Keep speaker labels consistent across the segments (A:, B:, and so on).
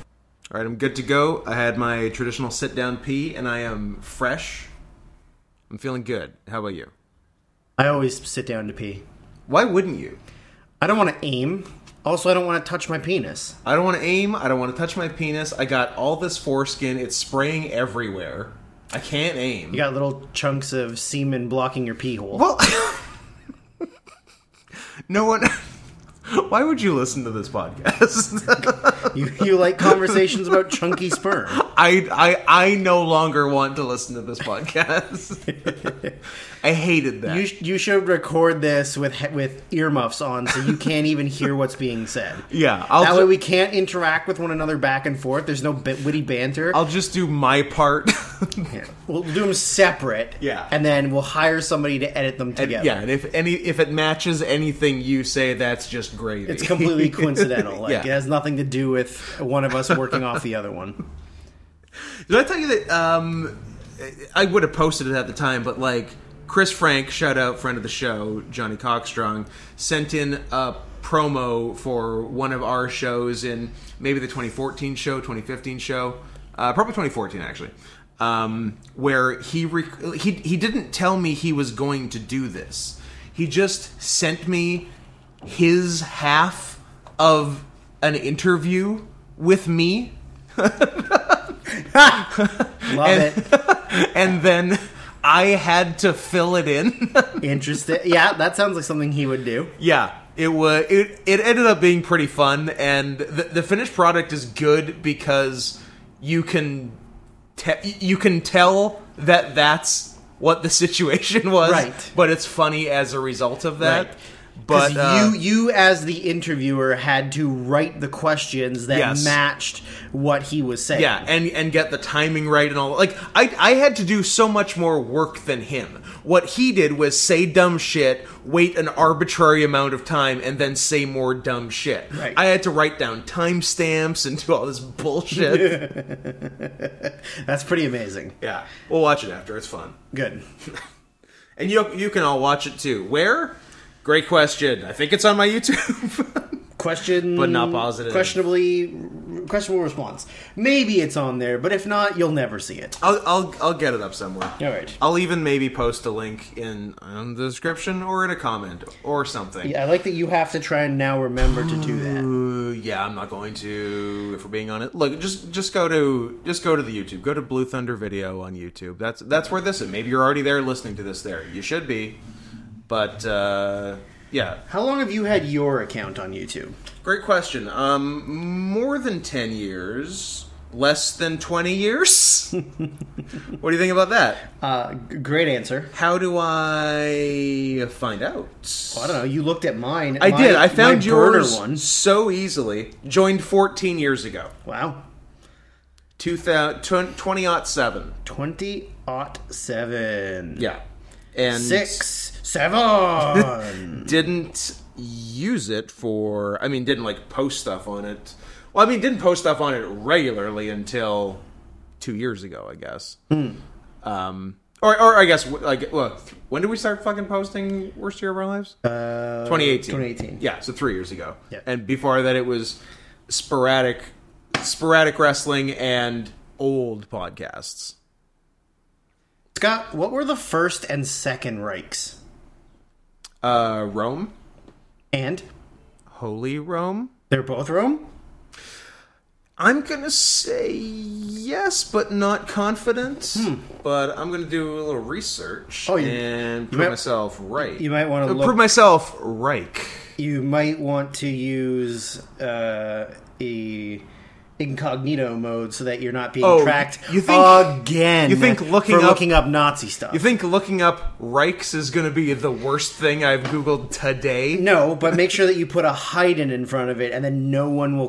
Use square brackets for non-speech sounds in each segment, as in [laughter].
A: All right, I'm good to go. I had my traditional sit down pee, and I am fresh. I'm feeling good. How about you?
B: I always sit down to pee.
A: Why wouldn't you?
B: I don't want to aim. Also, I don't want to touch my penis.
A: I don't want to aim. I don't want to touch my penis. I got all this foreskin. It's spraying everywhere. I can't aim.
B: You got little chunks of semen blocking your pee hole.
A: well, [laughs] no one. [laughs] Why would you listen to this podcast? [laughs]
B: You, you like conversations about chunky sperm.
A: I, I I no longer want to listen to this podcast. [laughs] I hated that.
B: You, sh- you should record this with he- with earmuffs on so you can't even hear what's being said.
A: yeah, I'll
B: That
A: ju-
B: way we can't interact with one another back and forth. There's no bit witty banter.
A: I'll just do my part. [laughs]
B: We'll do them separate.
A: Yeah.
B: And then we'll hire somebody to edit them
A: And-
B: together.
A: yeah, and if any if it matches anything you say, that's just gravy.
B: It's
A: [laughs]
B: completely coincidental. Like
A: Yeah.
B: it has nothing to do with one of us working off the
A: [laughs]
B: other one.
A: Did I tell you that? Um, I would have posted it at the time, but like Chris Frank, shout out friend of the show, Johnny Cockstrong, sent in a promo for one of our shows in maybe the 2014 show, 2015 show, uh, probably 2014 actually. Um, where he rec- he he didn't tell me he was going to do this. He just sent me his half of an interview with me
B: Love
A: And-
B: it.
A: and then I had to fill it in. [laughs]
B: Interested. Yeah, that sounds like something he would do.
A: yeah, it was. It it ended up being pretty fun, and the, the finished product is good because you can te- you can tell that that's what the [laughs] situation was,
B: Right.
A: But it's funny as a result of that.
B: Right.
A: But
B: you,
A: uh,
B: you as the interviewer had to write the questions that
A: Yes.
B: matched what he was saying.
A: Yeah, and and get the timing right and all. Like I I had to do so much more work than him. What he did was say dumb shit, wait an arbitrary amount of time, and then say more dumb shit.
B: Right.
A: I had to write down timestamps and do all this
B: [laughs]
A: bullshit.
B: That's pretty amazing.
A: yeah, we'll watch it after. It's fun,
B: Good.
A: and you you can all watch it too. Where? Great question. I think it's on my YouTube. [laughs]
B: Question,
A: But not positive.
B: Questionably, questionable response. Maybe it's on there, but if not, you'll never see it.
A: I'll, I'll I'll get it up somewhere.
B: All right.
A: I'll even maybe post a link in, in the description or in a comment or something.
B: I like that you have to try and now remember to do that.
A: Ooh, Uh, yeah, I'm not going to. If we're being honest, look, just just go to just go to the YouTube. Go to Blue Thunder Video on YouTube. That's that's where this is. Maybe you're already there listening to this. There, you should be. But uh, yeah,
B: How long have you had your account on YouTube?
A: great question. Um, more than ten years, less than twenty
B: [laughs]
A: years. what do you think about that?
B: Uh, g- great answer.
A: How do I find out?
B: I don't know. You looked at mine.
A: I
B: My-
A: did. I
B: my
A: found yours
B: burner one.
A: so easily. Joined 14 years ago.
B: Wow,
A: 2007.
B: twenty aught seven.
A: Yeah. And
B: six
A: [laughs]
B: seven.
A: didn't use it for I mean didn't like post stuff on it. Well, I mean didn't post stuff on it regularly until 2 years ago, I guess.
B: Hmm.
A: Um or, or I guess like well, th- when did we start fucking posting worst year of our lives?
B: Uh,
A: 2018.
B: 2018.
A: Yeah, so 3 years ago.
B: Yeah.
A: And before that it was sporadic sporadic wrestling and old podcasts.
B: Scott, what were the first and second Reichs?
A: Uh Rome?
B: And
A: Holy Rome?
B: they're both Rome.
A: I'm gonna say yes, but not confident. But I'm gonna do a little research
B: Hmm. Oh, you-
A: and prove
B: might-
A: myself right.
B: you might wanna
A: Uh,
B: look-
A: prove myself right.
B: You might want to use uh, a incognito mode so that you're not being
A: Oh,
B: tracked
A: you think-
B: again.
A: you think looking
B: for
A: up-
B: looking up Nazi stuff?
A: You think looking up Reichs is gonna be the worst thing I've googled today?
B: no, but make sure that you put a Haydn in front of it, and then no one will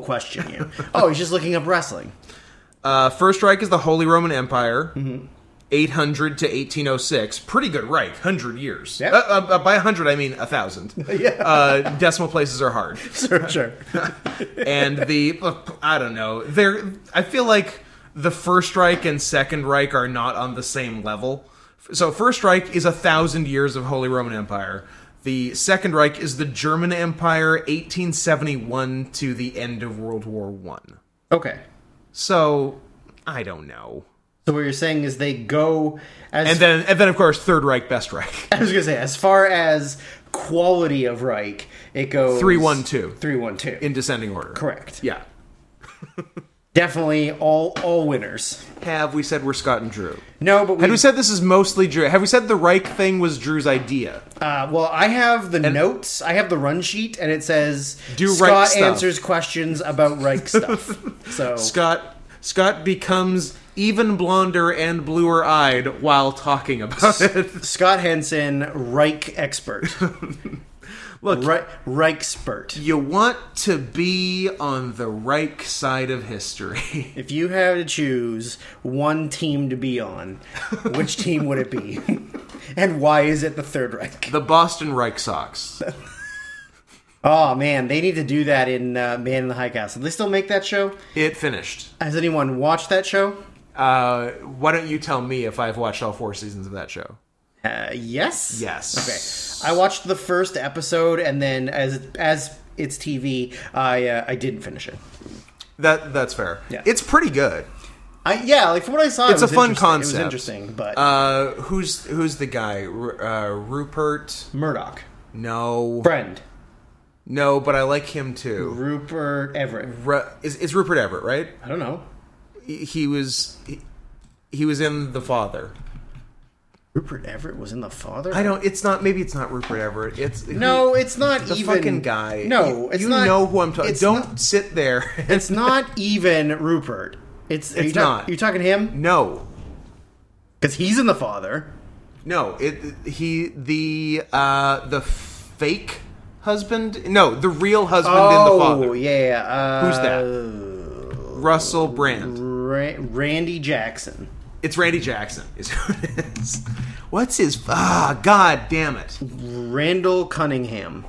A: [laughs]
B: question you. oh, he's just looking up wrestling.
A: Uh, First Reich is the Holy Roman Empire.
B: Mm-hmm.
A: 800 to 1806, pretty good Reich, hundred years.
B: Yeah.
A: Uh, uh, uh, by hundred, I mean a thousand.
B: [laughs] Yeah.
A: Uh, decimal places are hard.
B: Sure, sure.
A: and the I don't know. They're I feel like the First Reich and Second Reich are not on the same level. So First Reich is a thousand years of Holy Roman Empire. The Second Reich is the German Empire, 1871 to the end of World War One.
B: Okay.
A: So I don't know.
B: So what you're saying is they go as
A: And then and then of course Third Reich, Best [laughs] Reich.
B: [laughs] I was gonna say as far as quality of Reich, it goes
A: Three one two
B: three one two.
A: in descending order.
B: Correct.
A: Yeah.
B: Definitely all all winners.
A: Have we said we're Scott and Drew?
B: No, but we,
A: Had we said this is mostly Drew? Have we said the Reich thing was Drew's idea?
B: uh, well, I have the notes. I have the run sheet, and it says
A: Do Reich
B: Scott
A: stuff."
B: answers questions
A: [laughs]
B: about Reich stuff. so
A: Scott Scott becomes even blonder and bluer eyed while talking about it.
B: Scott Henson, Reich expert.
A: [laughs] Look,
B: Reich, Reich spurt.
A: you want to be on the Reich side of history. [laughs]
B: If you had to choose one team to be on,
A: [laughs]
B: which team would it be? [laughs] and why is it the Third Reich?
A: the Boston Reich [laughs] Sox.
B: Oh man, they need to do that in uh, Man in the High Castle. They still make that show?
A: It finished.
B: Has anyone watched that show?
A: Uh, why don't you tell me if I've watched all four seasons of that show?
B: Uh, yes.
A: Yes.
B: Okay. I watched the first episode, and then as as it's TV, I uh, I didn't finish it.
A: That that's fair.
B: Yeah.
A: It's pretty good.
B: I yeah, like from what I saw,
A: It's
B: it
A: a
B: was
A: fun
B: interesting-
A: concept.
B: It was interesting, but
A: Uh, who's who's the guy? Ru- Uh, Rupert?
B: Murdoch,
A: No,
B: friend
A: no, but I like him too.
B: Rupert Everett.
A: Ru- is it's Rupert Everett, right?
B: I don't know.
A: He, he was he, he was in The Father.
B: Rupert Everett was in the father.
A: I don't. It's not. Maybe it's not Rupert Everett. It's
B: No, it's not
A: the
B: even
A: fucking guy.
B: No,
A: you,
B: it's
A: you
B: not.
A: know who I'm talking.
B: it's
A: Don't
B: not-
A: sit there. [laughs]
B: it's not even Rupert. It's are
A: It's
B: you ta-
A: not.
B: You talking him?
A: no,
B: Because he's in the father.
A: no. It he the uh the fake husband. No, the real husband in the
B: Oh uh,
A: father.
B: yeah. Uh,
A: Who's that? Russell Brand.
B: Ra- Randy Jackson.
A: It's Randy Jackson. Is who it is. What's his? Ah, god damn it!
B: Randall Cunningham.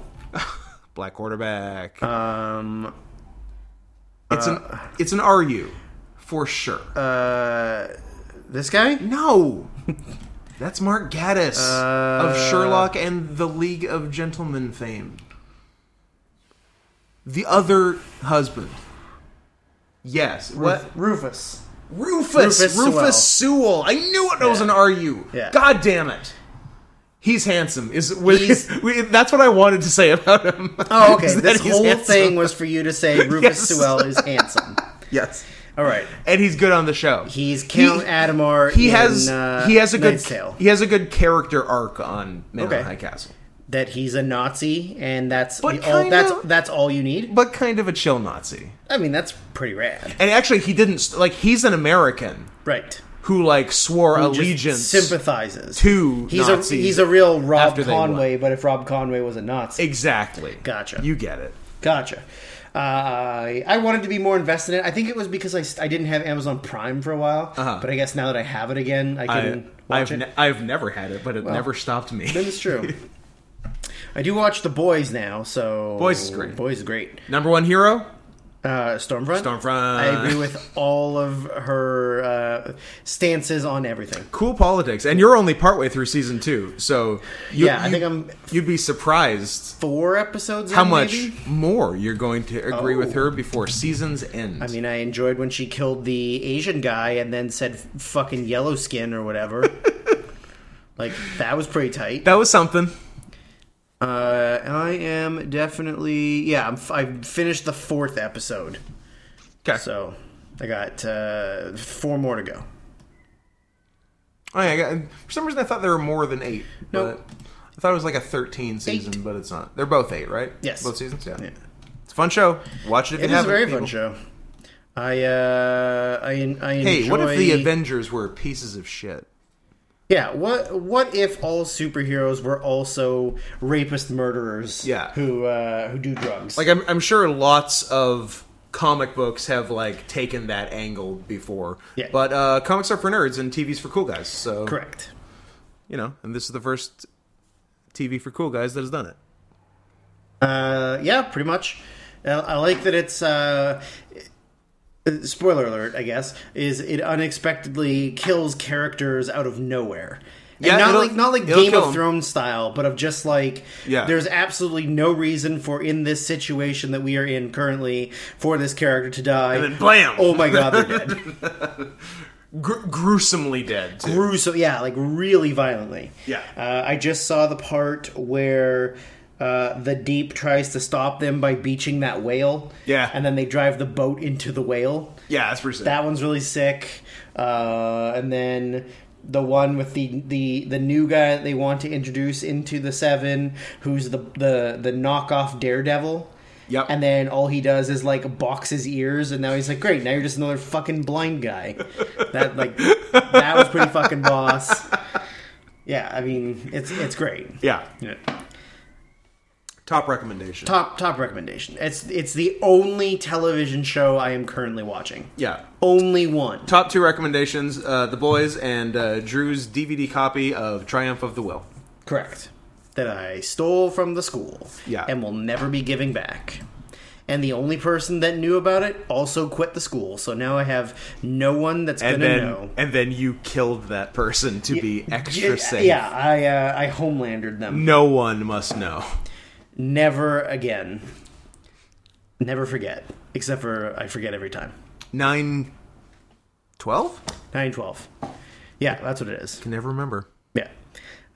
A: Black quarterback.
B: Um.
A: it's an it's an RU for sure.
B: Uh. This guy.
A: no, [laughs] that's Mark Gaddis of
B: uh,
A: Sherlock and the League of Gentlemen fame. The other husband. Yes. What?
B: Rufus.
A: Rufus.
B: Rufus
A: Rufus, Sewell. I knew it was an RU.
B: Yeah.
A: God damn it. He's handsome. Is
B: He's-
A: [laughs] we- that's what I wanted to say about him.
B: Oh,
A: [laughs]
B: okay.
A: is that
B: this
A: he's
B: whole
A: handsome.
B: thing was for you
A: [laughs]
B: to say
A: Yes.
B: Rufus Sewell is handsome.
A: Yes.
B: All right.
A: And he's good on the show.
B: He's Count
A: He-
B: Adamar.
A: he
B: in,
A: has
B: uh,
A: he has a good
B: Knight's Tale.
A: he has a good character arc on Man in
B: Okay.
A: the High Castle,
B: that he's a Nazi, and that's
A: But
B: all, that's
A: kinda-
B: that's all you need.
A: but kind of a chill Nazi.
B: I mean, that's pretty rad,
A: And actually, he didn't like he's an American
B: right?
A: who like swore
B: Just
A: allegiance.
B: sympathizes
A: to
B: he's
A: Nazis
B: a he's a real Rob
A: after they
B: Conway, but if Rob Conway was a Nazi,
A: exactly.
B: Gotcha.
A: You get it.
B: gotcha. Uh, I I wanted to be more invested in it. I think it was because I, st- I didn't have Amazon Prime for a while, but I guess now that I have it again, I
A: Uh-huh. I,
B: can watch
A: I've
B: [laughs] it.
A: ne- I've never had it, but it never stopped me. [laughs]
B: That's true. I do watch The Boys now, so
A: Boys is great.
B: Boys is great.
A: Number one hero,
B: Uh, Stormfront.
A: Stormfront.
B: I agree with all of her uh, stances on everything.
A: cool politics, and you're only partway through season two, so you,
B: Yeah, I
A: you-
B: think I'm-
A: You'd be surprised
B: Four episodes.
A: how
B: in,
A: much
B: maybe?
A: more you're going to agree with
B: Oh.
A: her before season's end.
B: I mean, I enjoyed when she killed the Asian guy and then said "fucking yellow skin"
A: [laughs]
B: or whatever. like that was pretty tight.
A: that was something.
B: Uh, I am definitely yeah. I'm, f- I finished the fourth episode,
A: Okay.
B: so I got uh, four more to go.
A: Oh, yeah, I got, for some reason, I thought there were more than eight.
B: Nope.
A: But I thought it was like a 13 season,
B: Eight.
A: but it's not. They're both eight, right?
B: Yes.
A: Both seasons? Yeah.
B: Yeah.
A: It's a fun show. Watch it if
B: It
A: you
B: is a
A: haven't.
B: very
A: people.
B: fun show. I uh, I en- I
A: Hey,
B: enjoy.
A: what if the Avengers were pieces of shit?
B: Yeah, what what if all superheroes were also rapist murderers?
A: Yeah.
B: who uh, who do drugs?
A: Like, I'm, I'm sure lots of comic books have, like, taken that angle before.
B: Yeah.
A: But uh, comics are for nerds and TV's for cool guys. So,
B: correct.
A: you know, and this is the first TV for cool guys that has done it.
B: Uh, yeah, pretty much. I, I like that it's. Uh, uh, spoiler alert, I guess, is it unexpectedly kills characters out of nowhere. And
A: Yeah,
B: not
A: it'll-
B: like not like
A: it'll
B: Game
A: kill
B: of
A: him.
B: Thrones style, but of just like
A: Yeah.
B: there's absolutely no reason for in this situation that we are in currently for this character to die.
A: And then blam!
B: Oh my god, they're dead.
A: Gr- gruesomely dead. Too.
B: gruesome. Yeah, like really violently.
A: Yeah.
B: Uh, I just saw the part where. Uh, the deep tries to stop them by beaching that whale.
A: Yeah.
B: And then they drive the boat into the whale.
A: yeah, that's pretty sick.
B: That one's really sick. Uh, and then the one with the, the the new guy that they want to introduce into the seven, who's the the the knockoff Daredevil.
A: Yep.
B: And then all he does is like box his ears, and now he's like, "Great, now you're just another fucking blind guy." That like that was pretty fucking boss. Yeah, I mean it's it's great.
A: yeah.
B: Yeah.
A: Top recommendation.
B: Top top recommendation. It's it's the only television show I am currently watching.
A: Yeah.
B: Only one.
A: Top two recommendations: uh, The Boys and uh, Drew's DVD copy of Triumph of the Will.
B: Correct. That I stole from the school
A: Yeah.
B: and will never be giving back. And the only person that knew about it also quit the school. So now I have no one that's
A: And
B: gonna
A: then,
B: know.
A: and then you killed that person to be extra
B: yeah,
A: safe.
B: yeah, I uh, I homelandered them.
A: No one must know.
B: Never again. Never forget. Except for I forget every time.
A: Nine, twelve?
B: Nine twelve. Yeah, that's what it is.
A: Can never remember.
B: Yeah.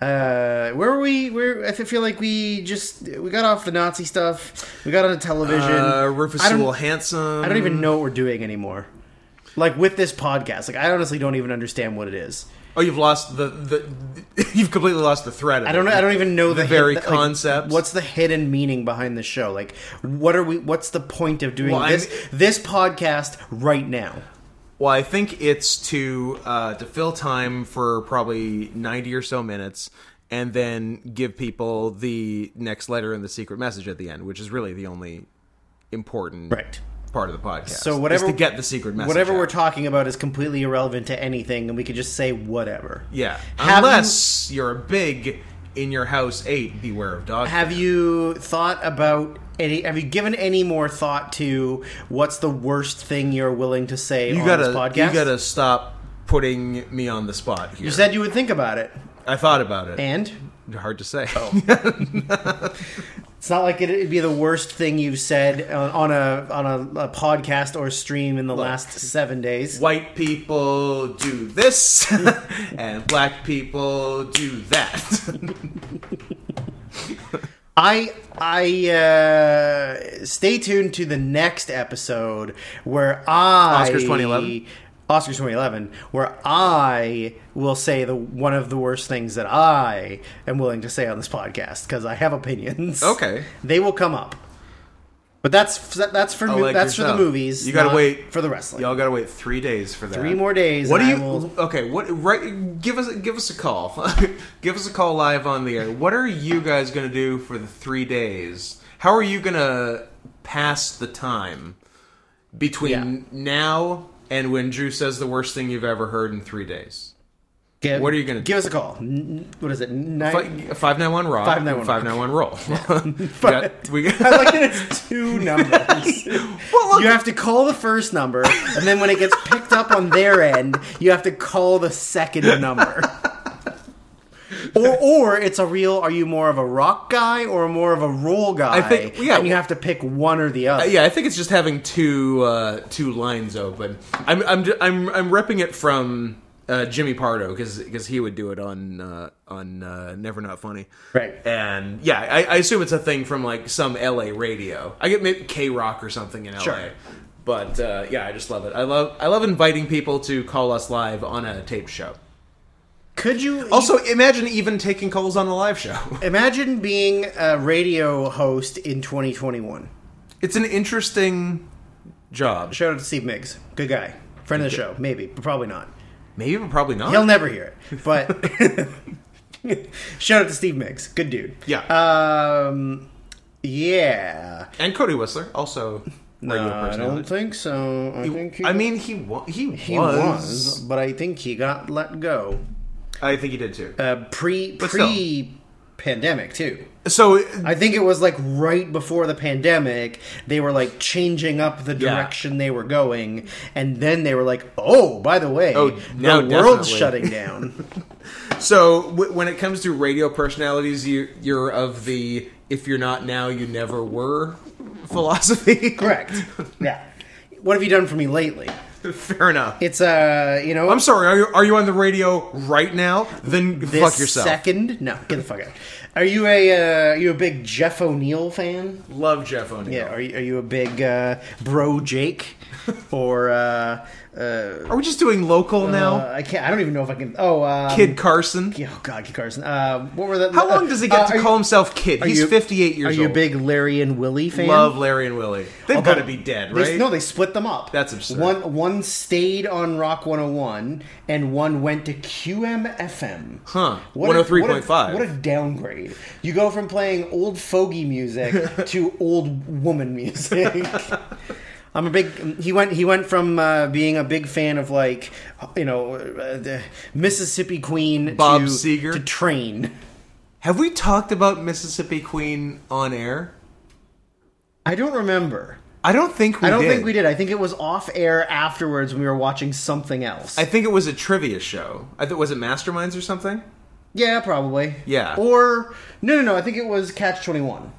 B: Uh, where were we? Where I feel like we just we got off the Nazi stuff. We got onto television.
A: Uh, Rufus
B: I don't-
A: Sewell Handsome.
B: I don't even know what we're doing anymore. Like with this podcast, like I honestly don't even understand what it is.
A: Oh, you've lost the the. [laughs] You've completely lost the thread. Of
B: I don't know. I don't even know the, hid-
A: very
B: like,
A: concept.
B: what's the hidden meaning behind the show? Like, what are we? What's the point of doing
A: Well, I'm-
B: this this podcast right now?
A: Well, I think it's to uh, to fill time for probably ninety or so minutes, and then give people the next letter and the secret message at the end, which is really the only important
B: Right.
A: part of the podcast.
B: So whatever
A: is to get the secret message,
B: whatever
A: out.
B: we're talking about is completely irrelevant to anything, and we could just say whatever.
A: yeah,
B: Have
A: unless you... are a big in your house eight, beware of dogs.
B: Have you thought about any? Have you given any more thought to what's the worst thing you're willing to say
A: you
B: on
A: gotta
B: this podcast?
A: you gotta stop putting me on the spot here.
B: You said you would think about it,
A: I thought about it.
B: and
A: Hard to say.
B: Oh. It's not like it'd be the worst thing you've said on, on a on a, a podcast or stream in the last seven days.
A: white people do
B: [laughs]
A: this and black people do that. [laughs]
B: I I uh, stay tuned to the next episode where I
A: Oscars 2011?
B: Oscars 2011, where I will say the one of the worst things that I am willing to say on this podcast because I have opinions.
A: Okay.
B: they will come up, but that's that's for
A: Oh,
B: mo-
A: like
B: that's for
A: yourself.
B: the movies.
A: You gotta
B: not
A: wait.
B: for the wrestling.
A: Y'all gotta wait three days for that.
B: Three more days.
A: What do
B: and I
A: you?
B: will-
A: Okay. What? Right. Give us. Give us a call. [laughs] give us a call live on the air. What are you guys gonna do for the three days? How are you gonna pass the time between
B: Yeah.
A: now and when Drew says the worst thing you've ever heard in three days?
B: Give,
A: What are you gonna
B: give us a call? N- what is it? Nine.
A: Five nine one rock.
B: 591
A: Five nine one
B: [laughs]
A: roll. [laughs] we got, we got,
B: I like that it's
A: [laughs]
B: two numbers.
A: Well, look,
B: you have to call the first number, and then when it gets picked up on their end, you have to call the second
A: [laughs]
B: number. Or, or it's a real. Are you more of a rock guy or more of a roll guy?
A: I think- yeah.
B: And you have to pick one or the other.
A: yeah, I think it's just having two uh, two lines open. I'm I'm ju- I'm I'm repping it from uh, Jimmy Pardo because he would do it on uh, on uh, Never Not Funny.
B: Right.
A: And yeah, I, I assume it's a thing from like some LA radio. I get maybe K Rock or something in LA.
B: Sure.
A: But uh, yeah, I just love it. I love I love inviting people to call us live on a tape show.
B: Could you
A: Also, imagine even taking calls on a live show. [laughs]
B: imagine being a radio host in 2021?
A: It's an interesting job.
B: Shout out to Steve Miggs, good guy, friend of the show, maybe, but probably not.
A: Maybe, but probably not.
B: He'll never hear it. But
A: [laughs]
B: shout out to Steve Miggs, good dude.
A: Yeah.
B: Um. Yeah.
A: and Cody Whistler, also radio
B: I
A: personality.
B: don't think so. I think he,
A: I mean, he wa- he,
B: he
A: was.
B: was. but I think he got let go.
A: I think he did too.
B: Uh, pre
A: still.
B: pre pandemic too.
A: So
B: I think it was like right before the pandemic, they were like changing up the
A: Yeah.
B: direction they were going, and then they were like, "Oh, by the way,
A: Oh, now
B: the world's
A: definitely.
B: shutting
A: [laughs]
B: down."
A: so w- when it comes to radio personalities, you you're of the if you're not now, you never were philosophy.
B: Correct. Yeah. What have you done for me lately?
A: [laughs] Fair enough.
B: It's uh, you know,
A: I'm sorry. Are you are you on the radio right now? Then
B: this
A: fuck yourself.
B: second. No, get the fuck out. Are you a uh, are you a big Jeff O'Neill fan?
A: Love Jeff O'Neill.
B: Yeah. Are you, are you a big uh,
A: [laughs]
B: bro Jake or uh, uh,
A: Are we just doing local
B: uh,
A: now?
B: I can't. I don't even know if I can. Oh, um,
A: Kid Carson.
B: Yeah, Oh God, Kid Carson. Uh, what were that?
A: How long does he get
B: uh,
A: to
B: are
A: call
B: you-
A: himself kid?
B: are
A: He's
B: you-
A: 58 years
B: Are you a
A: old.
B: big Larry and Willie fan?
A: Love Larry and Willie. They've
B: Although
A: got to be dead,
B: they-
A: right?
B: no, they split them up.
A: That's absurd.
B: One one stayed on Rock 101, and one went to QMFM.
A: Huh.
B: What a-
A: 103.5.
B: What, a- what a downgrade! You go from playing old fogey
A: [laughs]
B: music to old woman music. [laughs] I'm a big. He went. He went from uh, being a big fan of like, you know, uh, the Mississippi Queen,
A: Bob
B: to,
A: Seger?
B: to Train.
A: Have we talked about Mississippi Queen on air?
B: I don't remember.
A: I don't think we
B: I don't
A: did.
B: think we did. I think it was off air afterwards when we were watching something else.
A: I think it was a trivia show. I think was it Masterminds or something?
B: yeah, probably.
A: Yeah.
B: Or no, no, no. I think it was Catch Twenty One.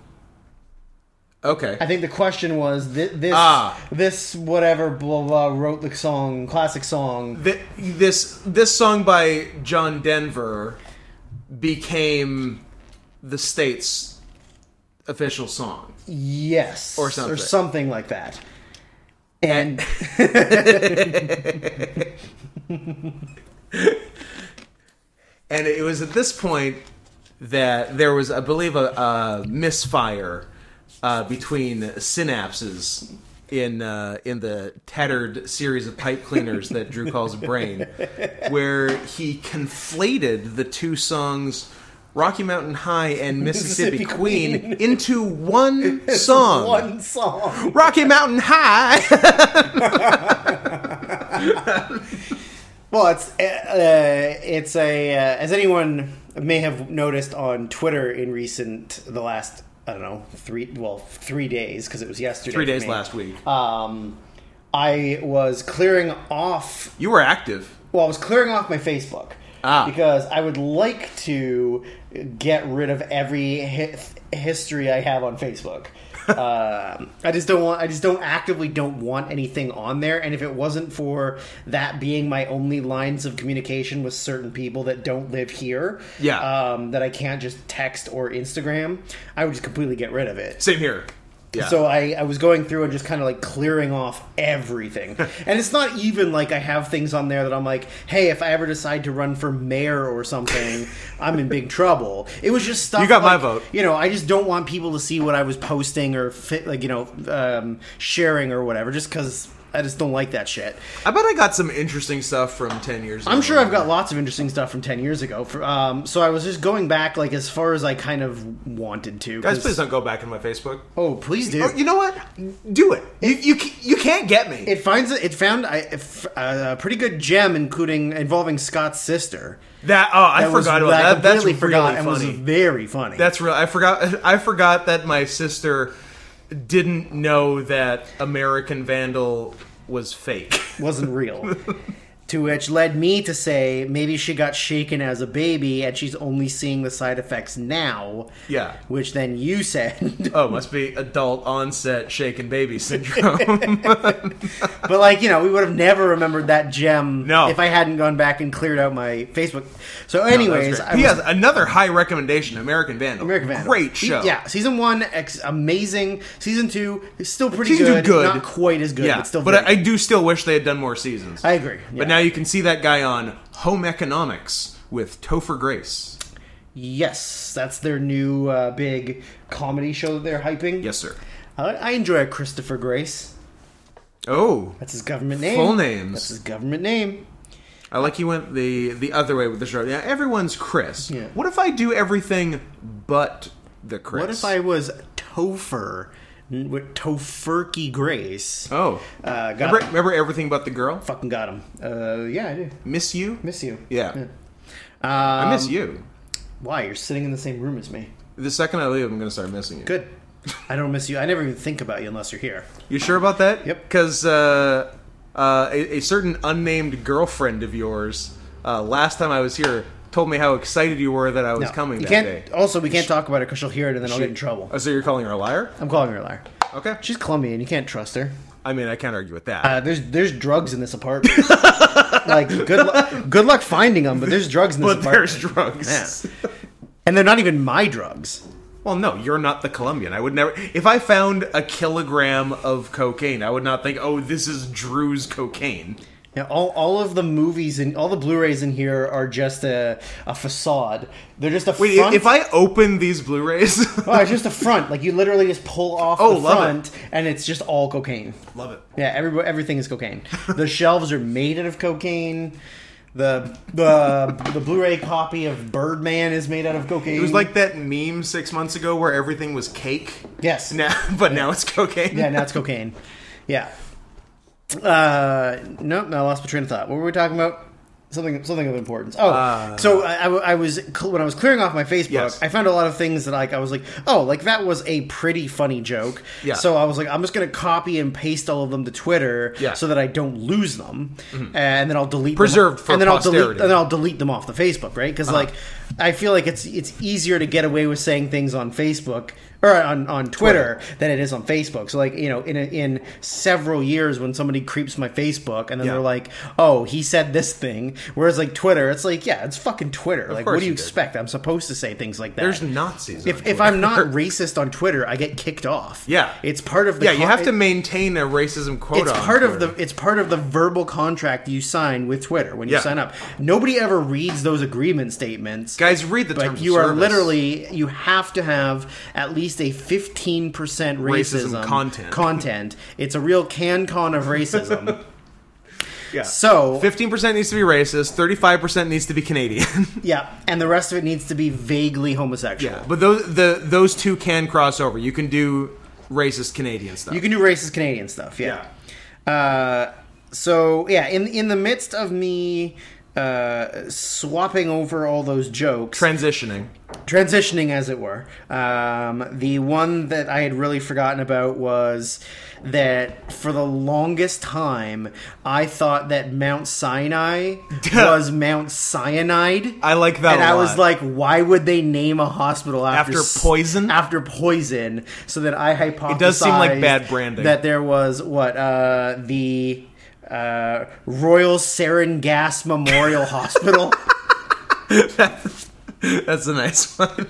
A: Okay.
B: I think the question was thi- this
A: Ah.
B: this whatever blah blah wrote the song classic song.
A: Th- this this song by John Denver became the state's official song.
B: Yes,
A: Or something.
B: or something like that. And
A: And it was at this point that there was, I believe, a, a misfire uh, between synapses in uh, in the tattered series of pipe cleaners that Drew calls brain, where he conflated the two songs. Rocky Mountain High
B: [laughs]
A: and Mississippi,
B: Mississippi
A: Queen,
B: [laughs]
A: into one song.
B: one song.
A: Rocky Mountain
B: [laughs]
A: High.
B: Well, it's uh, it's a uh, as anyone may have noticed on Twitter in recent the last I don't know three well three days because it was yesterday
A: Three
B: for
A: days
B: me.
A: last week.
B: Um, I was clearing off
A: You were active.
B: well, I was clearing off my Facebook
A: Ah.
B: because I would like to get rid of every hi- history I have
A: [laughs]
B: on Facebook. um, I just don't want. I just don't actively don't want anything on there. And if it wasn't for that being my only lines of communication with certain people that don't live here,
A: Yeah.
B: um, that I can't just text or Instagram, I would just completely get rid of it.
A: Same here. Yeah.
B: So I, I was going through and just kind of like clearing off
A: [laughs]
B: everything. and it's not even like I have things on there that I'm like, hey, if I ever decide to run for mayor or
A: [laughs]
B: something, I'm in big trouble. It was just stuff.
A: You got my
B: like,
A: vote.
B: You know, I just don't want people to see what I was posting or fit, like you know um, sharing or whatever, just because I just don't like that shit.
A: I bet I got some interesting stuff from ten years. ago.
B: I'm sure I've got lots of interesting stuff from ten years ago. For, um, so I was just going back like as far as I kind of wanted to.
A: Guys,
B: 'cause-
A: please don't go back in my Facebook.
B: Oh, please do.
A: Oh, you know what? Do it. You you c- you can't get me.
B: It finds it found I- if- a, a pretty good gem, including involving Scott's sister.
A: that oh, I
B: That was-
A: forgot about
B: that I
A: that. That's
B: completely
A: really
B: forgot and was
A: funny.
B: very funny.
A: That's real. I forgot. I forgot that my sister didn't know that American Vandal was fake.
B: [laughs] wasn't real.
A: [laughs]
B: to which led me to say maybe she got shaken as a baby and she's only seeing the side effects now.
A: Yeah.
B: Which then you [laughs] said,
A: Oh, must be adult onset shaken baby syndrome. [laughs]
B: but like you know, we would have never remembered that gem
A: No.
B: if I hadn't gone back and cleared out my Facebook. So, anyways, I
A: he
B: was-
A: has another high recommendation. American Vandal.
B: American Vandal.
A: Great
B: He-
A: show.
B: yeah, season one, ex- amazing. Season two, is still pretty
A: Season two,
B: good.
A: good.
B: Not quite as good,
A: Yeah,
B: but still
A: but
B: very
A: I, I do still wish they had done more seasons.
B: I agree.
A: But
B: yeah.
A: now you can see that guy on Home Economics with Topher Grace.
B: yes, that's their new uh, big comedy show that they're hyping.
A: Yes, sir.
B: I, I enjoy Christopher Grace.
A: Oh,
B: That's his government name.
A: Full names.
B: That's his government name.
A: I like you went the the other way with the show. Yeah, everyone's Chris.
B: Yeah.
A: What if I do everything but the Chris?
B: What if I was Topher n- with Tofurky Grace?
A: Oh,
B: Uh, got
A: remember,
B: him.
A: remember everything but the girl?
B: fucking got him. Uh, yeah, I do.
A: Miss you.
B: Miss you.
A: Yeah,
B: Um,
A: I miss you.
B: Why? You're sitting in the same room as me.
A: The second I leave, I'm going to start missing you.
B: Good. I don't miss you. I never even think about you unless you're here.
A: You sure about that?
B: Yep.
A: Because uh, uh, a, a certain unnamed girlfriend of yours, uh, last time I was here, told me how excited you were that I was
B: No.
A: coming
B: you
A: that
B: can't,
A: day.
B: Also, we can't talk about her because she'll hear it and then I'll get in trouble.
A: Oh, so you're calling her a liar?
B: I'm calling her a liar.
A: Okay.
B: She's Colombian. You can't trust her.
A: I mean, I can't argue with that.
B: Uh, there's there's drugs in this
A: [laughs]
B: apartment. like good luck, good luck finding them, but there's drugs in this
A: but
B: apartment.
A: there's drugs.
B: Yeah. And they're not even my drugs.
A: [laughs] Well, no, you're not the Colombian. I would never. If I found a kilogram of cocaine, I would not think, "Oh, this is Drew's cocaine."
B: Yeah, all, all of the movies and all the Blu-rays in here are just a, a facade. They're just a
A: Wait,
B: front.
A: if, if I open these Blu-rays, [laughs]
B: Oh, it's just a front. Like you literally just pull off
A: Oh,
B: the
A: love it.
B: front, and it's just all cocaine.
A: love it.
B: Yeah, every, everything
A: [laughs]
B: is cocaine. The shelves are made out of cocaine. The the the Blu-ray copy of Birdman is made out of cocaine.
A: It was like that meme six months ago where everything was cake. [laughs]
B: yes,
A: Now, but now it's cocaine.
B: yeah, now it's cocaine. Yeah. Uh, nope, no, I lost my train of thought. What were we talking about? Something, something of importance. Oh, so I, I w- I was cl- when I was clearing off my Facebook,
A: Uh, Yes.
B: I found a lot of things that like I was like, oh, like that was a pretty funny joke.
A: Yeah.
B: So I was like, I'm just gonna copy and paste all of them to Twitter,
A: Yeah. Mm-hmm.
B: so that I don't lose them, and then I'll delete
A: Preserved
B: them,
A: for
B: and then I'll delete
A: posterity.
B: and then I'll delete them off the Facebook, right? Because
A: Uh-huh.
B: like I feel like it's it's easier to get away with saying things on Facebook or on on Twitter, than it is on Facebook. So like you know, in a, in several years, when somebody creeps my Facebook and then
A: Yeah.
B: they're like, "Oh, he said this thing," whereas like Twitter, it's like, yeah, it's fucking Twitter. like, what
A: course
B: do
A: you
B: you
A: did.
B: expect? I'm supposed to say things like that.
A: There's Nazis.
B: if,
A: on
B: if
A: Twitter. [laughs]
B: I'm not racist on Twitter, I get kicked off.
A: Yeah.
B: it's part of the
A: yeah, you
B: con-
A: have to maintain a racism quota.
B: it's
A: on
B: part of
A: Twitter.
B: the it's part of the verbal contract you sign with Twitter when you
A: Yeah.
B: sign up. Nobody ever reads those agreement statements.
A: guys. Read the terms.
B: Like
A: of
B: you are
A: service.
B: literally you have to have at least a 15% racism,
A: Racism content.
B: content. It's a real CanCon of racism.
A: [laughs] Yeah.
B: so,
A: Fifteen percent needs to be racist. Thirty-five percent needs to be Canadian. [laughs]
B: yeah, and the rest of it needs to be vaguely homosexual.
A: yeah, but those the those two can cross over. You can do racist Canadian stuff.
B: You can do racist Canadian stuff, yeah. Uh, so yeah, in in the midst of me uh, swapping over all those jokes,
A: Transitioning.
B: transitioning as it were um, the one that i had really forgotten about was that for the longest time i thought that mount
A: [laughs]
B: sinai was mount cyanide
A: I like that.
B: and
A: a
B: I
A: lot.
B: was like, why would they name a hospital after,
A: After
B: s-
A: poison?
B: After poison, so that I hypothesized it
A: does seem like bad branding.
B: that there was what uh, the uh, Royal Sarin Gas Memorial
A: [laughs]
B: Hospital.
A: that's a nice [laughs] one.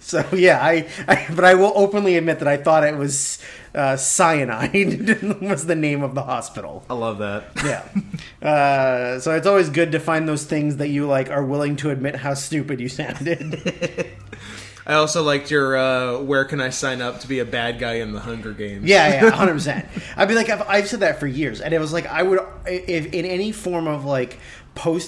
B: So [laughs] yeah, I, I but I will openly admit that I thought it was uh, cyanide [laughs] was the name of the hospital.
A: I love that.
B: Yeah. Uh, so it's always good to find those things that you like are willing to admit how stupid you sounded.
A: I also liked your uh, "Where can I sign up to be a bad guy in the Hunger Games?"
B: yeah, yeah, hundred percent. I'd be like, I've, I've said that for years, and it was like I would if in any form of like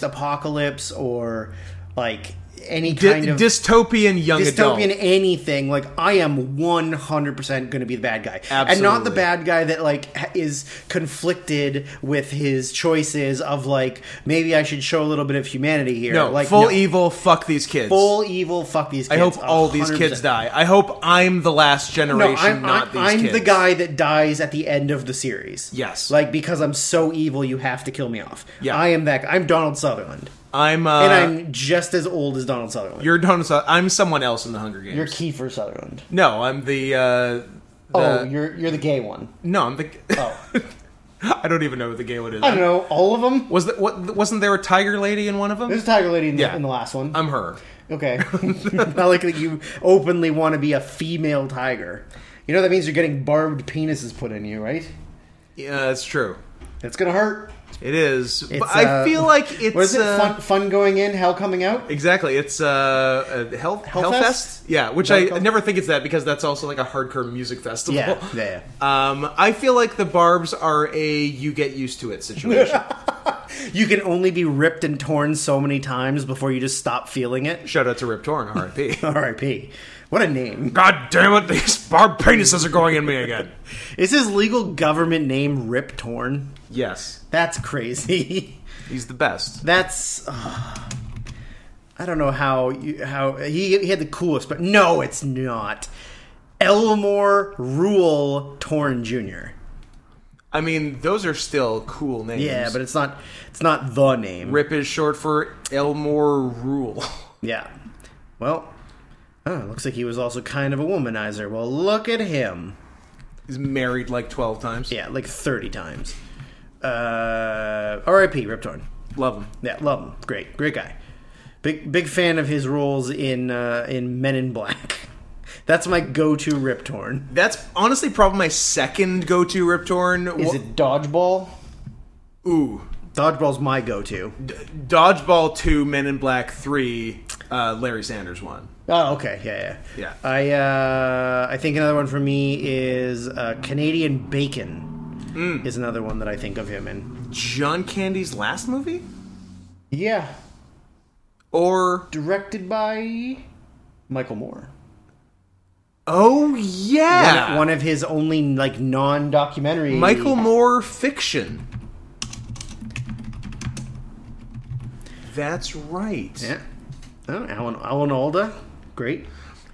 B: post-apocalypse or like any
A: Dy-
B: kind of
A: dystopian young adult.
B: dystopian anything like i am 100% going to be the bad guy and not the
A: Absolutely.
B: bad guy that like ha- is conflicted with his choices of like maybe i should show a little bit of humanity here
A: No,
B: like
A: full
B: no.
A: evil. Fuck these kids.
B: full evil fuck these
A: I
B: kids
A: hope all these
B: 100%.
A: kids die. I hope I'm the last
B: no,
A: generation,
B: I'm,
A: not
B: I'm,
A: these
B: I'm
A: kids.
B: the guy that dies at the end of the series.
A: Yes.
B: Like, because I'm so evil, you have to kill me off.
A: Yeah.
B: I am that. I'm Donald Sutherland.
A: I'm. Uh,
B: And I'm just as old as Donald Sutherland.
A: You're Donald. Su- I'm someone else in the Hunger Games.
B: You're Kiefer Sutherland.
A: no, I'm the. Uh,
B: oh,
A: the
B: you're you're the gay one.
A: no, I'm the.
B: Oh.
A: [laughs] I don't even know what the gay one is.
B: I don't know, all of them?
A: Was that what? Wasn't there a tiger lady in one of them?
B: There's a tiger lady in the,
A: Yeah. Uh,
B: in the last one.
A: I'm her. [laughs]
B: okay. [laughs] Not like that you openly want to be a female tiger. You know that means you're getting barbed penises put in you, right?
A: Yeah, that's true.
B: That's gonna hurt.
A: It is.
B: It's,
A: but I
B: uh,
A: feel like it's
B: What is it?
A: uh,
B: fun, fun going in, hell coming out?
A: Exactly. It's uh, a health
B: Hellfest?
A: health fest. Yeah, which
B: Health
A: I
B: Fest?
A: never think it's that because that's also like a hardcore music festival.
B: Yeah, yeah.
A: Um, I feel like the barbs are a you get used to it
B: [laughs]
A: situation.
B: You can only be ripped and torn so many times before you just stop feeling it. [laughs]
A: Shout out to Rip Torn, R.I.P.
B: R.I.P. What a
A: [laughs]
B: name.
A: God damn it! These barb penises are going in me again.
B: Is his legal government name Rip Torn?
A: yes,
B: That's crazy. [laughs]
A: he's the best.
B: That's. ugh. I don't know how you, how he, he had the coolest, but no, it's not. Elmore Rule Torn Jr.
A: I mean, those are still cool names.
B: Yeah, but it's not it's not the name.
A: Rip is short for Elmore Rule. [laughs]
B: Yeah. Well, oh, looks like he was also kind of a womanizer. Well, look at him.
A: He's married like 12 times.
B: Yeah, like 30 times. Uh, R.I.P. Rip Torn.
A: Love him.
B: Yeah, love him. Great, great guy. Big big fan of his roles in uh, in Men in Black. [laughs] That's my go-to Rip Torn.
A: That's honestly probably my second go to Rip Torn.
B: Is it Dodgeball?
A: Ooh.
B: Dodgeball's my go-to.
A: Dodgeball 2, Men in Black 3, uh, Larry Sanders 1.
B: Oh, okay, yeah, yeah.
A: Yeah.
B: I uh, I think another one for me is uh, Canadian Bacon. Is another one that I think of him in.
A: John Candy's last movie?
B: Yeah,
A: Or.
B: directed by Michael Moore.
A: Oh, yeah!
B: One, one of his only like non-documentary.
A: Michael Moore fiction. That's right.
B: Yeah. Oh, Alan Alan Alda. Great.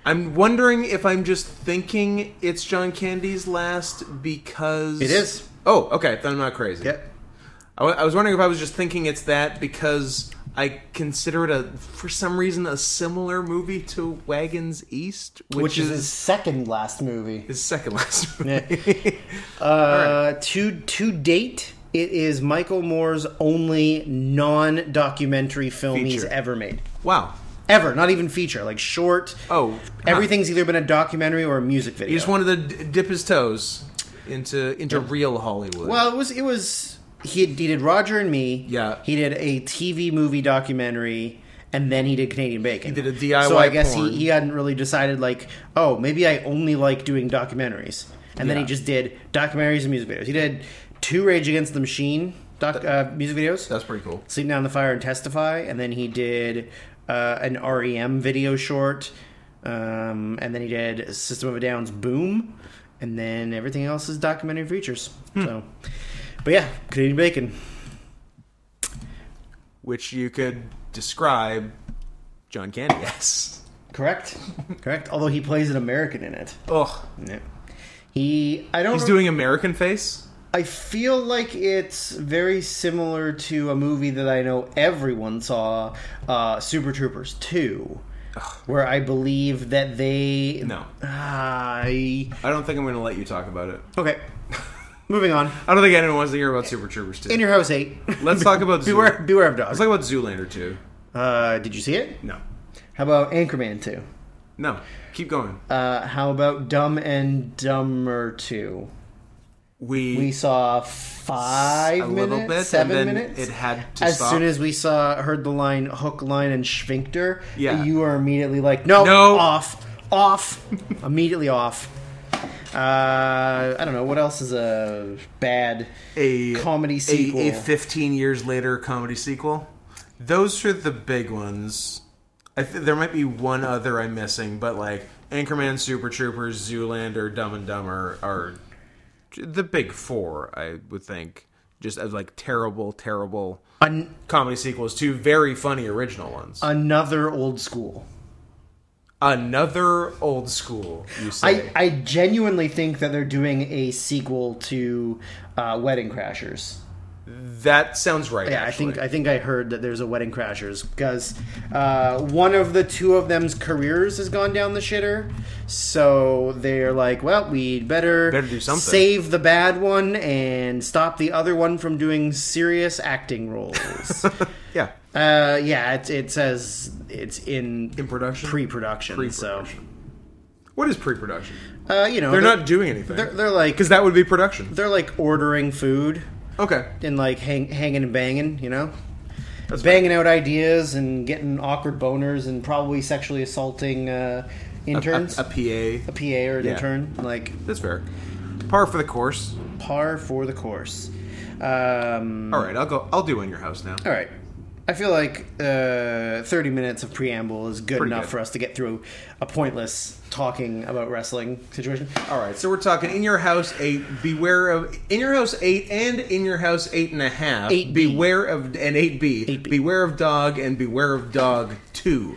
A: I'm wondering if I'm just thinking it's John Candy's last because
B: It is.
A: Oh, okay. Then I'm not crazy.
B: Yep.
A: I, wa- I was wondering if I was just thinking it's that because I consider it a, for some reason, a similar movie to Wagons East, which,
B: Which
A: is,
B: is his second last movie.
A: his second
B: [laughs]
A: last movie.
B: Uh, to to date, it is Michael Moore's only non-documentary film he's
A: Feature.
B: ever made.
A: Wow.
B: Ever, not even feature, like short.
A: Oh,
B: Everything's either been a documentary or a music video.
A: He just wanted to d- dip his toes into into real Hollywood.
B: well, it was it was he, had, he did Roger and Me.
A: Yeah.
B: He did a TV movie documentary, and then he did Canadian Bacon.
A: He did a DIY
B: So I guess
A: porn.
B: he he hadn't really decided like, oh, maybe I only like doing documentaries, and then he
A: Yeah.
B: just did documentaries and music videos. He did two Rage Against the Machine doc, uh, music videos.
A: that's pretty cool.
B: Sleep Down the Fire and Testify, and then he did uh, an REM video short, um, and then he did System of a Down's Boom, and then everything else is documentary features.
A: Hmm.
B: So, but yeah, Canadian Bacon.
A: which you could describe John Candy as. [laughs]
B: Correct, correct. Although he plays an American in it.
A: Ugh.
B: Yeah. He, I don't.
A: He's
B: rem-
A: doing American face?
B: I feel like it's very similar to a movie that I know everyone saw, uh, Super Troopers 2, where I believe that they.
A: No.
B: I.
A: I don't think I'm going to let you talk about it.
B: Okay. [laughs] Moving on.
A: I don't think anyone wants to hear about Super Troopers 2.
B: In Your
A: [laughs]
B: House 8.
A: Let's talk about Zool-
B: [laughs] beware, beware of
A: Let's
B: dogs.
A: talk about Zoolander 2.
B: Uh, did you see it?
A: No.
B: How about Anchorman 2?
A: No. Keep going.
B: Uh, how about Dumb and Dumber 2?
A: We,
B: We saw five
A: a
B: minutes,
A: little bit,
B: seven
A: and then
B: minutes.
A: it had to
B: as
A: stop.
B: soon as we saw, heard the line hook, line, and sphincter.
A: Yeah.
B: you were immediately like, no,
A: No.
B: off, off, [laughs] immediately off. Uh, I don't know what else is a bad
A: a
B: comedy
A: a-
B: sequel.
A: A, 15 years later comedy sequel. Those are the big ones. I th- there might be one other I'm missing, but like Anchorman, Super Troopers, Zoolander, Dumb and Dumber are the big four. I would think just as like terrible, terrible
B: An-
A: comedy sequels to very funny original ones.
B: another old school.
A: Another old school, you say?
B: I, I genuinely think that they're doing a sequel to uh, Wedding Crashers.
A: that sounds right.
B: Yeah,
A: actually.
B: I think I think I heard that there's a Wedding Crashers because uh, one of the two of them's careers has gone down the shitter, so they're like, well, we better
A: Better do something.
B: save the bad one and stop the other one from doing serious acting
A: [laughs]
B: roles.
A: yeah,
B: uh, yeah, it, it says it's in
A: in production.
B: pre-production,
A: Pre-production. what is pre-production?
B: so uh, you know
A: They're, not doing anything.
B: they're, they're like
A: Because that would be production.
B: they're like ordering food
A: Okay.
B: and like hang, hanging and banging, you know,
A: That's
B: banging out ideas and getting awkward boners and probably sexually assaulting uh, interns,
A: A,
B: a,
A: a PA.
B: PA or an
A: Yeah.
B: intern, like
A: That's fair. Par for the course.
B: par for the course. Um,
A: Mm. All right, I'll go. I'll do in your house now.
B: all right, I feel like uh, 30 minutes of preamble is good
A: Pretty
B: enough
A: good.
B: for us to get through a pointless talking about wrestling situation.
A: All right, so we're talking in your house eight. Beware of in your house eight and in your house eight and a half.
B: 8B.
A: Beware of and eight B.
B: 8B.
A: Beware of dog and beware of dog two.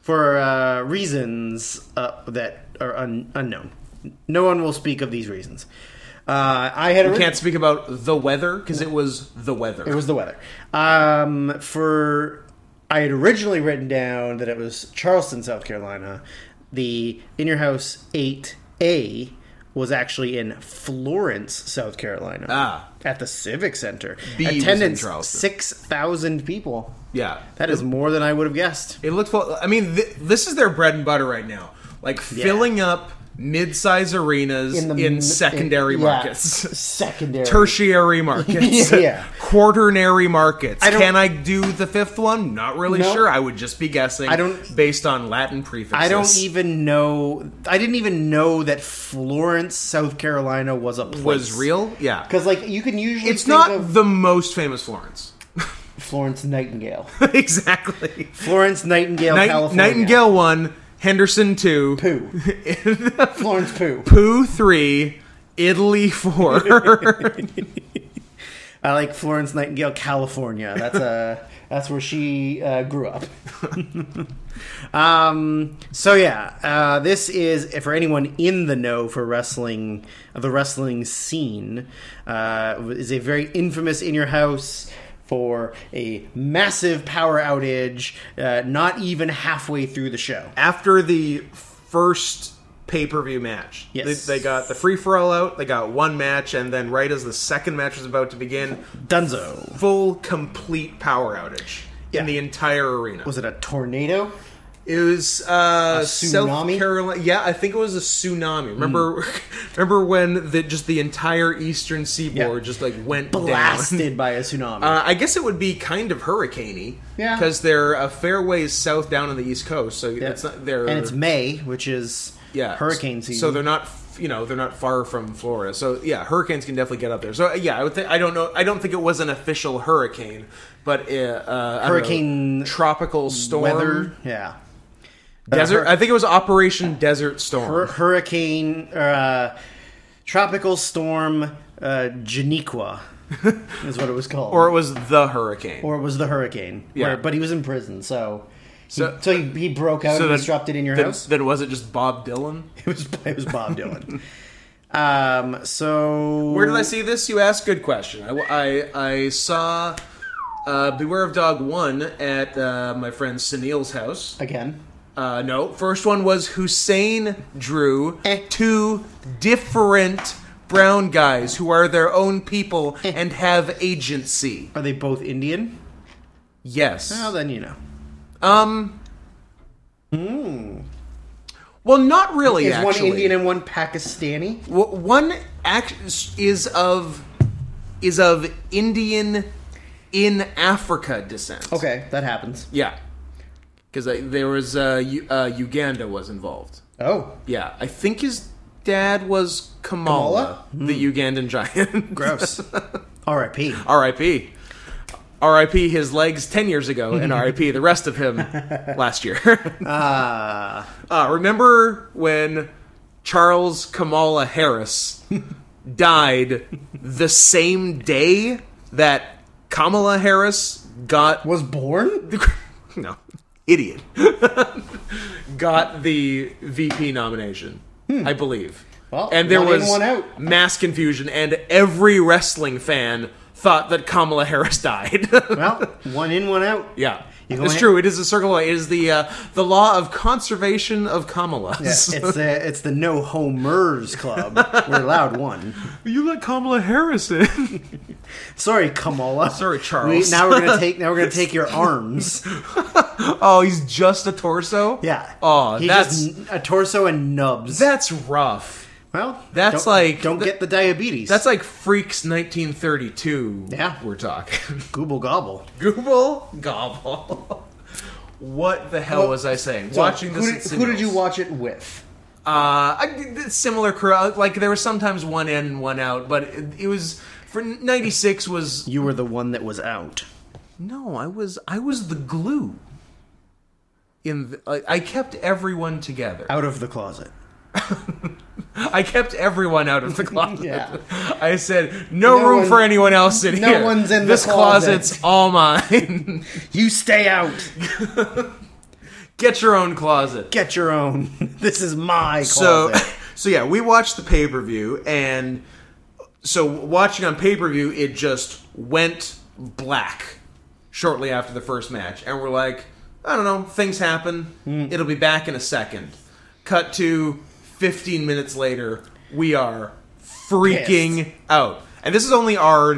B: For uh, reasons uh, that are un- unknown. No one will speak of these reasons. Uh, I had a
A: We can't speak about the weather because it was the weather.
B: It was the weather. Um, for I had originally written down that it was Charleston, South Carolina. The In Your House 8A was actually in Florence, South Carolina.
A: Ah.
B: At the Civic Center.
A: B was in
B: Attendance
A: Charleston.
B: 6,000 people.
A: yeah,
B: That is more than I would have guessed.
A: It looked. full- I mean, th- this is their bread and butter right now. Like filling up mid-size arenas in, secondary
B: in- yeah, [laughs]
A: markets. [laughs]
B: secondary.
A: tertiary markets.
B: Yeah, [laughs] yeah.
A: Quaternary markets.
B: don't-
A: Can I do the fifth one? Not really
B: No.
A: sure. I would just be guessing I
B: don't-
A: based on Latin prefixes.
B: I don't even know. I didn't even know that Florence, South Carolina was a place.
A: was real. Yeah.
B: Because, like, you can usually.
A: It's
B: think
A: not
B: of-
A: the most famous Florence. [laughs]
B: Florence Nightingale.
A: exactly.
B: [laughs] Florence Nightingale,
A: Night-
B: California. [laughs]
A: Nightingale 1, Henderson 2, [laughs]
B: Poo. Florence Poo.
A: Pooh 3, Italy [laughs]
B: [laughs]
A: 4.
B: I like Florence Nightingale, California. That's uh, [laughs] that's where she uh, grew up. [laughs] um, so yeah, uh, this is for anyone in the know for wrestling, uh, the wrestling scene, uh, is a very infamous in your house. For a massive power outage, uh, not even halfway through the show.
A: after the first pay per view match.
B: Yes.
A: They, they got the free for all out, they got one match, and then right as the second match was about to begin,
B: Dunzo.
A: full, complete power outage
B: Yeah.
A: in the entire arena.
B: Was it a tornado?
A: it was uh, South
B: tsunami? Hmm.
A: Carolina. Yeah, I think it was a tsunami. Remember, [laughs] remember when the just the entire eastern seaboard
B: Yeah.
A: just like went down.
B: Blasted by a tsunami.
A: Uh, I guess it would be kind of hurricaney,
B: Yeah.
A: because they're a fair ways south down on the east coast, so it's not they're
B: and it's May, which is
A: yeah
B: hurricane
A: s-
B: season.
A: So they're not f- you know they're not far from Florida. So yeah, hurricanes can definitely get up there. So uh, yeah, I would think I don't know I don't think it was an official hurricane, but uh, uh, I don't know,
B: Hurricane
A: tropical storm
B: weather. Yeah,
A: desert.
B: Uh,
A: I think it was Operation Desert Storm.
B: hur- hurricane, uh, tropical storm, uh,
A: [laughs]
B: Janiqua is what it was called,
A: or it was the hurricane.
B: Or it was the hurricane.
A: Yeah.
B: where- but he was in prison, so. he-
A: So-
B: So, he, he broke out and disrupted in your
A: then,
B: house. [laughs]
A: Then was it just Bob Dylan?
B: It was it was Bob Dylan. [laughs] um, so
A: Where did I see this? You asked. Good question. I, I, I saw uh, Beware of Dog 1 at uh, my friend Sunil's house.
B: again?
A: Uh, no, first one was Hussein drew
B: Eh.
A: two different brown guys who are their own people
B: Eh.
A: and have agency.
B: Are they both Indian?
A: Yes.
B: Well, then you know.
A: Um. Well, not really.
B: Is
A: actually.
B: one Indian and one Pakistani?
A: Wh- one act is of is of Indian in Africa descent.
B: Okay, that happens.
A: Yeah. Because there was uh, U- uh, Uganda was involved.
B: Oh,
A: Yeah, I think his dad was Kamala,
B: Hmm.
A: the Ugandan giant. [laughs]
B: gross. R.I.P.
A: R.I.P. R.I.P. His legs ten years ago, and R.I.P. the rest of him last year. [laughs]
B: Ah,
A: Uh, remember when Charles Kamala Harris died the same day that Kamala Harris got
B: was born? [laughs]
A: no idiot [laughs] got the VP nomination, I believe.
B: Hmm. Well,
A: and there
B: one in,
A: was
B: one out.
A: mass confusion, and every wrestling fan thought that Kamala Harris [laughs] died.
B: Well, one in, one out.
A: yeah.
B: You go
A: it's
B: in-
A: true. It is a circle. It is the uh, the law of conservation of Kamalas. [laughs]
B: It's the it's the no homers club. We're allowed one.
A: You let Kamala Harris in. [laughs]
B: Sorry, Kamala.
A: Sorry, Charles.
B: now we're gonna take now we're
A: [laughs]
B: gonna take your arms.
A: oh, he's just a torso.
B: Yeah.
A: Oh,
B: He
A: that's
B: just, a torso and nubs.
A: that's rough.
B: well,
A: that's
B: don't-
A: like-
B: don't get the diabetes.
A: That's like Freaks 1932.
B: Yeah.
A: we're talking.
B: Google gobble.
A: Google gobble. What the hell
B: Well,
A: was I saying?
B: So,
A: Watching this.
B: Who
A: at
B: did, who did
A: Signals.
B: you watch it with?
A: Uh, I, did the similar crowd. Like there was sometimes one in, and one out, but it, it was for '96 was
B: You were the one that was out.
A: No, I was I was the glue. In the, I, I kept everyone together.
B: Out of the closet.
A: I kept everyone out of the [laughs] closet.
B: Yeah.
A: I said no,
B: No
A: room
B: one-
A: for anyone else in
B: no
A: here.
B: one's in the
A: this
B: closet."
A: closet's all mine. [laughs]
B: You stay out.
A: Get your own closet.
B: Get your own. [laughs] This is my
A: so
B: closet.
A: [laughs] so yeah we watched the pay-per-view and so watching on pay-per-view it just went black shortly after the first match and we're like i don't know things happen it'll be back in a second cut to 15 minutes later we are freaking out and this is only our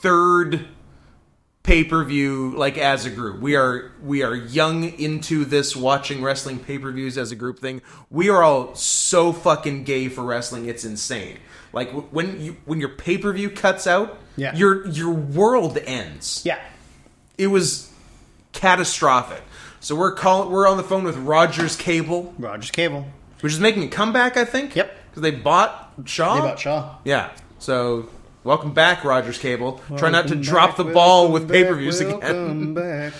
A: third pay-per-view like as a group. We are we are young into this watching wrestling pay-per-views as a group thing. We are all so fucking gay for wrestling. It's insane. Like w- when you when your pay-per-view cuts out,
B: Yeah.
A: your your world ends.
B: yeah.
A: It was catastrophic. So we're calling we're on the phone with Rogers Cable,
B: Rogers Cable.
A: which is making a comeback, I think.
B: Yep.
A: Cuz they bought Shaw.
B: They bought Shaw.
A: Yeah. So welcome back Rogers Cable. Try not to
B: Welcome
A: drop
B: back,
A: the ball
B: welcome
A: with
B: back,
A: pay-per-views again. [laughs]
B: Welcome back.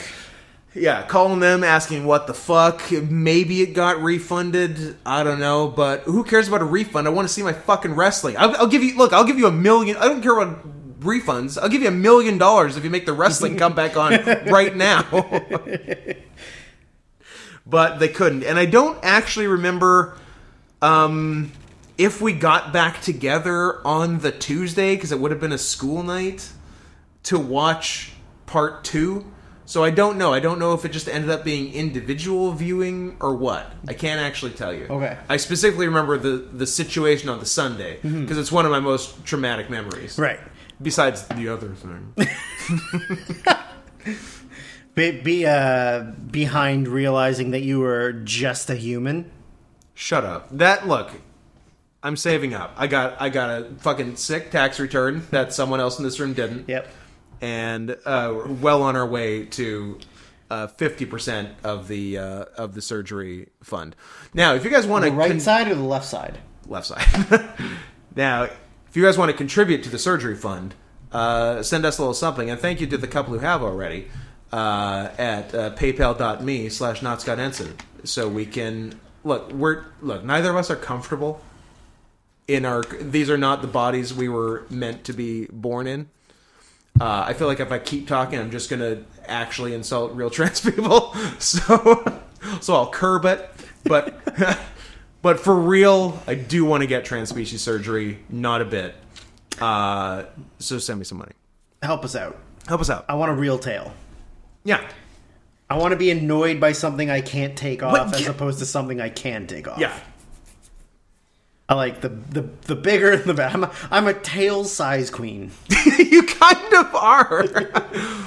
A: Yeah, calling them, asking what the fuck. Maybe it got refunded. I don't know, but who cares about a refund? I want to see my fucking wrestling. I'll, I'll give you look. I'll give you a million. I don't care about refunds. I'll give you a million dollars if you make the wrestling come back on right now. but they couldn't, and I don't actually remember um, if we got back together on the Tuesday because it would have been a school night to watch part two. So I don't know. I don't know if it just ended up being individual viewing or what. I can't actually tell you.
B: Okay.
A: I specifically remember the the situation on the Sunday because it's one of my most traumatic memories.
B: Mm-hmm. Right.
A: Besides the other thing.
B: Be, be uh, behind realizing that you were just a human.
A: Shut up. That look. I'm saving up. I got I got a fucking sick tax return that someone else in this room didn't.
B: Yep.
A: and uh, we're well on our way to uh, fifty percent of the uh, of the surgery fund. Now, if you guys want to
B: The right side or the left side?
A: left side, [laughs] now if you guys want to contribute to the surgery fund, uh, send us a little something. And thank you to the couple who have already uh, at uh, PayPal.me slash Not Scott Ensign, so we can look. We're look. Neither of us are comfortable in our. These are not the bodies we were meant to be born in. Uh, I feel like if I keep talking, I'm just gonna actually insult real [laughs] trans people. So, so I'll curb it. But, [laughs] but for real, I do want to get trans species surgery. Not a bit. Uh, so send me some money.
B: Help us out.
A: Help us out.
B: I want a real tale.
A: Yeah,
B: I want to be annoyed by something I can't take off
A: What?
B: as opposed to something I can take off.
A: yeah.
B: I like the the, the bigger the better. I'm a, I'm a tail size queen.
A: [laughs] you kind of are.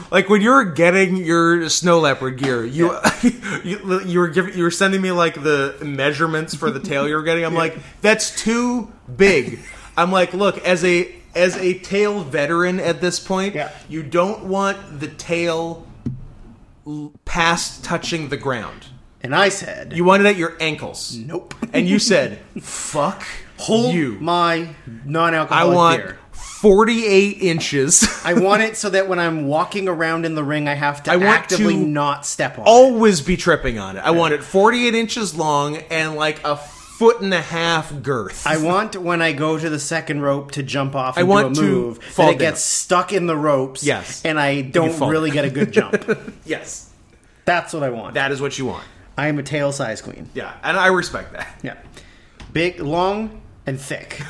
A: like when you were getting your snow leopard gear, you [laughs] you, you were giving you were sending me like the measurements for the tail you were getting. I'm like, that's too big. I'm like, look, as a as a tail veteran at this point,
B: Yeah.
A: you don't want the tail l- past touching the ground.
B: And I said,
A: You want it at your ankles. [laughs]
B: nope.
A: And you said, fuck
B: Hold
A: you.
B: my
A: I
B: non-alcoholic
A: want
B: beer.
A: 48 inches.
B: I want it so that when I'm walking around in the ring, I have to
A: want
B: actively
A: to-
B: not step on. it.
A: always be tripping on it. I want it 48 inches long and like a foot and a half girth.
B: I want when I go to the second rope to jump off and do
A: want to
B: a move
A: fall
B: that
A: down.
B: it gets stuck in the ropes.
A: Yes.
B: and I don't
A: fall.
B: really get a good jump.
A: [laughs] [laughs] yes,
B: That's what I want.
A: that is what you want.
B: I am a tail size queen.
A: Yeah, and I respect that. [laughs]
B: Yeah, big, long, and thick.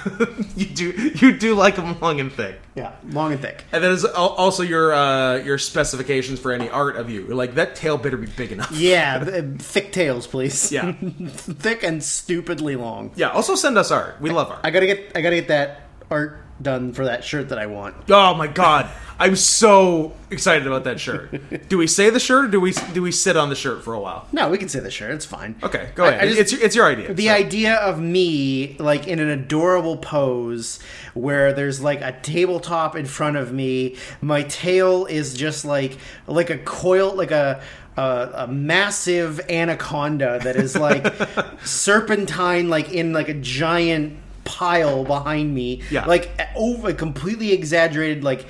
A: You do you do like them long and thick.
B: Yeah, long and thick.
A: And that is al- also your uh, your specifications for any art of you. Like that tail better be big enough.
B: Yeah, th- thick tails, please.
A: Yeah.
B: [laughs] thick and stupidly long.
A: Yeah. Also send us art. We love art.
B: I gotta get I gotta get that art done for that shirt that I want.
A: Oh my god, I'm so excited about that
B: [laughs]
A: shirt. Do we say the shirt or do we do we sit on the shirt for a while?
B: No, we can say the shirt. It's fine.
A: Okay, go
B: I-
A: ahead.
B: I just-
A: it's your- it's your idea.
B: The
A: so.
B: idea of me, like in an adorable pose, where there's like a tabletop in front of me, my tail is just like like a coil, like a a, a massive anaconda that
A: [laughs]
B: is like serpentine, like in like a giant pile behind me,
A: Yeah.
B: like over completely exaggerated, like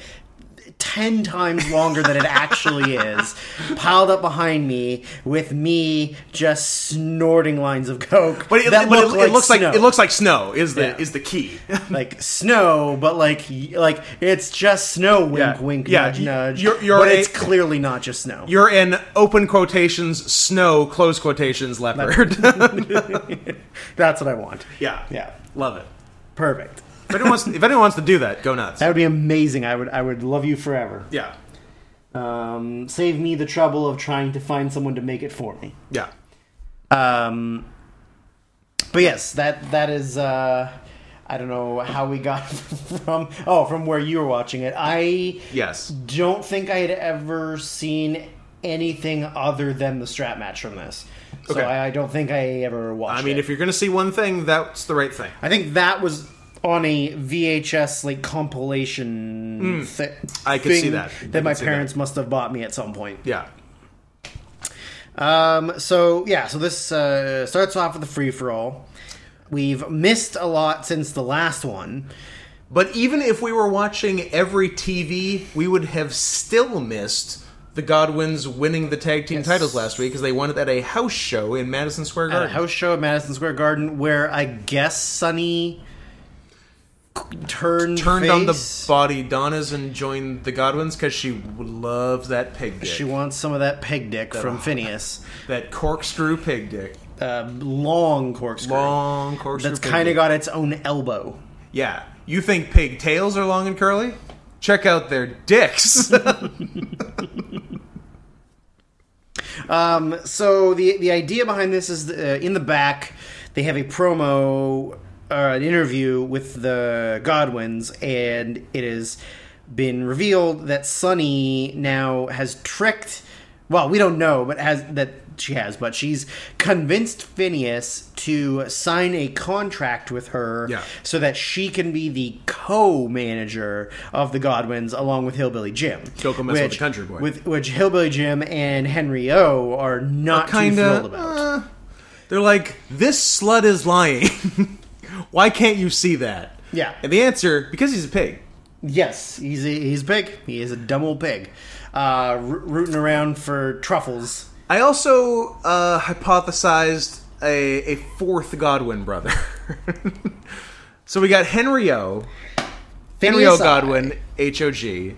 B: ten times longer than
A: [laughs]
B: it actually is, piled up behind me with me just snorting lines of coke.
A: But it,
B: that
A: but it-
B: look
A: it looks like
B: snow.
A: it looks like snow is the
B: Yeah.
A: is the key.
B: like snow, but like y- like it's just snow. Wink,
A: Yeah.
B: wink,
A: Yeah,
B: nudge,
A: y-
B: nudge.
A: you're- you're
B: but
A: a-
B: it's clearly not just snow.
A: You're an open quotations snow close quotations leopard.
B: That's what I want.
A: [laughs] yeah,
B: Yeah.
A: love it.
B: Perfect.
A: If anyone wants, if anyone wants to do that, go nuts.
B: That would be amazing. I would I would love you forever.
A: Yeah,
B: Um, save me the trouble of trying to find someone to make it for me.
A: yeah.
B: Um, but yes, that that is. Uh, I don't know how we got [laughs] from oh from where you were watching it. I
A: Yes.
B: don't think I had ever seen anything other than the strap match from this. So
A: Okay.
B: I, I don't think I ever watched.
A: I mean,
B: it.
A: if you're going to see one thing, that's the right thing.
B: I think that was on a VHS like compilation thi-
A: Hmm. I could see
B: thing
A: that. I
B: that my
A: could see that.
B: parents must have bought me at some point.
A: Yeah.
B: Um, so yeah, so this uh, starts off with a free for all. We've missed a lot since the last one.
A: But even if we were watching every TV, we would have still missed the Godwins winning the tag team titles last week because they won it at a house show in Madison Square
B: At a
A: Garden.
B: house show at Madison Square Garden, where I guess Sunny turned
A: Turned on the
B: face.
A: body Donnas and joined the Godwins because she loves that pig dick.
B: She wants some of that pig dick
A: [laughs]
B: from Phineas.
A: that corkscrew pig dick.
B: Uh, long corkscrew.
A: Long corkscrew
B: That's
A: pig
B: kind of
A: dick.
B: got its own elbow.
A: Yeah. You think pig tails are long and curly? Check out their
B: [laughs]
A: dicks.
B: Um, so the the idea behind this is uh, in the back they have a promo or an interview with the Godwins, and it has been revealed that Sunny now has tricked. Well, we don't know, but has that she has, but she's convinced Phineas to sign a contract with her
A: Yeah.
B: so that she can be the co-manager of the Godwins along with Hillbilly Jim.
A: Don't go mess with the country boy.
B: With which Hillbilly Jim and Henry O are not too
A: kind
B: thrilled
A: of.
B: about.
A: Uh, they're like, this slut is lying. [laughs] Why can't you see that?
B: Yeah.
A: And the answer, because he's a pig.
B: yes, he's a, he's big. He is a dumb old pig, uh, roo- rooting around for truffles.
A: I also uh, hypothesized a, a fourth Godwin brother. [laughs] so we got Henry O, Henry O
B: Phineas I.
A: Godwin, H O G,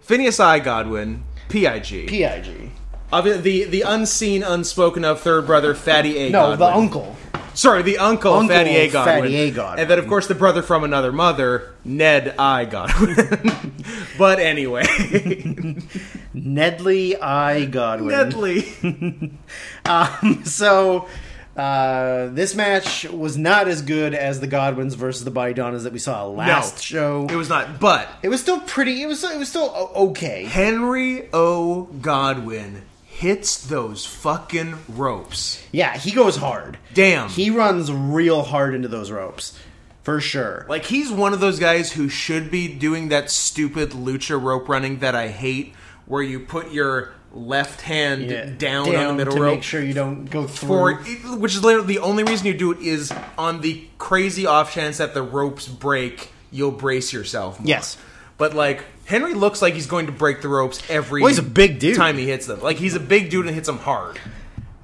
A: Phineas I Godwin, P I G.
B: Pig.
A: Obvi- The the unseen, unspoken of third brother, Fatty A.
B: No, the
A: Godwin.
B: uncle.
A: Sorry, the uncle,
B: Uncle
A: Fatty A. Godwin.
B: Fatty A. Godwin.
A: And then, of course, the brother from another mother, Ned I. Godwin. [laughs] but anyway, [laughs]
B: Nedley I. Godwin.
A: Nedley.
B: Um, [laughs] so uh, this match was not as good as the Godwins versus the Baidonas that we saw last show.
A: It was not, but
B: It was still pretty. It was it was still o- okay.
A: Henry O. Godwin hits those fucking ropes.
B: Yeah, he goes hard.
A: Damn.
B: He runs real hard into those ropes. For sure.
A: Like, he's one of those guys who should be doing that stupid lucha rope running that I hate, where you put your left hand
B: Yeah.
A: down, on the middle
B: to
A: rope.
B: make sure you don't go through.
A: for which is literally the only reason you do it is on the crazy off chance that the ropes break, you'll brace yourself. More.
B: Yes.
A: but like Henry looks like he's going to break the ropes every.
B: Well, he's a big dude.
A: Time he hits them, like he's a big dude and hits them hard.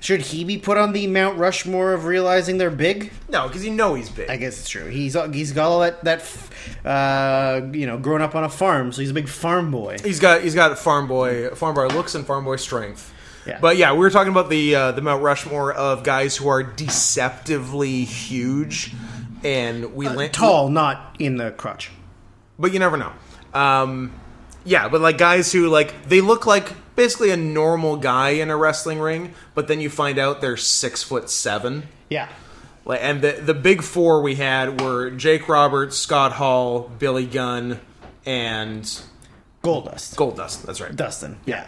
B: Should he be put on the Mount Rushmore of realizing they're big?
A: No, because you know he's big.
B: I guess it's true. He's he's got all that that f- uh, you know, growing up on a farm, so he's a big farm boy.
A: he's got he's got farm boy farm boy looks and farm boy strength.
B: Yeah.
A: But yeah, we were talking about the uh, the Mount Rushmore of guys who are deceptively huge, and we land-
B: Uh, Tall, not in the crotch.
A: but you never know. Um, yeah, but like guys who like they look like basically a normal guy in a wrestling ring, but then you find out they're six foot seven.
B: Yeah.
A: Like, and the the big four we had were Jake Roberts, Scott Hall, Billy Gunn, and
B: Goldust.
A: Goldust. That's right.
B: Dustin. Yeah.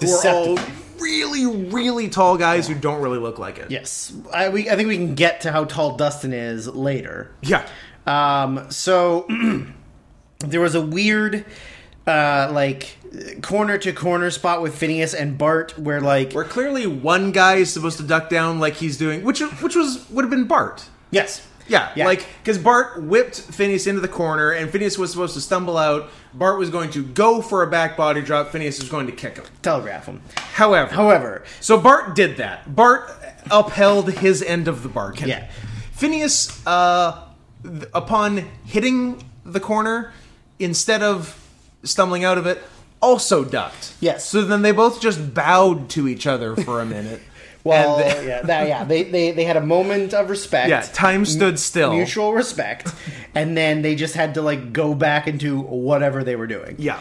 A: Who are all
B: Deceptive.
A: really, really tall guys who don't really look like it.
B: Yes. I we I think we can get to how tall Dustin is later.
A: Yeah.
B: Um, so [clears throat] there was a weird, uh, like corner to corner spot with Phineas and Bart, where like
A: Where clearly one guy is supposed to duck down like he's doing, which which was would have been Bart.
B: yes,
A: Yeah,
B: Yeah.
A: like because Bart whipped Phineas into the corner, and Phineas was supposed to stumble out. Bart was going to go for a back body drop. Phineas was going to kick him.
B: Telegraph him.
A: However,
B: However,
A: so Bart did that. Bart upheld his end of the bargain.
B: Yeah.
A: Phineas, uh, th- upon hitting the corner, instead of stumbling out of it, also ducked.
B: Yes.
A: So then they both just bowed to each other for a minute.
B: [laughs] well,
A: And-
B: [laughs] yeah, that- yeah, they, they they had a moment of respect.
A: yeah, time stood still.
B: mutual respect, and then they just had to like go back into whatever they were doing.
A: Yeah.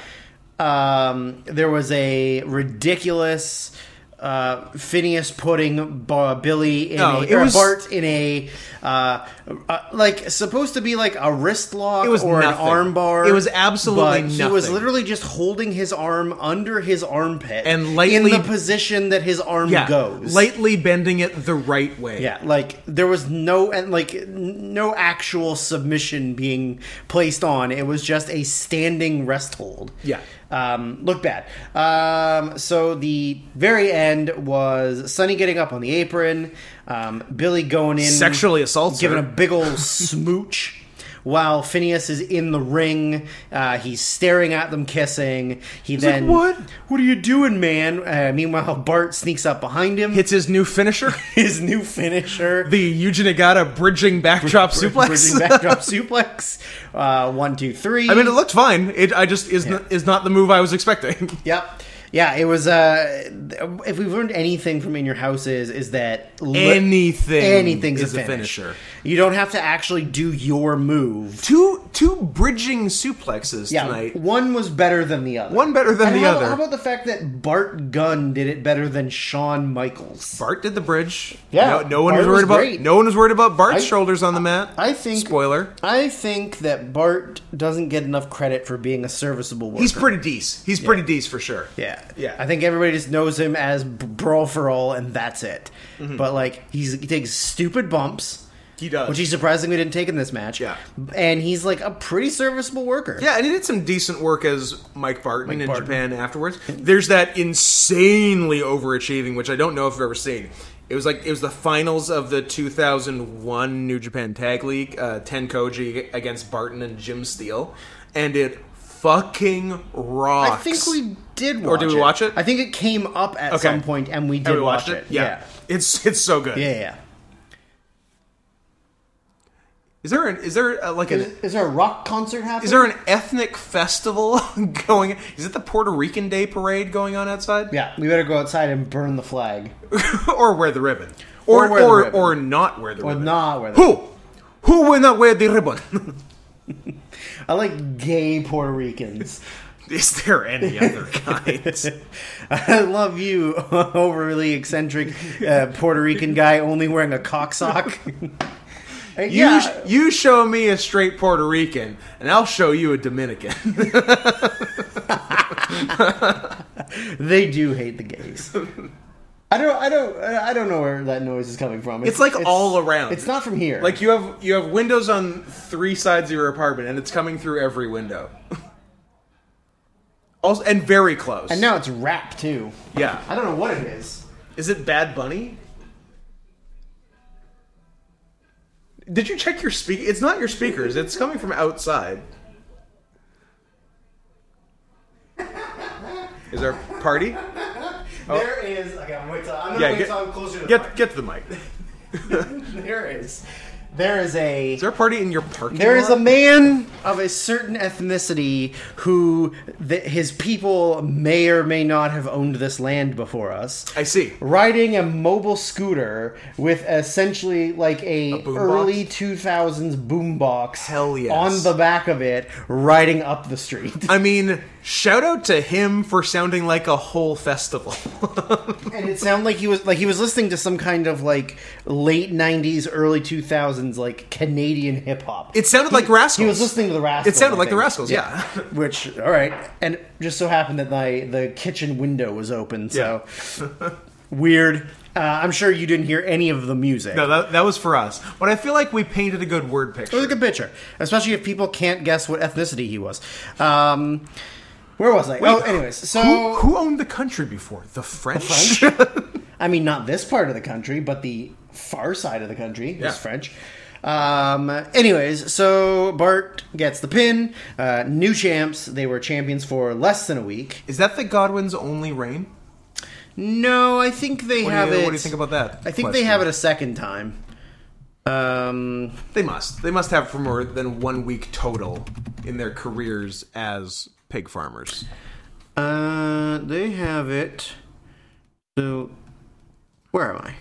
B: Um, there was a ridiculous uh, Phineas putting Ba- Billy in
A: No,
B: a
A: it
B: or
A: was-
B: Bart in a uh, uh, like supposed to be like a wrist lock
A: It was
B: or
A: nothing.
B: an armbar.
A: It was absolutely
B: but He was
A: nothing.
B: literally just holding his arm under his armpit
A: And lightly-
B: in the position that his arm
A: Yeah.
B: goes.
A: Lightly bending it the right way.
B: Yeah, like there was no and like n- no actual submission being placed on. It was just a standing rest hold.
A: Yeah.
B: Um, look bad. Um, so the very end was Sunny getting up on the apron, um, Billy going in
A: Sexually assaults
B: giving
A: her.
B: a big old smooch. While Phineas is in the ring, uh, he's staring at them kissing. He
A: like,
B: then
A: "What?
B: What are you doing, man?" Uh, meanwhile, Bart sneaks up behind him,
A: Hits his new finisher, [laughs]
B: his new finisher,
A: the Eugene Nagata bridging backdrop suplex.
B: Bridging backdrop suplex.
A: [laughs]
B: Uh, one, two, three.
A: I mean, it looked fine. It I just is not, is not the move I was expecting. [laughs]
B: Yep. Yeah, it was. Uh, if we've learned anything from In Your House is is that li-
A: Anything
B: anything's
A: is a
B: a, finish.
A: finisher.
B: You don't have to actually do your move.
A: Two two bridging suplexes
B: Yeah,
A: tonight.
B: one was better than the other.
A: One better than
B: And
A: the
B: how,
A: other.
B: How about the fact that Bart Gunn did it better than Shawn Michaels?
A: Bart did the bridge.
B: Yeah,
A: no, no one
B: Bart
A: was worried
B: was
A: about
B: great.
A: no one was worried about Bart's
B: I-
A: shoulders on the mat.
B: I think.
A: Spoiler.
B: I think that Bart doesn't get enough credit for being a serviceable worker.
A: He's pretty decent. He's pretty decent for sure.
B: Yeah,
A: Yeah.
B: I think everybody just knows him as B- Brawl for All, and that's it. But like, he's, he takes stupid bumps,
A: Mm-hmm. He does.
B: which he surprisingly didn't take in this match.
A: Yeah.
B: and he's like a pretty serviceable worker.
A: yeah, and he did some decent work as Mike Barton in
B: Barton.
A: Japan afterwards. There's that insanely overachieving, which I don't know if I've ever seen. It was like it was the finals of the 2001 New Japan Tag League, uh, Ten Koji against Barton and Jim Steele, and it fucking rocks.
B: I think we did. Watch
A: Or did we watch it?
B: I think it came up at
A: Okay.
B: some point, and we did
A: Have we
B: watch
A: watched
B: it.
A: it? it's it's so good.
B: yeah, yeah. yeah.
A: Is there an is there uh like
B: Is,
A: an
B: is there a rock concert happening?
A: is there an ethnic festival [laughs] going? Is it the Puerto Rican Day Parade going on outside?
B: Yeah, we better go outside and burn the flag,
A: or wear the ribbon, or
B: Or wear the
A: or,
B: ribbon.
A: or not wear the
B: or
A: ribbon.
B: not wear the
A: Who who will not wear the ribbon? [laughs]
B: I like gay Puerto Ricans.
A: is there any [laughs] other kind?
B: [laughs] I love you, [laughs] overly eccentric uh, Puerto Rican guy only wearing a cock sock. [laughs] Uh,
A: You,
B: yeah,
A: sh- you show me a straight Puerto Rican, and I'll show you a Dominican. [laughs]
B: they do hate the gays. I don't, I don't, I don't know where that noise is coming from.
A: It's like all around.
B: It's not from here.
A: like you have you have windows on three sides of your apartment, and it's coming through every window. [laughs] Also, and very close.
B: and now it's rap too.
A: Yeah.
B: I don't know what it is.
A: Is it Bad Bunny? Did you check your speak? It's not your speakers. It's coming from outside. Is there a party?
B: There is. Okay, I'm wait till I'm gonna
A: Oh. Yeah,
B: wait
A: get-
B: till I'm closer to the
A: Get get to the mic. Is
B: mic. [laughs] There is. There is a.
A: there a party in your parking?
B: There is a
A: lot?
B: man of a certain ethnicity who th- his people may or may not have owned this land before us.
A: I see.
B: Riding a mobile scooter with essentially like a,
A: boom
B: early two thousands boombox
A: Hell yes.
B: on the back of it, riding up the street, [laughs]
A: I mean, shout out to him for sounding like a whole festival. [laughs]
B: and it sounded like he was like he was listening to some kind of like late nineties, early two thousands like Canadian hip hop.
A: It sounded like Rascals.
B: He was listening to the Rascals.
A: It sounded
B: I
A: like the
B: think.
A: Rascals. Yeah.
B: Which, all right, and just so happened that my the kitchen window was open, so [laughs] weird. Uh, I'm sure you didn't hear any of the
A: [laughs]
B: music.
A: No, that, that was for us. But I feel like we painted a good word
B: It was
A: picture.
B: a good picture, especially if people can't guess what ethnicity he was. Um, where was I? oh, anyways, so
A: Who, who owned the country before? The French?
B: I mean, not this part of the country, but the far side of the country
A: Yeah.
B: is French. Um, anyways, so Bart gets the pin. Uh, new champs. They were champions for less than a week.
A: [laughs] Is that the Godwin's only reign?
B: No, I think they
A: What,
B: have
A: do, you,
B: it.
A: what do you think about that?
B: I think they
A: question?
B: have it a second time. Um,
A: They must. They must have for more than one week total in their careers as pig farmers.
B: uh, they have it. So, where am I?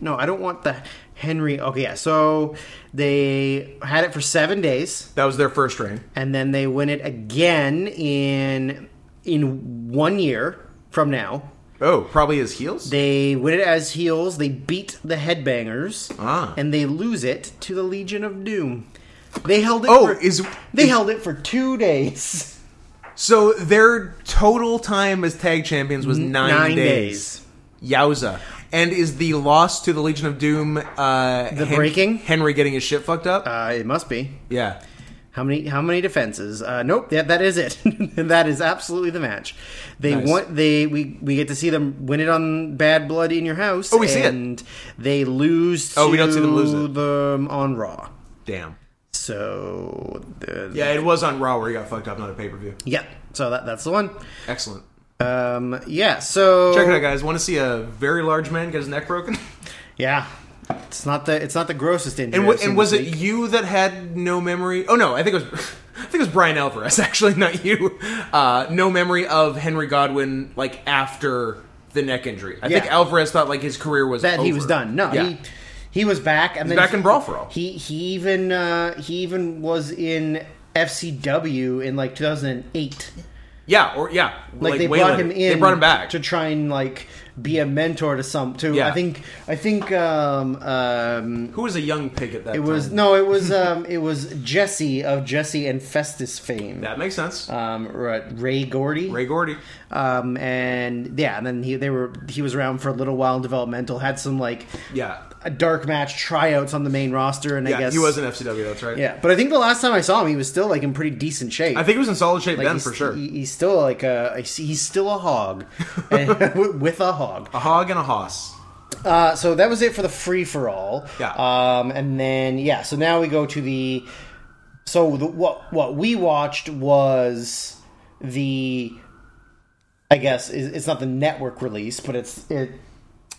B: No, I don't want the Henry. Okay, yeah. So they had it for seven days.
A: That was their first reign.
B: and then they win it again in in one year from now.
A: Oh, probably as heels.
B: They win it as heels. They beat the Headbangers,
A: Ah.
B: and they lose it to the Legion of Doom. They held it.
A: Oh,
B: for,
A: is-
B: they held it for two days,
A: so their total time as tag champions was [laughs] nine, days. Yowza! And is the loss to the Legion of Doom uh, the
B: breaking?
A: Henry getting his shit fucked up?
B: Uh, it must be.
A: yeah.
B: How many? How many defenses? Uh, nope. That that is it. [laughs] that is absolutely the match. They
A: Nice.
B: want. They we we get to see them win it on Bad Blood in your house. Oh,
A: we see it.
B: And they lose.
A: Oh, we don't see them lose
B: to
A: it.
B: them on Raw.
A: Damn.
B: So the,
A: Yeah, it was on Raw where he got fucked up, not a pay per view.
B: yeah. So that that's the one.
A: Excellent.
B: Um, yeah. So
A: Check it out, guys. Want to see a very large man get his neck broken?
B: Yeah. It's not the it's not the grossest injury.
A: And,
B: I've
A: w-
B: seen
A: and was
B: this
A: it
B: week.
A: you that had no memory? Oh no, I think it was. [laughs] I think it was Brian Alvarez, [laughs] actually, not you. Uh, no memory of Henry Godwin, like after the neck injury. I think
B: Yeah.
A: Alvarez thought like his career was
B: that he
A: over.
B: was done? No,
A: Yeah.
B: he he was back and then
A: back
B: he,
A: in Brawl for All.
B: He he even uh, he even was in FCW in like 2008.
A: yeah, or yeah,
B: Like, they
A: way
B: brought
A: later.
B: him in.
A: They brought him back.
B: to try and like be a mentor to some. To
A: Yeah.
B: I think I think um, um,
A: Who was a young pig at that?
B: it was
A: time?
B: no, it
A: [laughs]
B: was um, it was Jesse of Jesse and Festus fame.
A: That makes sense.
B: um, Ra- Ray Gordy.
A: Ray Gordy.
B: Um, and yeah, and then he they were he was around for a little while in developmental. Had some like
A: Yeah,
B: a dark match tryouts on the main roster, and I
A: yeah.
B: guess
A: He was in FCW. That's right.
B: Yeah, but I think the last time I saw him, he was still like in pretty decent shape.
A: I think he was in solid shape
B: like,
A: then
B: he's-
A: for sure.
B: he- he's still like a I see- he's still
A: [laughs]
B: a hog, [laughs] And- with a hog.
A: a hog and a hoss.
B: Uh, so that was it for the free for all.
A: Yeah.
B: Um, and then yeah, so now we go to the. So the, what what we watched was the, I guess is- it's not the network release, but it's it.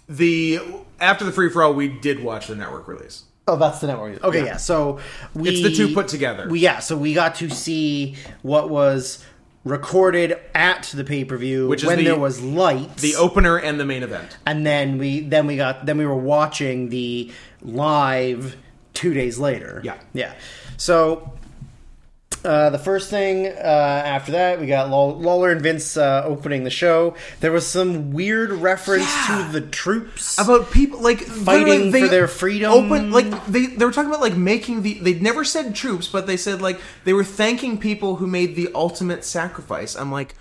A: The after the free for all, we did watch the network release.
B: Oh, that's the network. release. Okay, yeah. So we
A: It's the two put together.
B: We, yeah, so we got to see what was recorded at the pay per view
A: Which is
B: when
A: the-
B: there was lights.
A: the opener and the main event.
B: and then we then we got then we were watching the live two days later
A: Yeah.
B: yeah so uh, the first thing uh, after that we got Law- lawler and vince uh, opening the show there was some weird reference
A: Yeah.
B: to the troops
A: about people like
B: Fighting
A: literally,
B: for their freedom.
A: Open like they they were talking about like making the they never said troops, but they said like they were thanking people who made the ultimate sacrifice. I'm like,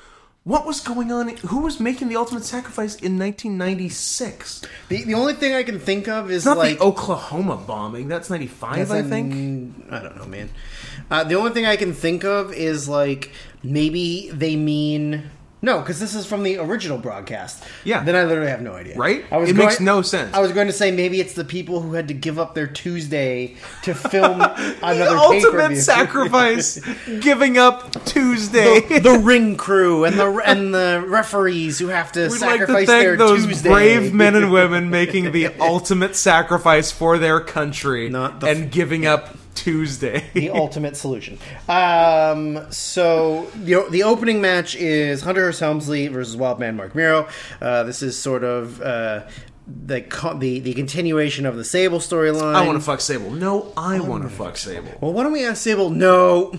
A: what was going on? Who was making the ultimate sacrifice in 1996?
B: the, the only thing i can think of is
A: It's not
B: like
A: the Oklahoma bombing. That's 95, I think.
B: Mm, I don't know, man. Uh, the only thing I can think of is like maybe they mean no, because this is from the original broadcast.
A: Yeah.
B: Then I literally have no idea.
A: Right?
B: I was
A: It
B: going-
A: makes no sense.
B: I was going to say maybe it's the people who had to give up their Tuesday to film another
A: [laughs] the ultimate
B: pay-per-view.
A: sacrifice, giving up Tuesday.
B: [laughs] The, the ring crew and the and the referees who have to
A: We'd like
B: sacrifice
A: to
B: their
A: thank those
B: Tuesday.
A: brave men and women making the [laughs] ultimate sacrifice for their country
B: Not the-
A: and giving up
B: [laughs]
A: Tuesday. [laughs]
B: the ultimate solution. Um, so the, the opening match is Hunter Hearst Helmsley versus Wildman Mark Miro. Uh, this is sort of uh, the, co- the the continuation of the Sable storyline.
A: I want to fuck Sable. No, I want to fuck Sable.
B: Well, why don't we ask Sable? No,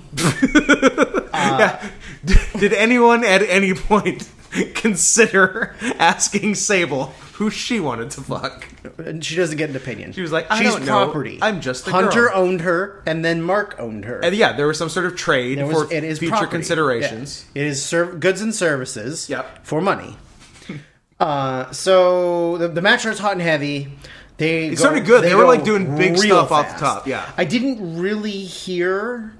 A: yeah. D- [laughs] Did anyone at any point [laughs] consider [laughs] asking Sable who she wanted to fuck?
B: and she doesn't get an opinion. She
A: was like, I
B: she's
A: don't know.
B: property.
A: I'm just a
B: Hunter
A: girl."
B: owned her, and then Mark owned her.
A: And yeah, there was some sort of trade
B: It was-
A: for
B: it is
A: future
B: property.
A: considerations.
B: Yeah. It is serv- goods and services
A: Yep.
B: for money. [laughs] uh, so the, the match starts hot and heavy. They it
A: started good. They were, like, doing big stuff off the top, yeah.
B: I didn't really hear,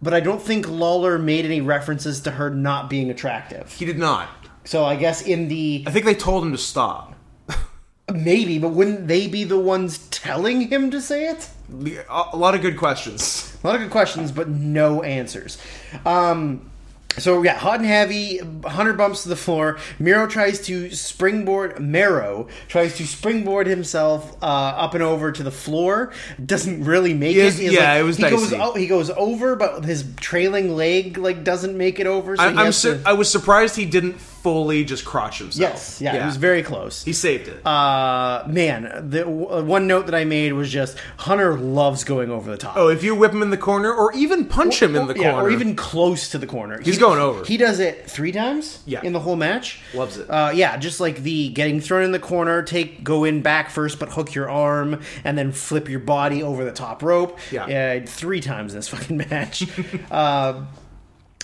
B: but I don't think Lawler made any references to her not being attractive.
A: He did not.
B: So I guess in the
A: I think they told him to stop.
B: maybe, but wouldn't they be the ones telling him to say it?
A: A lot of good questions.
B: A lot of good questions, but no answers. Um, so we got hot and heavy. Hunter bumps to the floor. Miro tries to springboard. Mero tries to springboard himself uh, up and over to the floor. Doesn't really make
A: Yes,
B: it. He's
A: yeah, it was
B: He goes,
A: dicey.
B: oh, he goes over, but his trailing leg like doesn't make it over. So
A: I,
B: he
A: I'm
B: has
A: sur-
B: to-
A: I was surprised he didn't fully just crotch himself.
B: yes, yeah, it was very close.
A: he saved it.
B: Uh, man, the w- one note that I made was just Hunter loves going over the top.
A: oh, if you whip him in the corner, or even punch him in the
B: Yeah,
A: corner,
B: or even close to the corner.
A: He's going over.
B: He does it three times.
A: Yeah.
B: in the whole match,
A: Loves it.
B: Uh, yeah, just like the getting thrown in the corner, take go in back first, but hook your arm and then flip your body over the top rope.
A: Yeah.
B: Uh, three times in this [laughs] fucking match. uh,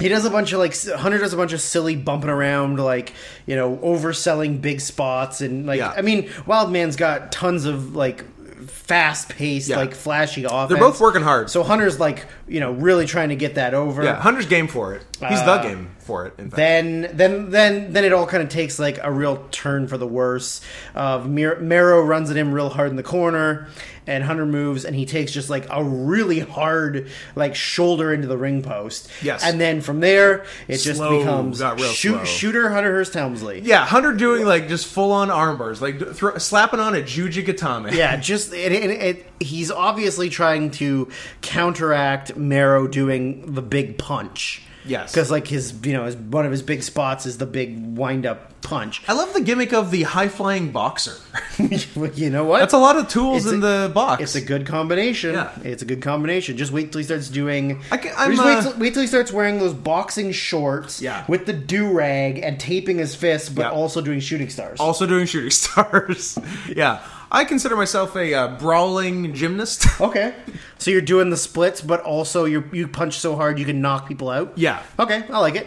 B: he does a bunch of like s- Hunter does a bunch of silly bumping around, like you know, overselling big spots and like
A: Yeah.
B: I mean, Wildman's got tons of like fast paced,
A: Yeah.
B: like flashy offense.
A: They're both working hard.
B: So Hunter's like, you know, really trying to get that over.
A: yeah, Hunter's game for it. He's
B: Uh,
A: the game for it. In fact,
B: Then, then, then, then it all kind of takes like a real turn for the worse. Of uh, Mir- Mero runs at him real hard in the corner, and Hunter moves, and he takes just like a really hard like shoulder into the ring post.
A: Yes.
B: and then from there it just
A: Slow,
B: becomes
A: got real
B: shoot,
A: slow.
B: shooter Hunter Hurst Helmsley.
A: yeah, Hunter doing like just full on arm bars, like thro- slapping on a Jujigatame.
B: Yeah, just it, it, it, he's obviously trying to counteract Mero doing the big punch.
A: Yes.
B: because like his you know his, one of his big spots is the big wind up
A: [laughs]
B: punch.
A: I love the gimmick of the high flying boxer. [laughs]
B: you know what?
A: That's a lot of tools
B: It's
A: in
B: a-
A: the box.
B: It's a good combination.
A: Yeah.
B: It's a good combination. Just wait till he starts doing.
A: I ca- I'm,
B: just wait,
A: uh,
B: till, wait till he starts wearing those boxing shorts
A: Yeah.
B: with the do rag and taping his fists, but
A: Yeah.
B: also doing shooting stars.
A: also doing shooting [laughs] stars. yeah, I consider myself a uh, brawling gymnast. [laughs]
B: okay. So you're doing the splits, but also you you punch so hard you can knock people out.
A: Yeah.
B: Okay, I like it.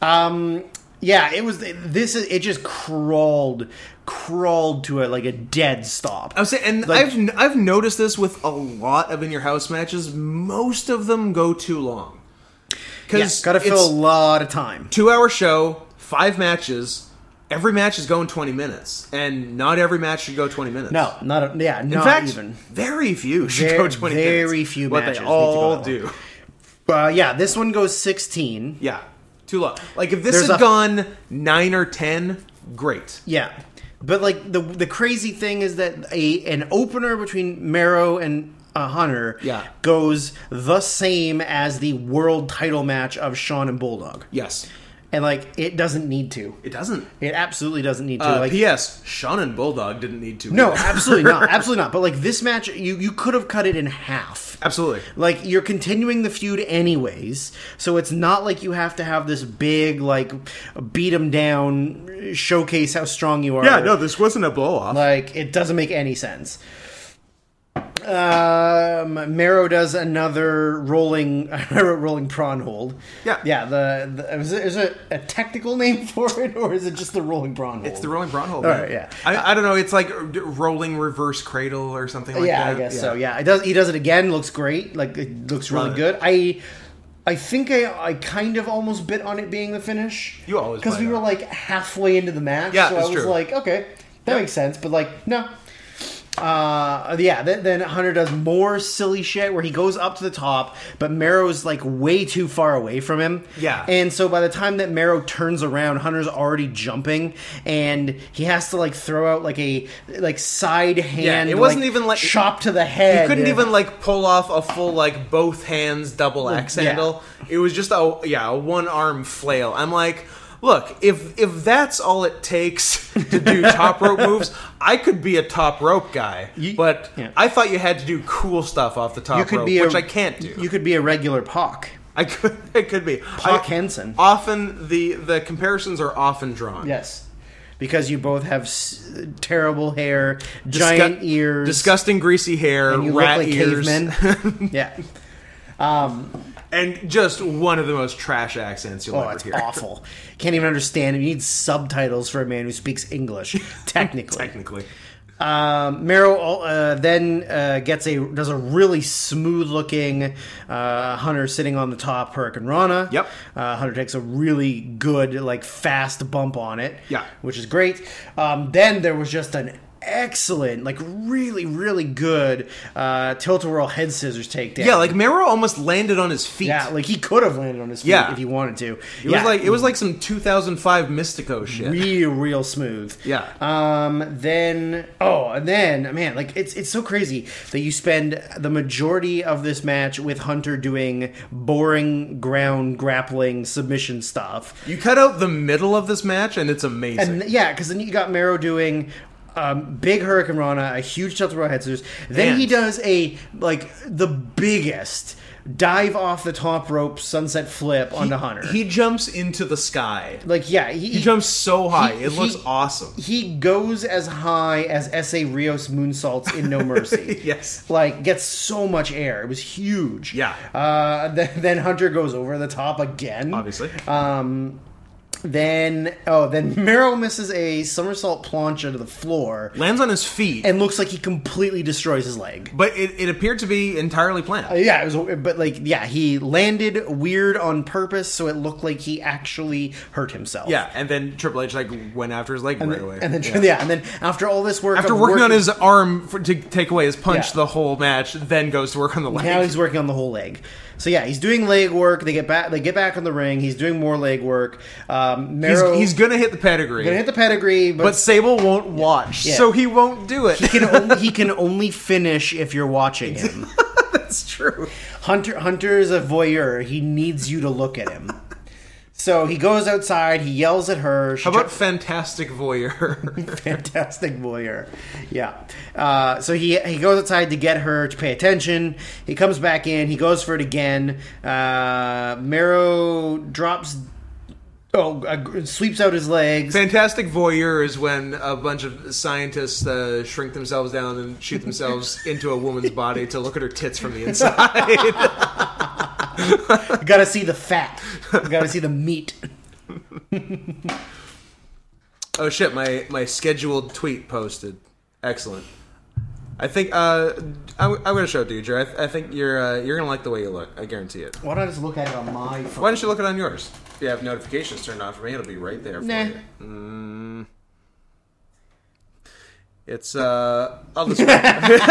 B: Um, yeah, it was this is it just crawled crawled to a like a dead stop.
A: I was saying, and
B: Like-
A: I've n- I've noticed this with a lot of in your house matches. Most of them go too long
B: Yeah,
A: because
B: gotta fill a lot of time.
A: two hour show, five matches. Every match is going twenty minutes, and not every match should go twenty minutes.
B: No, not a, yeah,
A: in
B: not
A: fact,
B: even.
A: very few should
B: Ver-
A: go twenty. minutes.
B: very few
A: but
B: matches
A: they
B: need to
A: all
B: go that
A: do.
B: long. Uh, yeah, this one goes 16.
A: Yeah, too long. Like if this
B: There's
A: had
B: a-
A: gone nine or ten, great.
B: Yeah. But like the the crazy thing is that a an opener between Mero and uh, Hunter
A: Yeah.
B: goes the same as the world title match of Sean and Bulldog.
A: Yes,
B: And like it doesn't need to.
A: it doesn't.
B: It absolutely doesn't need to.
A: Uh,
B: like
A: P.S. Sean and Bulldog didn't need to.
B: no,
A: either.
B: absolutely not. Absolutely not. But like this match you you could have cut it in half.
A: absolutely.
B: Like you're continuing the feud anyways, so it's not like you have to have this big like beat 'em down showcase how strong you are.
A: this wasn't a blow off.
B: Like, it doesn't make any sense. Um, Mero does another rolling, [laughs] I wrote rolling prawn hold.
A: Yeah.
B: yeah. The, the is, it, is it a technical name [laughs] for it, or is it just the rolling prawn hold?
A: It's the rolling brawn hold.
B: right,
A: man.
B: yeah.
A: I, I don't know. It's like r- rolling reverse cradle or something like
B: yeah,
A: that.
B: I guess so. Yeah, it does. He does it again. Looks great. Like it looks really
A: Love
B: good. I, I think I, I kind of almost bit on it being the finish.
A: You always
B: because
A: bite
B: we
A: on
B: were
A: it.
B: like halfway into the match.
A: Yeah,
B: so
A: it's
B: I was
A: true.
B: like, okay, that makes sense. But like, no. Uh, yeah. Then, then Hunter does more silly shit where he goes up to the top, but Marrow's like way too far away from him.
A: Yeah.
B: And so by the time that Marrow turns around, Hunter's already jumping, and he has to like throw out like a like side hand.
A: Yeah, it wasn't even, like-
B: chop to the head.
A: You couldn't
B: Yeah.
A: even like pull off a full like both hands double axe
B: yeah.
A: handle. It was just a yeah a one arm flail. I'm like, look if if that's all it takes [laughs] to do top rope moves, I could be a top rope guy. but
B: yeah.
A: I thought you had to do cool stuff off the top
B: You could
A: rope,
B: be a-
A: which I can't do.
B: You could be a regular Pock.
A: I could [laughs] it could be
B: Pock
A: I-
B: Henson.
A: Often the the comparisons are often drawn.
B: Yes. Because you both have s- terrible hair, giant
A: Disgu-
B: ears,
A: disgusting greasy hair,
B: and you
A: rat
B: look like
A: ears, [laughs]
B: cavemen. yeah.
A: and just one of the most trash accents you'll
B: Oh,
A: ever
B: it's
A: hear.
B: awful. Can't even understand. him. You need subtitles for a man who speaks
A: [laughs]
B: English. Technically,
A: Technically,
B: Um, Mero al- uh, then uh, gets a does a really smooth looking uh, Hunter sitting on the top Hurricane Rana.
A: Yep.
B: Uh, Hunter takes a really good like fast bump on it.
A: Yeah.
B: which is great. Um, then there was just an excellent, like really, really good uh, tilt a whirl head scissors takedown.
A: Yeah, like Mero almost landed on his feet.
B: yeah, like he could have landed on his feet
A: Yeah.
B: if he wanted to.
A: It was like it was like some 2005 Mystico shit.
B: real real smooth
A: Yeah.
B: um then oh and then man like it's it's so crazy that you spend the majority of this match with hunter doing boring ground grappling submission stuff
A: you cut out the middle of this match, and it's amazing.
B: and yeah because then you got marrow doing um, big hurricane rana a huge tilt roll head scissors then
A: Man.
B: he does a like the biggest dive off the top rope sunset flip onto hunter
A: He jumps into the sky.
B: like yeah he,
A: He jumps so high.
B: He-
A: it looks
B: he-
A: awesome.
B: he goes as high as S.A. Rios moonsaults in No Mercy.
A: [laughs] Yes.
B: Like, gets so much air. It was huge.
A: Yeah.
B: Uh, [laughs] then, then Hunter goes over the top again.
A: Obviously.
B: Um, then, oh, then Meryl misses a somersault plancha to the floor
A: Lands on his feet,
B: and looks like he completely destroys his leg.
A: but it, it appeared to be entirely planned.
B: Yeah, it was, but like, yeah, he landed weird on purpose, so it looked like he actually hurt himself.
A: yeah, and then Triple H like went after his leg right away.
B: And then, [laughs]
A: Yeah.
B: yeah. and then after all this work,
A: after
B: of
A: working on his arm for, to take away his punch
B: Yeah.
A: the whole match, then goes to work on the leg.
B: Now he's working on the whole leg. So yeah, he's doing leg work. They get back. They get back on the ring. He's doing more leg work. Um,
A: He's-
B: Mero,
A: he's gonna hit the pedigree,
B: gonna hit the pedigree,
A: but
B: but,
A: Sable won't watch,
B: Yeah.
A: so he won't do it.
B: he, can only, he can only finish if you're watching
A: [laughs]
B: him.
A: That's true.
B: Hunter Hunter is a voyeur. He needs you to look at him. So he goes outside. He yells at her. She
A: How
B: tr-
A: about Fantastic
B: [laughs]
A: Voyeur?
B: fantastic voyeur. Yeah. Uh, so he he goes outside to get her to pay attention. He comes back in. He goes for it again. Uh, Mero drops. Oh, uh, sweeps out his
A: [laughs]
B: legs.
A: Fantastic Voyeur is when a bunch of scientists uh, shrink themselves down and shoot
B: [laughs]
A: themselves into a woman's body to look at her tits from the inside.
B: You gotta see the fat. You gotta see the meat.
A: oh shit! My my scheduled tweet posted. Excellent. I think uh, I, am gonna show it to you, Jer. I, th- I think you're uh, you're gonna like the way you look. I guarantee it.
B: Why don't I just look at it on my phone?
A: Why don't you look it on yours? If you have notifications turned on for me, it'll be right there for
B: Nah.
A: you. Mm. It's uh I'll just [laughs] It's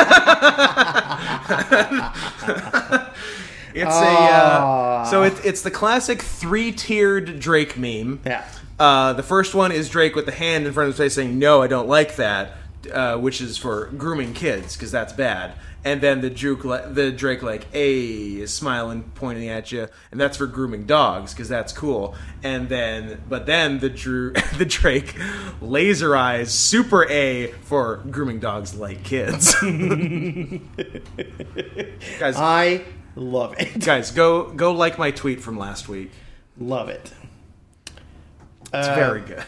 A: a uh, so it's it's the classic three-tiered Drake meme.
B: Yeah.
A: Uh, the first one is Drake with the hand in front of his face saying, "No, I don't like that," uh, which is for grooming kids because that's bad. And then the Drake, the Drake like, "A" is smiling, pointing at you, and that's for grooming dogs because that's cool. And then, but then the Drew, [laughs] the Drake, laser eyes, super A for grooming dogs like kids. [laughs] guys,
B: I love it. [laughs]
A: guys, go go like my tweet from last week.
B: Love it.
A: It's
B: Uh,
A: very good.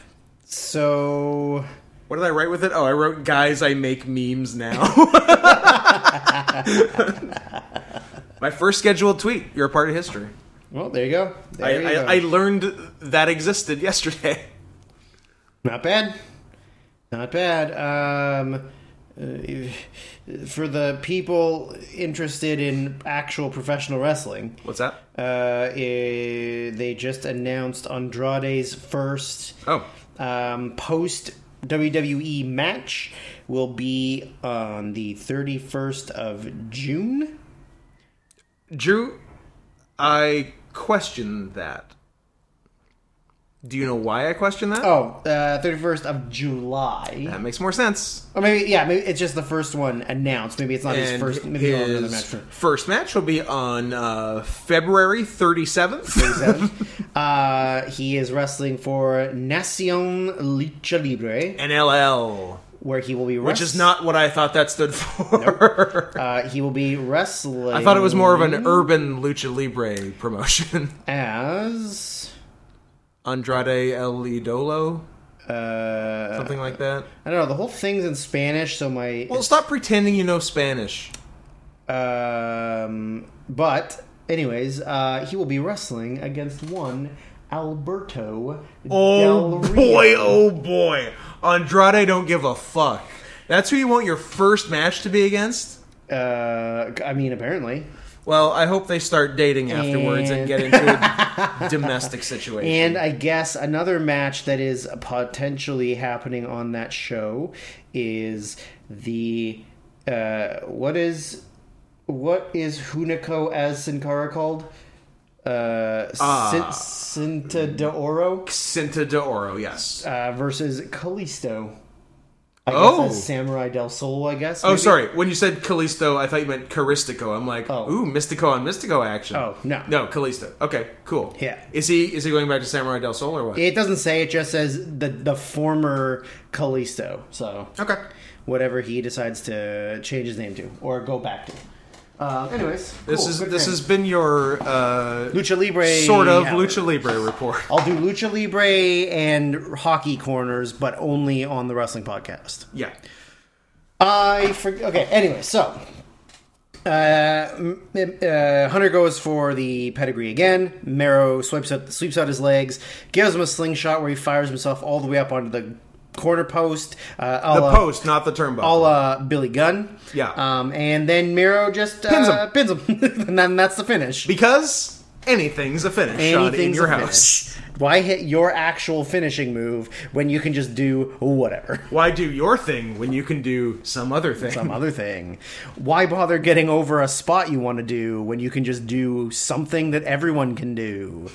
B: So.
A: What did I write with it? Oh, I wrote guys I make memes
B: [laughs]
A: now. My first scheduled tweet. You're a part of history.
B: Well, there you go. There
A: I,
B: you go.
A: I, I learned that existed yesterday. [laughs]
B: Not bad. Not bad. Um, uh, for the people interested in actual professional wrestling,
A: What's that?
B: uh, eh, they just announced Andrade's first
A: Oh.
B: um, post WWE match will be on the 31st of June.
A: Drew, I question that. Do you know why I question that?
B: Oh, uh, 31st of July.
A: That makes more sense.
B: Or maybe, yeah, maybe it's just the first one announced. Maybe it's not his
A: And
B: first. Maybe he'll have another match.
A: his
B: for-
A: first match will be on uh, February 37th.
B: Uh, he is wrestling for Nacion Lucha Libre,
A: NLL.
B: where he will be
A: Which is not what I thought that stood for.
B: Uh, he will be
A: [laughs]
B: wrestling.
A: I thought it was more of an er- urban lucha libre promotion. [laughs]
B: as.
A: Andrade El Idolo,
B: Uh,
A: something like that.
B: I don't know. The whole thing's in Spanish, so my.
A: Well, stop pretending you know Spanish.
B: Um, but anyways, uh, he will be wrestling against one Alberto. Del Rio.
A: oh boy. Andrade don't give a fuck. That's who you want your first match to be against?
B: Uh, I mean, apparently.
A: Well, I hope they start dating afterwards and,
B: And-
A: get
B: [laughs]
A: into a domestic situation.
B: And I guess another match that is potentially happening on that show is the uh, what is what is Hunico as Sin Cara called? Uh,
A: Ah.
B: Sin- Cinta de Oro
A: Cinta de Oro, yes.
B: uh, versus Kalisto. I guess
A: Oh.
B: that's Samurai del Sol, I guess.
A: oh,
B: maybe?
A: sorry. When you said Callisto, I thought you meant Caristico. I'm like,
B: Oh.
A: ooh, Mystico on Mystico action.
B: Oh, no.
A: no, Callisto. Okay, cool.
B: Yeah.
A: is he is he going back to Samurai del Sol or what?
B: It doesn't say. It just says the the former Kalisto. So
A: okay,
B: whatever he decides to change his name to or go back to. Uh, anyways,
A: this
B: cool,
A: is
B: good
A: this
B: for him.
A: has been your uh,
B: lucha libre.
A: sort of
B: hour.
A: lucha libre
B: [laughs]
A: report. [laughs]
B: I'll do lucha libre and hockey corners, but only on the wrestling podcast.
A: Yeah,
B: I for, okay. Anyway, so uh, m- uh, Hunter goes for the pedigree again. Marrow swipes out, sweeps out his legs, gives him a slingshot where he fires himself all the way up onto the corner post. Uh, a
A: the
B: la-
A: post, not the turnbuckle.
B: a la uh, Billy Gunn.
A: Yeah.
B: Um, and then Miro just
A: Pins
B: uh, pins him, [laughs] and then that's the finish.
A: because anything's a finish Sean, in
B: Anything's
A: your
B: a
A: house.
B: finish. Why hit your actual finishing move when you can just do whatever?
A: Why do your thing when you can do some other thing?
B: Some other thing. Why bother getting over a spot you want to do when you can just do something that everyone can do?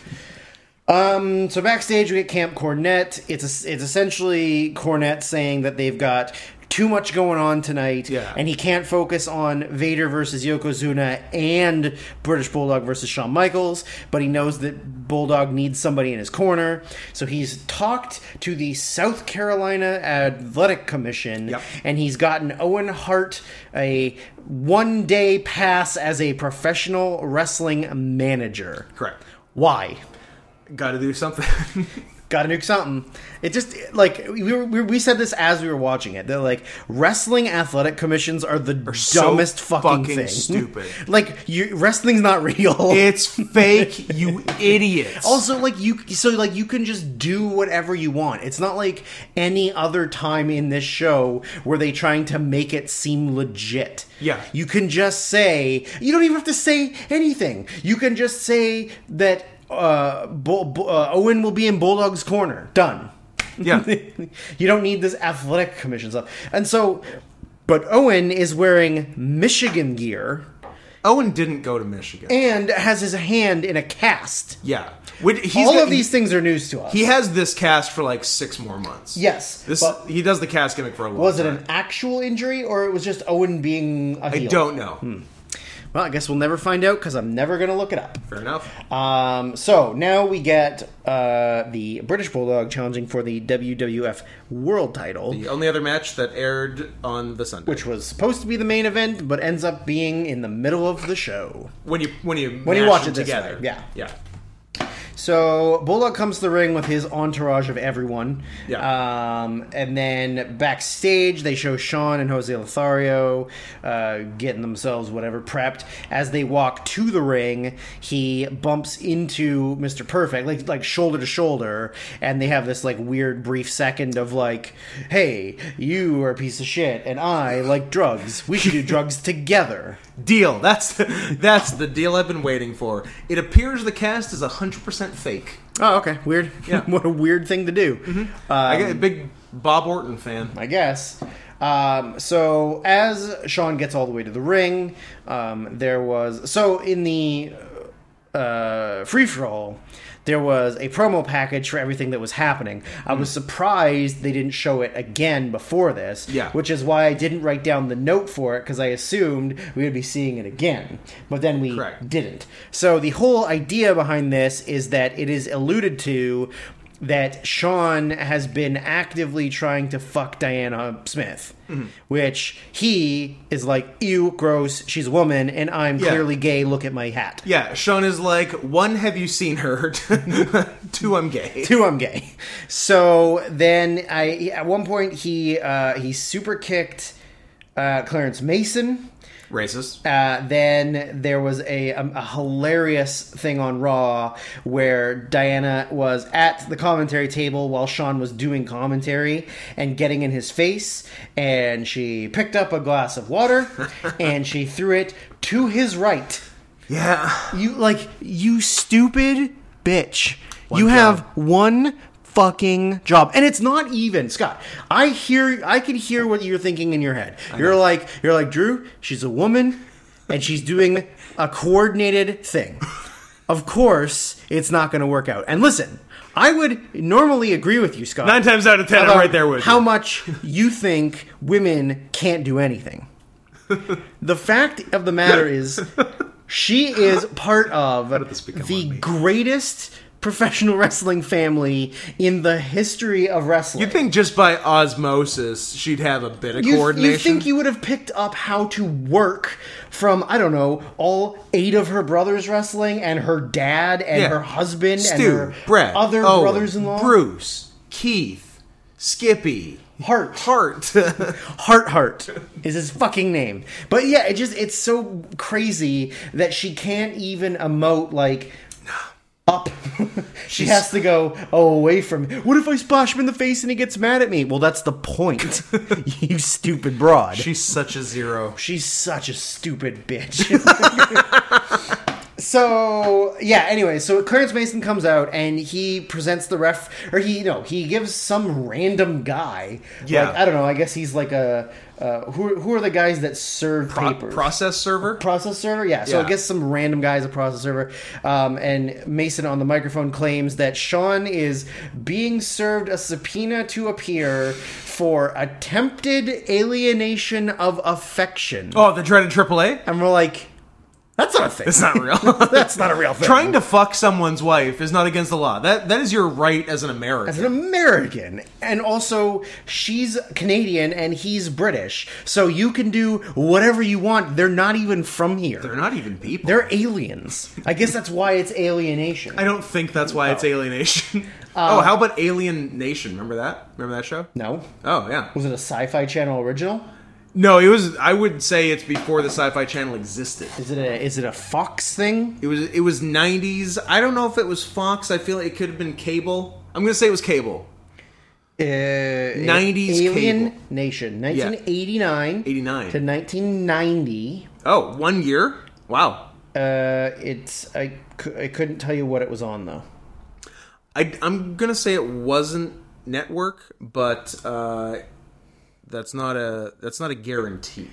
B: Um, so backstage we get Camp Cornette. It's a, it's essentially Cornette saying that they've got too much going on tonight,
A: Yeah.
B: and he can't focus on Vader versus Yokozuna and British Bulldog versus Shawn Michaels. But he knows that Bulldog needs somebody in his corner, so he's talked to the South Carolina Athletic Commission,
A: Yep.
B: and he's gotten Owen Hart a one day pass as a professional wrestling manager.
A: [laughs] Correct.
B: Why?
A: Got to do
B: [laughs]
A: something.
B: Gotta nuke something. It just like we, were, we we said this as we were watching it. They're like wrestling athletic commissions are the
A: so
B: dumbest fucking,
A: fucking
B: thing.
A: stupid.
B: [laughs] like you, wrestling's not real.
A: it's fake,
B: [laughs]
A: you idiots.
B: also, like you, so like you can just do whatever you want. It's not like any other time in this show where they trying to make it seem legit.
A: Yeah.
B: you can just say you don't even have to say anything. You can just say that uh, Bull, Bull- uh Owen will be in Bulldog's corner. Done. [laughs]
A: yeah.
B: you don't need this athletic commission stuff. And so, but Owen is wearing Michigan gear
A: Owen didn't go to Michigan.
B: and has his hand in a cast.
A: yeah. Which- he's
B: All
A: got-
B: of these things are news to us.
A: He has this cast for like six more months.
B: yes.
A: This
B: but
A: he does the cast gimmick for a long
B: was it
A: time.
B: an actual injury or it was just Owen being a
A: I
B: heel?
A: don't know.
B: Well, I guess we'll never find out because I'm never going to look it up.
A: Fair enough.
B: Um, so now we get uh, the British Bulldog challenging for the WWF World title.
A: The only other match that aired on the Sunday.
B: which was supposed to be the main event, but ends up being in the middle of the show.
A: when you when you
B: When you
A: mash
B: watch
A: them
B: it this
A: together.
B: way, yeah.
A: Yeah.
B: So Bulldog comes to the ring with his entourage of everyone.
A: Yeah.
B: Um, and then backstage, they show Sean and Jose Lothario uh, getting themselves whatever prepped. As they walk to the ring, he bumps into Mr. Perfect, like like shoulder to shoulder, and they have this like weird brief second of like, "Hey, you are a piece of shit, and I like drugs. We should do [laughs] drugs together."
A: Deal. [laughs] That's the, that's the deal I've been waiting for. It appears the cast is hundred percent fake.
B: Oh, okay, weird.
A: Yeah.
B: [laughs] what a weird thing to do. Uh,
A: I get a big Bob Orton fan.
B: I guess. Um, so as Sean gets all the way to the ring, um, there was so in the uh, free for all, there was a promo package for everything that was happening. I was
A: Hmm.
B: surprised they didn't show it again before this,
A: Yeah.
B: which is why I didn't write down the note for it because I assumed we would be seeing it again, but then we
A: Correct.
B: didn't. So the whole idea behind this is that it is alluded to that Sean has been actively trying to fuck Diana Smith, which he is like, ew, gross, she's a woman, and I'm
A: Yeah.
B: clearly gay, look at my hat. [laughs]
A: Yeah, Sean is like, one, have you seen her? [laughs] Two, I'm gay.
B: Two, I'm gay. So then, I at one point he uh, he super kicked uh, Clarence Mason. [laughs]
A: Racist.
B: Uh, then there was a, um, a hilarious thing on Raw where Diana was at the commentary table while Sean was doing commentary and getting in his face, and she picked up a glass of water and she threw it to his right.
A: Yeah.
B: You like you stupid bitch. you
A: job.
B: have one fucking job and it's not even scott i hear i can hear what you're thinking in your head you're like you're like drew she's a woman and she's doing a coordinated thing of course it's not going to work out and listen i would normally agree with you scott
A: Nine times out of ten, I'm
B: about
A: right there with
B: how
A: you.
B: much you think women can't do anything.
A: [laughs]
B: the fact of the matter is, she is part of
A: did this become on
B: the
A: me?
B: greatest professional wrestling family in the history of wrestling.
A: You think just by osmosis she'd have a bit of
B: You-
A: coordination?
B: You think you would have picked up how to work from I don't know all eight of her brothers wrestling and her dad and
A: Yeah.
B: her husband and
A: Stu,
B: her
A: Brett,
B: other
A: Owen,
B: brothers-in-law,
A: Bruce, Keith, Skippy,
B: Hart,
A: Hart. [laughs]
B: Heart Heart is his fucking name. But yeah, it just it's so crazy that she can't even emote like up. [laughs] she has to go away from. What if I splash him in the face and he gets mad at me? Well, that's the point. [laughs] you stupid broad.
A: She's such a zero.
B: She's such a
A: [laughs]
B: stupid bitch. so yeah. Anyway, so Clarence Mason comes out and he presents the ref, or he no, he gives some random guy.
A: Yeah.
B: like, I don't know. I guess he's like a uh, who? Who are the guys that serve
A: Pro-
B: papers?
A: process server?
B: process server. Yeah. So
A: Yeah.
B: I guess some random guy is a process server. Um, and Mason on the microphone claims that Sean is being served a subpoena to appear for attempted alienation of affection.
A: Oh, the dreaded AAA?
B: And we're like, that's not a thing.
A: It's not real. [laughs]
B: that's not a real thing.
A: Trying to fuck someone's wife is not against the law. That that is your right as an American.
B: As an American, and also she's Canadian and he's British, so you can do whatever you want. They're not even from here.
A: They're not even people.
B: They're aliens. I guess that's why it's alienation.
A: I don't think that's why it's alienation. oh, how about Alien Nation? Remember that? Remember that show?
B: Uh, no.
A: Oh yeah.
B: Was it a sci-fi channel original?
A: No, it was. I would say it's before the Sci-Fi Channel existed.
B: Is it a is it a Fox thing?
A: It was it was '90s. I don't know if it was Fox. I feel like it could have been cable. I'm gonna say it was cable.
B: Uh,
A: 90s
B: Alien
A: cable.
B: Nation, 1989
A: 89.
B: to 1990.
A: Oh, one year. Wow.
B: Uh, it's I, cou- I couldn't tell you what it was on though.
A: I, I'm gonna say it wasn't network, but uh, that's not a that's not a guarantee.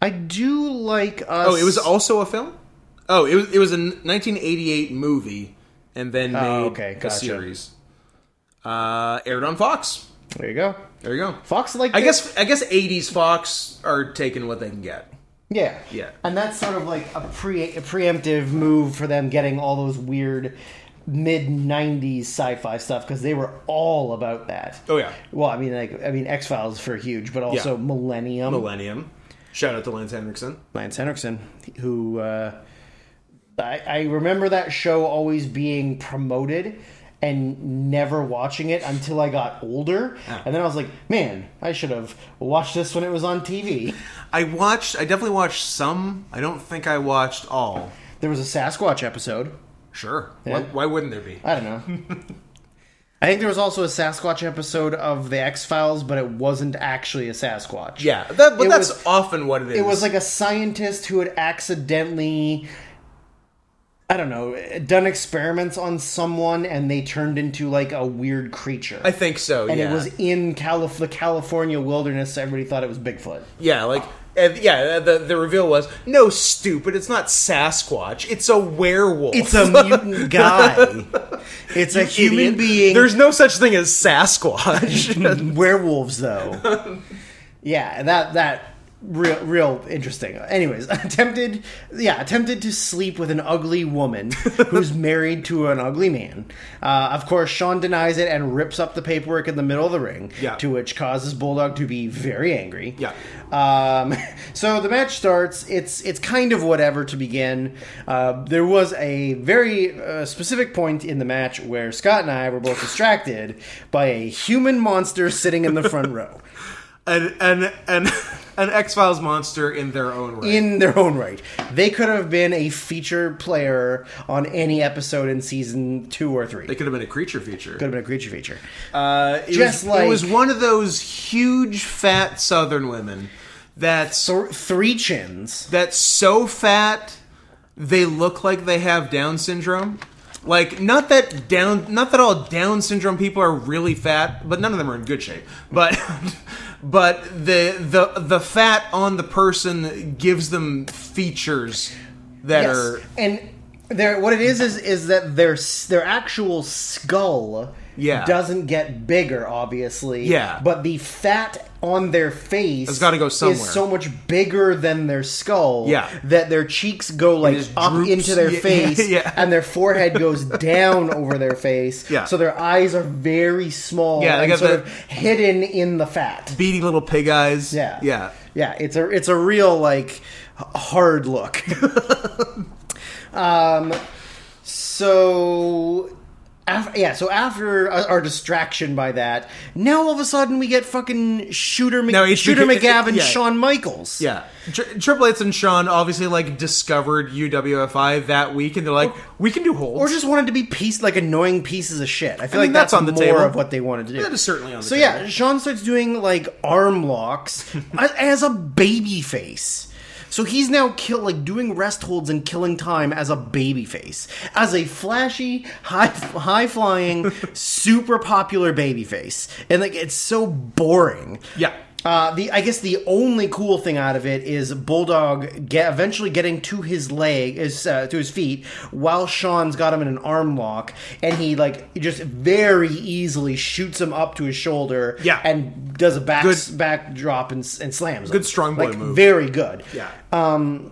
B: I do like us.
A: Oh, it was also a film. Oh, it was it was a 1988 movie, and then made
B: Ah, okay,
A: a
B: gotcha.
A: series. Uh, aired on Fox.
B: There you go.
A: There you go.
B: Fox like
A: I guess I guess 80s Fox are taking what they can get.
B: Yeah.
A: Yeah.
B: And that's sort of like a pre a preemptive move for them getting all those weird mid 90s sci-fi stuff because they were all about that.
A: Oh, yeah.
B: Well, I mean like I mean X-Files for huge, but also
A: Yeah.
B: Millennium.
A: Millennium. Shout out to Lance Henriksen.
B: Lance Henriksen who uh I, I remember that show always being promoted and never watching it until I got older. And then I was like, man, I should have watched this when it was on TV.
A: I watched. I definitely watched some. I don't think I watched all.
B: There was a Sasquatch episode.
A: Sure.
B: Yeah.
A: Why, why wouldn't there be?
B: I don't know. I think there was also a Sasquatch episode of the X Files, but it wasn't actually a Sasquatch.
A: Yeah, that, but
B: It
A: that's
B: was-
A: often what it is.
B: It was like a scientist who had accidentally, I don't know, done experiments on someone and they turned into like a weird creature.
A: I think so.
B: and
A: yeah.
B: it was in Calif- the California wilderness, so everybody thought it was Bigfoot.
A: Yeah, like and yeah, the the reveal was no stupid. It's not Sasquatch. It's a werewolf.
B: It's a mutant [laughs] guy. It's
A: [laughs]
B: a
A: Idiot.
B: human being.
A: There's no such thing as [laughs]
B: [laughs]
A: Sasquatch.
B: werewolves though [laughs] yeah that that real real interesting anyways [laughs] attempted yeah attempted to sleep with an ugly [laughs] woman who's married to an ugly man uh, of course sean denies it and rips up the paperwork in the middle of the ring
A: Yeah.
B: to which causes bulldog to be very angry
A: Yeah.
B: um, [laughs] so the match starts. It's it's kind of whatever to begin. Uh, there was a very uh, specific point in the match where Scott and I were both distracted by a human monster [laughs] sitting in the front row
A: an an an, [laughs] an X Files monster in their own right.
B: in their own right. They could have been a feature player on any episode in season two or three.
A: it
B: Could
A: could have been a creature feature.
B: have been a creature feature.
A: Uh, it
B: Just
A: was,
B: like-
A: it was one of those huge fat Southern women that's
B: So three chins.
A: that's so fat they look like they have Down syndrome. Like not that down, not that all Down syndrome people are really fat, but none of them are in good shape. But [laughs] but the the the fat on the person gives them features that
B: Yes.
A: are
B: and there what it is is is that their s- their actual skull
A: Yeah.
B: doesn't get bigger obviously
A: Yeah.
B: but the fat on their face has
A: gotta go somewhere.
B: is so much bigger than their skull
A: Yeah.
B: that their cheeks go like
A: just
B: up
A: droops.
B: into their
A: [laughs] Yeah,
B: face
A: yeah.
B: and their forehead
A: [laughs]
B: goes down over their face
A: Yeah.
B: so their eyes are very small
A: Yeah, they
B: and
A: got
B: sort
A: that-
B: of hidden in the fat
A: beady little pig eyes.
B: yeah.
A: yeah.
B: Yeah, it's a it's a real like h-
A: [laughs]
B: hard look. um so af- yeah, so after our our distraction by that, now all of a sudden we get fucking Shooter Mc-
A: No, it's
B: Shooter
A: because-
B: McGavin,
A: yeah.
B: Shawn Michaels.
A: Yeah, Tri- Triple H and Sean obviously like discovered UWFI that week, and they're like, we can do holds.
B: Or just wanted to be piece like annoying pieces of shit. I feel
A: I mean,
B: like that's,
A: that's on the
B: more
A: table.
B: of what they wanted to do.
A: That is certainly on the
B: so yeah,
A: table.
B: Sean starts doing like arm
A: [laughs]
B: locks a- as a baby face. So he's now kill like doing rest holds and killing time as a baby face, as a flashy, high
A: [laughs]
B: high flying, super popular baby face, and like it's so boring.
A: yeah,
B: Uh, the I guess the only cool thing out of it is Bulldog get, eventually getting to his leg, is uh, to his feet, while Sean's got him in an arm lock, and he like just very easily shoots him up to his shoulder,
A: Yeah.
B: and does a back
A: Good-
B: back drop and, s- and slams.
A: Good strong boy
B: like,
A: move.
B: Very good.
A: yeah.
B: um,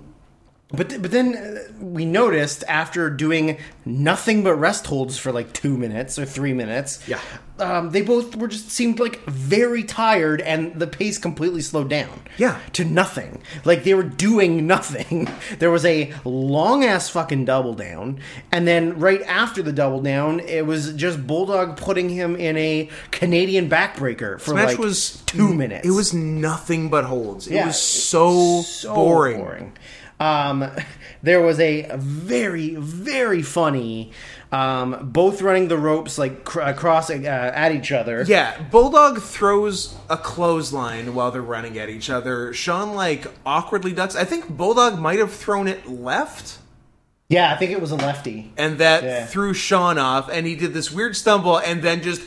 B: But th- but then uh, we noticed after doing nothing but rest holds for like two minutes or three minutes.
A: Yeah.
B: Um, they both were just seemed like very tired, and the pace completely slowed down.
A: Yeah.
B: To nothing. Like they were doing nothing. [laughs] There was a long ass fucking double down, and then right after the double down, it was just Bulldog putting him in a Canadian backbreaker for
A: match
B: like
A: was
B: two minutes.
A: It was nothing but holds. It
B: Yeah,
A: was so, boring.
B: Um, [laughs] there was a very, very funny, um, both running the ropes like cr- across uh, at each other.
A: Yeah, Bulldog throws a clothesline while they're running at each other. Sean like awkwardly ducks. I think Bulldog might have thrown it left.
B: Yeah, I think it was a lefty.
A: and that
B: Yeah.
A: threw Sean off, and he did this weird stumble, and then just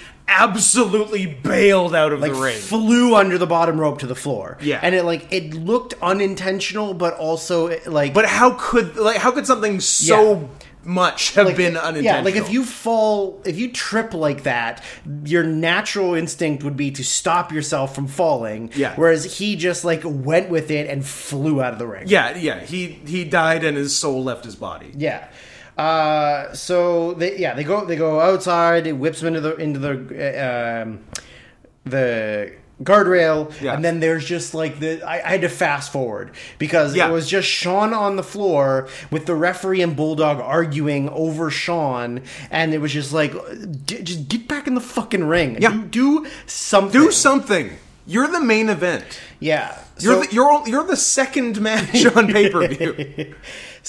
A: absolutely bailed out of the ring.
B: Flew under the bottom rope to the floor.
A: Yeah.
B: and it like it looked unintentional, but also it, like
A: but how could like how could something so
B: Yeah.
A: much have
B: like,
A: been unintentional?
B: Yeah, like if you fall, if you trip like that, your natural instinct would be to stop yourself from falling.
A: Yeah.
B: whereas he just like went with it and flew out of the ring.
A: yeah, yeah, he he died and his soul left his body.
B: Yeah. Uh, so they yeah they go they go outside. It whips them into the into the uh, um, the guardrail,
A: Yeah.
B: and then there's just like the I, I had to fast forward because
A: Yeah.
B: it was just Sean on the floor with the referee and Bulldog arguing over Sean, and it was just like d- just get back in the fucking ring.
A: Yeah.
B: do, do something.
A: Do something. You're the main event.
B: Yeah,
A: You're
B: So-
A: the, you're all- you're the second [laughs] match on pay per
B: [laughs]
A: view.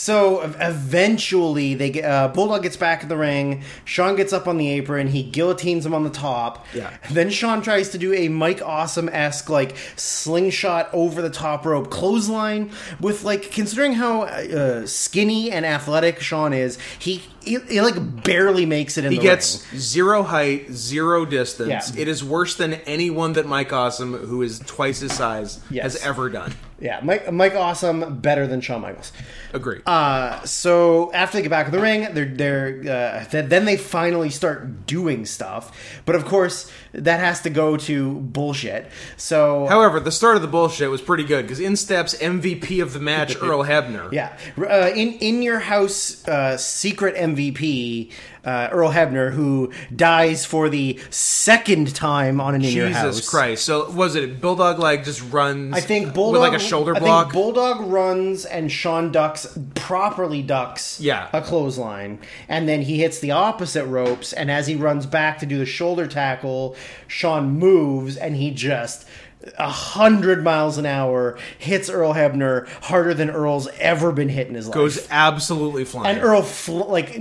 B: So ev- eventually, they get, uh, Bulldog gets back in the ring. Sean gets up on the apron. He guillotines him on the top.
A: Yeah.
B: Then Sean tries to do a Mike Awesome esque like slingshot over the top rope clothesline with like considering how uh, skinny and athletic Sean is, he he, he, like barely makes it in
A: He
B: the
A: gets
B: ring.
A: zero height, zero distance.
B: Yeah.
A: It is worse than anyone that Mike Awesome, who is twice his size,
B: Yes.
A: has ever done.
B: Yeah, Mike Mike Awesome better than Shawn Michaels.
A: Agree.
B: Uh, so after they get back in the ring, they're they're uh, th- then they finally start doing stuff. But of course, that has to go to bullshit. So
A: However, the start of the bullshit was pretty good because in steps MVP of the
B: [laughs]
A: match Earl Hebner.
B: yeah, uh, in in your house, uh, secret MVP uh, Earl Hebner, who dies for the second time on an in your house.
A: Jesus Christ! So was it Bulldog like just runs?
B: I think Bulldog
A: with like a shoulder
B: I think
A: block.
B: Bulldog runs and Sean ducks properly ducks
A: Yeah.
B: a clothesline, and then he hits the opposite ropes. And as he runs back to do the shoulder tackle, Sean moves and he just a hundred miles an hour, hits Earl Hebner harder than Earl's ever been hit in his life.
A: Goes absolutely flying.
B: and Earl fl- like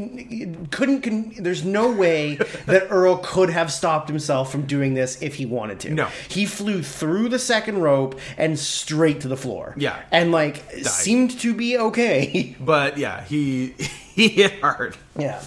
B: couldn't. Con- there's no way
A: [laughs]
B: that Earl could have stopped himself from doing this if he wanted to.
A: No.
B: he flew through the second rope and straight to the floor.
A: Yeah.
B: and like seemed to be okay. [laughs]
A: but yeah, he [laughs] he hit hard.
B: Yeah.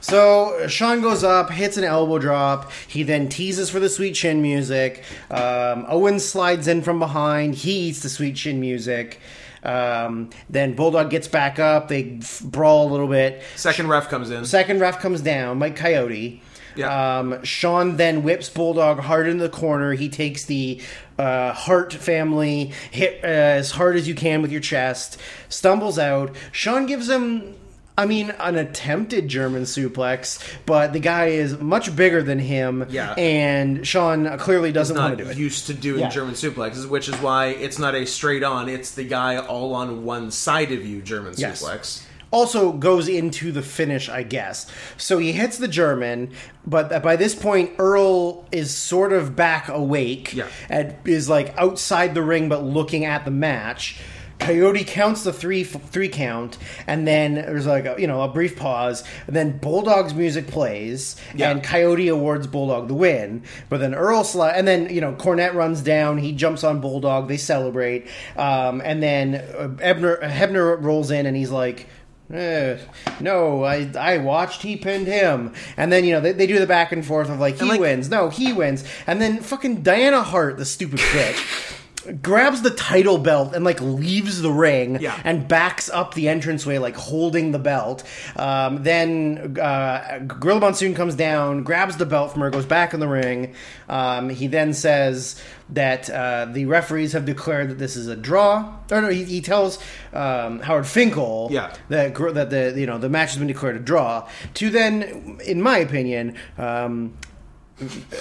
B: So Sean goes up, hits an elbow drop. He then teases for the sweet chin music. Um, Owen slides in from behind. He eats the sweet chin music. Um, then Bulldog gets back up. They f- brawl a little bit.
A: Second ref comes in.
B: Second ref comes down, Mike Coyote.
A: Yeah.
B: Um, Sean then whips Bulldog hard into the corner. He takes the uh, Hart family hit uh, as hard as you can with your chest, stumbles out. Sean gives him, I mean, an attempted German suplex, but the guy is much bigger than him.
A: Yeah.
B: And Sean clearly doesn't want
A: not
B: to do it.
A: Uh, used to doing
B: Yeah.
A: German suplexes, which is why it's not a straight on. It's the guy all on one side of you German
B: Yes.
A: suplex.
B: also goes into the finish, I guess. So he hits the German, but by this point, Earl is sort of back awake
A: Yeah.
B: and is like outside the ring but looking at the match. Coyote counts the three three count, and then there's like a, you know a brief pause, and then Bulldog's music plays,
A: Yeah.
B: and Coyote awards Bulldog the win. But then Earl sli and then you know Cornette runs down, he jumps on Bulldog, they celebrate, um, and then uh, Ebner Hebner rolls in, and he's like. "Eh, no, I I watched. He pinned him, and then you know they, they do the back and forth of like he
A: like-
B: wins, no he wins, and then fucking Diana Hart, the stupid bitch, grabs the title belt and like leaves the ring
A: Yeah.
B: and backs up the entranceway like holding the belt um, then uh, gorilla monsoon comes down grabs the belt from her goes back in the ring um, he then says that uh, the referees have declared that this is a draw or no he, he tells um, howard finkel
A: Yeah.
B: that gr- that the you know the match has been declared a draw to then in my opinion um,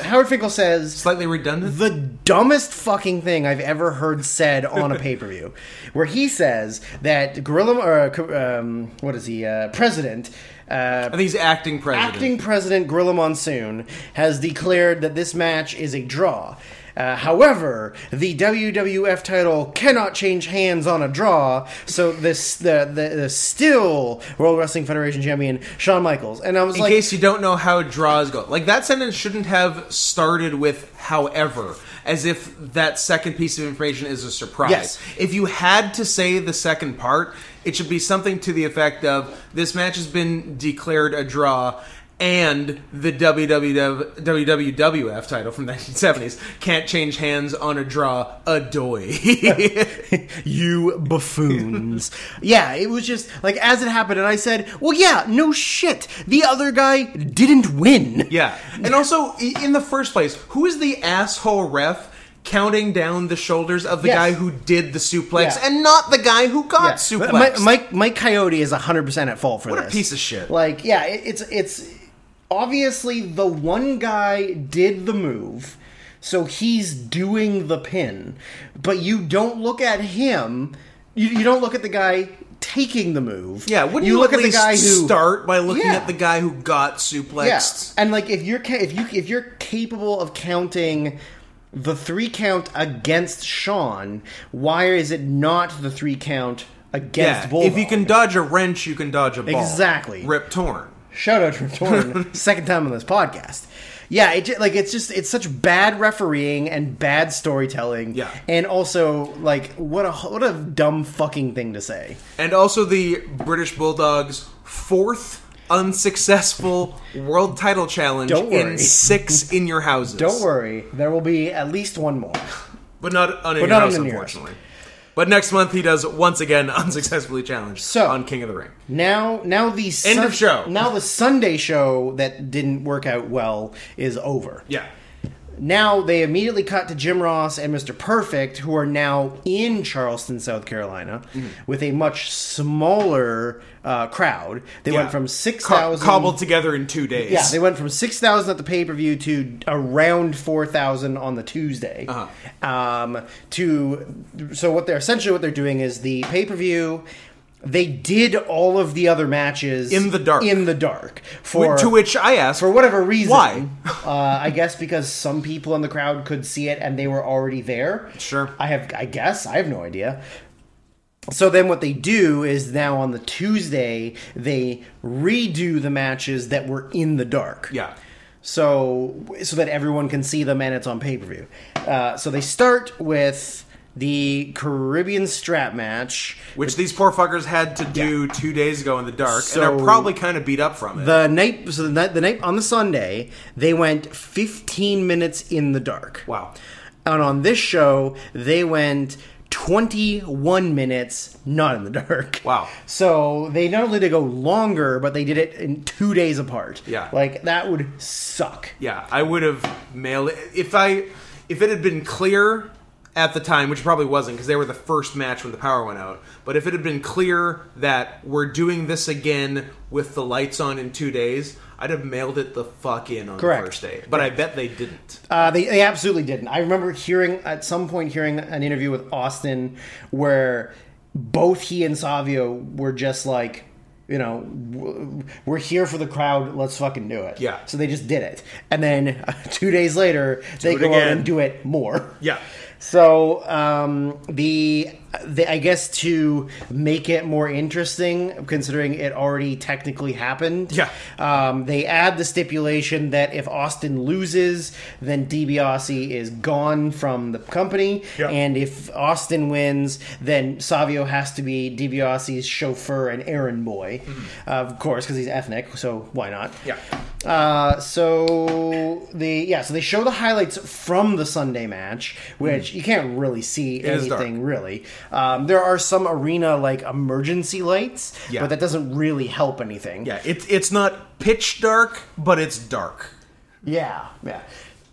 B: howard finkel says
A: Slightly redundant.
B: the dumbest fucking thing I've ever heard said
A: [laughs]
B: on a pay per view, where he says that Gorilla or uh, um, what is he uh, president. Uh,
A: I think he's acting president.
B: Acting President Gorilla Monsoon has declared that this match is a draw. Uh, however, the WWF title cannot change hands on a draw, so this the, the, the still World Wrestling Federation champion Shawn Michaels. And I was
A: in
B: like,
A: case you don't know how draws go. Like that sentence shouldn't have started with however, as if that second piece of information is a surprise.
B: Yes.
A: If you had to say the second part, it should be something to the effect of this match has been declared a draw and the WWF WWF title from the 1970s can't change hands on a draw
B: [laughs]
A: adoy. [laughs]
B: you buffoons. yeah, it was just like as it happened, and I said, well, yeah, no shit. The other guy didn't win.
A: yeah. [laughs] And also i- in the first place, who is the asshole ref counting down the shoulders of the
B: Yes.
A: guy who did the suplex
B: Yeah.
A: and not the guy who got
B: But
A: suplexed?
B: Mike, Mike, Mike Coyote is 100% at fault for
A: What a
B: this.
A: piece of shit.
B: Like, yeah, it, it's, it's obviously the one guy did the move. So he's doing the pin, but you don't look at him. You, you don't look at the guy taking the move.
A: yeah, wouldn't you, at, least start by looking
B: Yeah.
A: at the guy who got suplexed?
B: Yeah. And like if you're ca- if you if you're capable of counting the three count against Sean, why is it not the three count against
A: Yeah,
B: Bulldog?
A: if you can dodge a wrench, you can dodge a ball.
B: Exactly.
A: Rip torn.
B: shout out
A: [laughs]
B: to Torn, second time on this podcast. Yeah, it ju- like it's just it's such bad refereeing and bad storytelling.
A: Yeah.
B: and also like what a what a dumb fucking thing to say.
A: And also the British Bulldogs' fourth unsuccessful [laughs] world title challenge
B: Don't worry.
A: in six in your houses.
B: Don't worry, there will be at least one more.
A: But not on your
B: not
A: house,
B: on the nearest.
A: unfortunately. But next month he does once again [laughs] unsuccessfully challenged
B: So-
A: on King of the Ring.
B: Now, now the Sun-
A: of show.
B: Now the Sunday show that didn't work out well is over.
A: Yeah.
B: Now they immediately cut to Jim Ross and Mr. Perfect, who are now in Charleston, South Carolina,
A: Mm-hmm.
B: with a much smaller uh, crowd. They
A: Yeah.
B: went from six
A: Co-
B: thousand
A: cobbled together in two days.
B: Yeah, they went from six thousand at the pay per view to around four thousand on the Tuesday.
A: Uh-huh.
B: Um, to so what they're essentially what they're doing is the pay per view They did all of the other matches
A: In the dark.
B: In the dark for
A: to which I asked
B: for whatever reason.
A: Why?
B: [laughs] uh, I guess because some people in the crowd could see it and they were already there.
A: Sure.
B: I have. I guess I have no idea. So then, what they do is now on the Tuesday they redo the matches that were in the dark.
A: Yeah.
B: So so that everyone can see them and it's on pay per view. Uh, so they start with the Caribbean Strap match.
A: Which these poor fuckers had to do two days ago in the dark, and
B: So-
A: are probably kind of beat up from it.
B: The night, so the night, the night on the Sunday, they went 15 minutes in the dark.
A: wow.
B: And on this show, they went 21 minutes not in the dark.
A: Wow.
B: So they not only did go longer, but they did it in two days apart.
A: Yeah.
B: Like, that would suck.
A: Yeah, I would have mailed it if I if it had been clear at the time, which probably wasn't because they were the first match when the power went out. But if it had been clear that we're doing this again with the lights on in two days, I'd have mailed it the fuck in on
B: Correct.
A: the first day. But I bet they didn't.
B: Uh, they, they absolutely didn't. I remember hearing at some point hearing an interview with Austin where both he and Savio were just like, you know, w- we're here for the crowd. Let's fucking do it.
A: Yeah.
B: So they just did it, and then [laughs] uh, two days later they
A: it
B: go out
A: again.
B: and do it more.
A: Yeah.
B: So um, the, the I guess to make it more interesting, considering it already technically happened.
A: Yeah.
B: Um, they add the stipulation that if Austin loses, then DiBiase is gone from the company,
A: Yeah.
B: and if Austin wins, then Savio has to be DiBiase's chauffeur and errand boy, of course, because he's ethnic. So why not?
A: Mm-hmm. Yeah.
B: Uh, so they yeah, so they show the highlights from the Sunday match, which you can't really see
A: Mm. is dark.
B: anything really. Um, there are some arena like emergency lights,
A: Yeah.
B: but that doesn't really help anything.
A: Yeah, it's it's not pitch dark, but it's dark.
B: Yeah, yeah.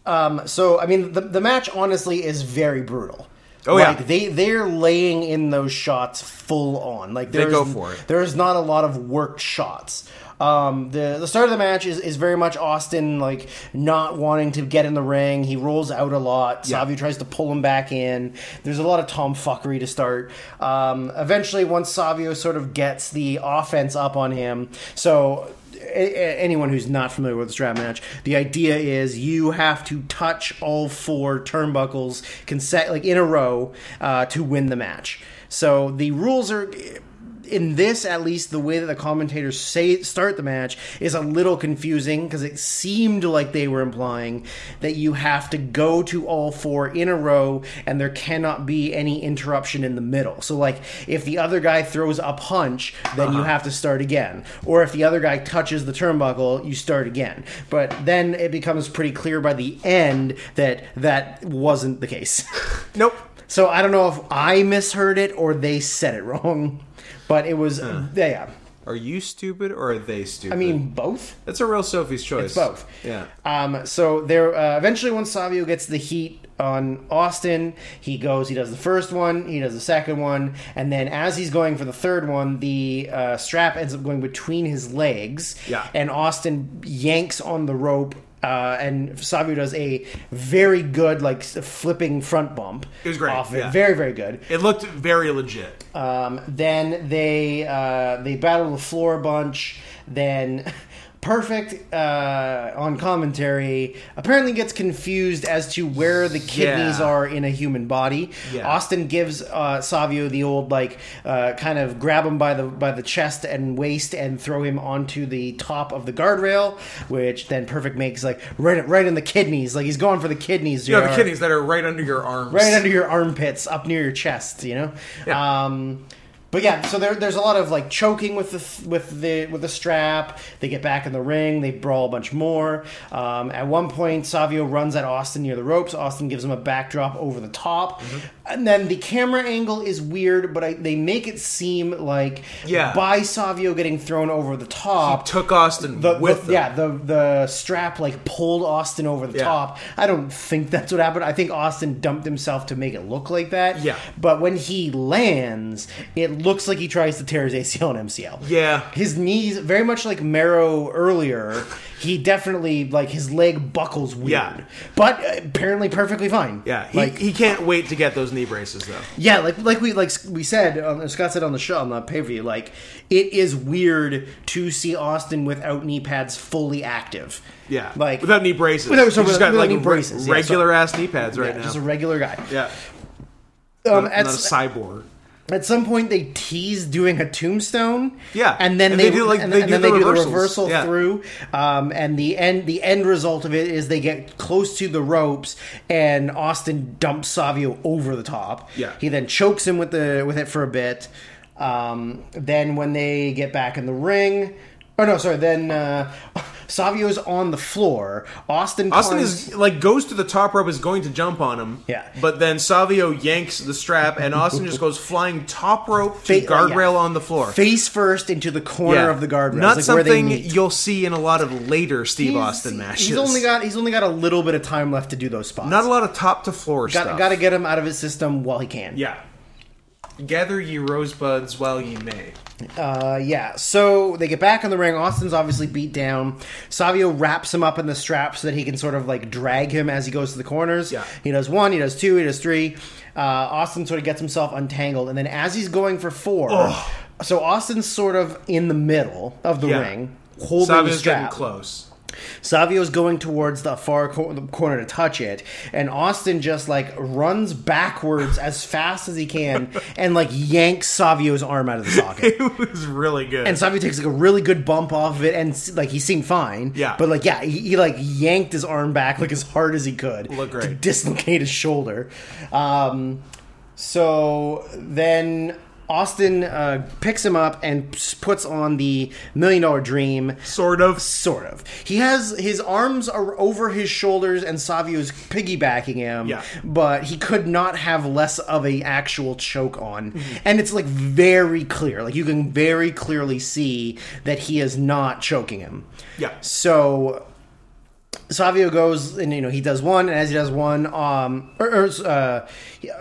B: Um, so I mean, the the match honestly is very brutal.
A: Oh, yeah.
B: like, they they're laying in those shots full on. Like there's,
A: go for it.
B: There's not a lot of worked shots. Um, the the start of the match is, is very much Austin like not wanting to get in the ring. He rolls out a lot.
A: Yeah.
B: Savio tries to pull him back in. There's a lot of tomfuckery to start. Um, eventually, once Savio sort of gets the offense up on him, so a- a- anyone who's not familiar with the strap match, the idea is you have to touch all four turnbuckles conse- like in a row uh, to win the match. So the rules are in this at least the way that the commentators say start the match is a little confusing because it seemed like they were implying that you have to go to all four in a row and there cannot be any interruption in the middle so like if the other guy throws a punch then you have to start again or if the other guy touches the turnbuckle you start again but then it becomes pretty clear by the end that that wasn't the case [laughs]
A: Nope.
B: So I don't know if I misheard it or they said it [laughs] wrong, but it was yeah, yeah.
A: Are you stupid or are they stupid?
B: I mean both.
A: that's a real Sophie's choice.
B: Both.
A: Yeah.
B: Um, so there. Uh, eventually, once Savio gets the heat on Austin, he goes. He does the first one. He does the second one, and then as he's going for the third one, the uh, strap ends up going between his legs.
A: Yeah.
B: And Austin yanks on the rope. Uh, and Savio does a very good, like flipping front bump.
A: It was great,
B: Off it.
A: yeah.
B: Very, very good.
A: It looked very legit.
B: Um, then they uh, they battle the floor a bunch. Then [laughs] perfect uh, on commentary apparently gets confused as to where the kidneys
A: Yeah.
B: are in a human body.
A: Yeah.
B: Austin gives uh, Savio the old like uh, kind of grab him by the by the chest and waist and throw him onto the top of the guardrail, which then perfect makes like right right in the kidneys. Like he's going for the kidneys.
A: You know,
B: JR
A: the kidneys that are right under your arms.
B: right under your armpits, up near your chest. You know.
A: Yeah.
B: Um, but yeah, so there, there's a lot of like choking with the th- with the with the strap. They get back in the ring. They brawl a bunch more. Um, at one point, Savio runs at Austin near the ropes. Austin gives him a backdrop over the top, and then the camera angle is weird, but I, they make it seem like
A: Yeah.
B: by Savio getting thrown over the top,
A: Took Austin
B: the,
A: with them.
B: the- yeah the the strap like pulled Austin over the
A: Yeah.
B: top. I don't think that's what happened. I think Austin dumped himself to make it look like that.
A: Yeah.
B: But when he lands, it looks like he tries to tear his ACL and MCL.
A: Yeah.
B: His knees, very much like Marrow earlier, he definitely, like, his leg buckles weird.
A: Yeah.
B: But uh, apparently perfectly fine.
A: Yeah, he,
B: like,
A: he can't wait to get those knee braces though.
B: yeah, like like we like we said, um, Scott said on the show on the pay per view, like it is weird to see Austin without knee pads fully active.
A: Yeah,
B: like
A: without knee braces.
B: Without-
A: He's
B: so
A: just
B: with-
A: got
B: without
A: like
B: knee
A: re-
B: braces, yeah,
A: regular ass knee pads right
B: yeah,
A: now.
B: just a regular guy.
A: yeah,
B: Um, uh,
A: not,
B: at,
A: not a
B: s-
A: cyborg.
B: at some point, they tease doing a tombstone.
A: Yeah,
B: and then
A: and
B: they,
A: they do, like,
B: and,
A: they
B: and
A: do
B: then
A: the
B: they do the
A: reversals.
B: reversal
A: Yeah.
B: through. Um, and the end the end result of it is they get close to the ropes, and Austin dumps Savio over the top.
A: Yeah.
B: he then chokes him with the with it for a bit. Um, then when they get back in the ring, oh no, sorry, then uh, [laughs] Savio's on the floor. Austin
A: Austin
B: climbs-
A: is like goes to the top rope, is going to jump on him.
B: Yeah.
A: but then Savio yanks the strap, and Austin just goes flying top rope to
B: Fa- oh,
A: guardrail
B: yeah.
A: on the floor.
B: face first into the corner
A: Yeah.
B: of the guardrail.
A: Not
B: like where they
A: something
B: meet.
A: you'll see in a lot of later Steve
B: He's-
A: Austin matches.
B: He's only got he's only got a little bit of time left to do those spots.
A: not a lot of top to floor
B: Got,
A: stuff.
B: got to get him out of his system while he can.
A: yeah. Gather ye rosebuds while ye may.
B: Uh, yeah. So they get back in the ring. Austin's obviously beat down. Savio wraps him up in the strap so that he can sort of like drag him as he goes to the corners.
A: Yeah.
B: He does one. He does two. He does three. Uh, Austin sort of gets himself untangled, and then as he's going for four, so Austin's sort of in the middle of the
A: Yeah.
B: ring, holding the
A: Savio's getting
B: strap.
A: close. [laughs]
B: Savio's going towards the far cor- the corner to touch it, and Austin just like runs backwards as fast as
A: [laughs]
B: he can and like yanks Savio's arm out of the socket.
A: It was really good.
B: And Savio takes like a really good bump off of it, and like he seemed fine.
A: Yeah.
B: but like yeah, he, he like yanked his arm back like as hard as he could
A: Looked great.
B: to dislocate his shoulder. Um, so then Austin uh, picks him up and s- puts on the million dollar dream
A: sort of.
B: sort of. He has his arms are over his shoulders, and Savio's piggybacking him.
A: Yeah.
B: But he could not have less of a actual choke on, and it's like very clear. Like you can very clearly see that he is not choking him.
A: Yeah.
B: So Savio goes and you know he does one, and as he does one, um, or, or, uh,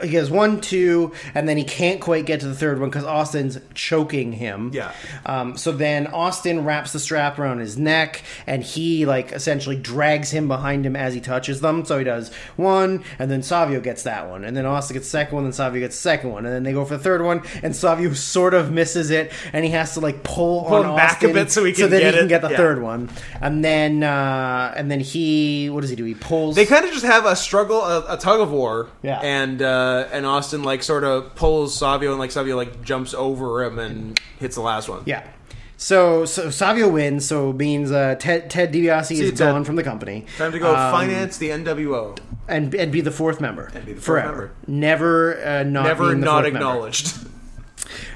B: he does one, two, and then he can't quite get to the third one because Austin's choking him.
A: Yeah.
B: Um, so then Austin wraps the strap around his neck, and he like essentially drags him behind him as he touches them. So he does one, and then Savio gets that one, and then Austin gets the second one, then Savio gets the second one, and then they go for the third one, and Savio sort of misses it, and he has to like pull, on
A: him back a
B: Austin
A: bit so he can
B: that
A: get
B: he can
A: it.
B: get the
A: Yeah.
B: third one, and then uh, and then he what does he do? He pulls.
A: They kind of just have a struggle, a, a tug of war,
B: Yeah.
A: and uh, and Austin like sort of pulls Savio, and like Savio like jumps over him and hits the last one.
B: yeah. So, so Savio wins, so it means uh, Ted, Ted DiBiase
A: you,
B: is
A: Ted.
B: gone from the company.
A: Time to go
B: Um,
A: finance the NWO.
B: and and be the fourth member
A: be the fourth
B: forever.
A: member.
B: Never uh, not
A: Never
B: being the
A: not
B: fourth member.
A: acknowledged. [laughs]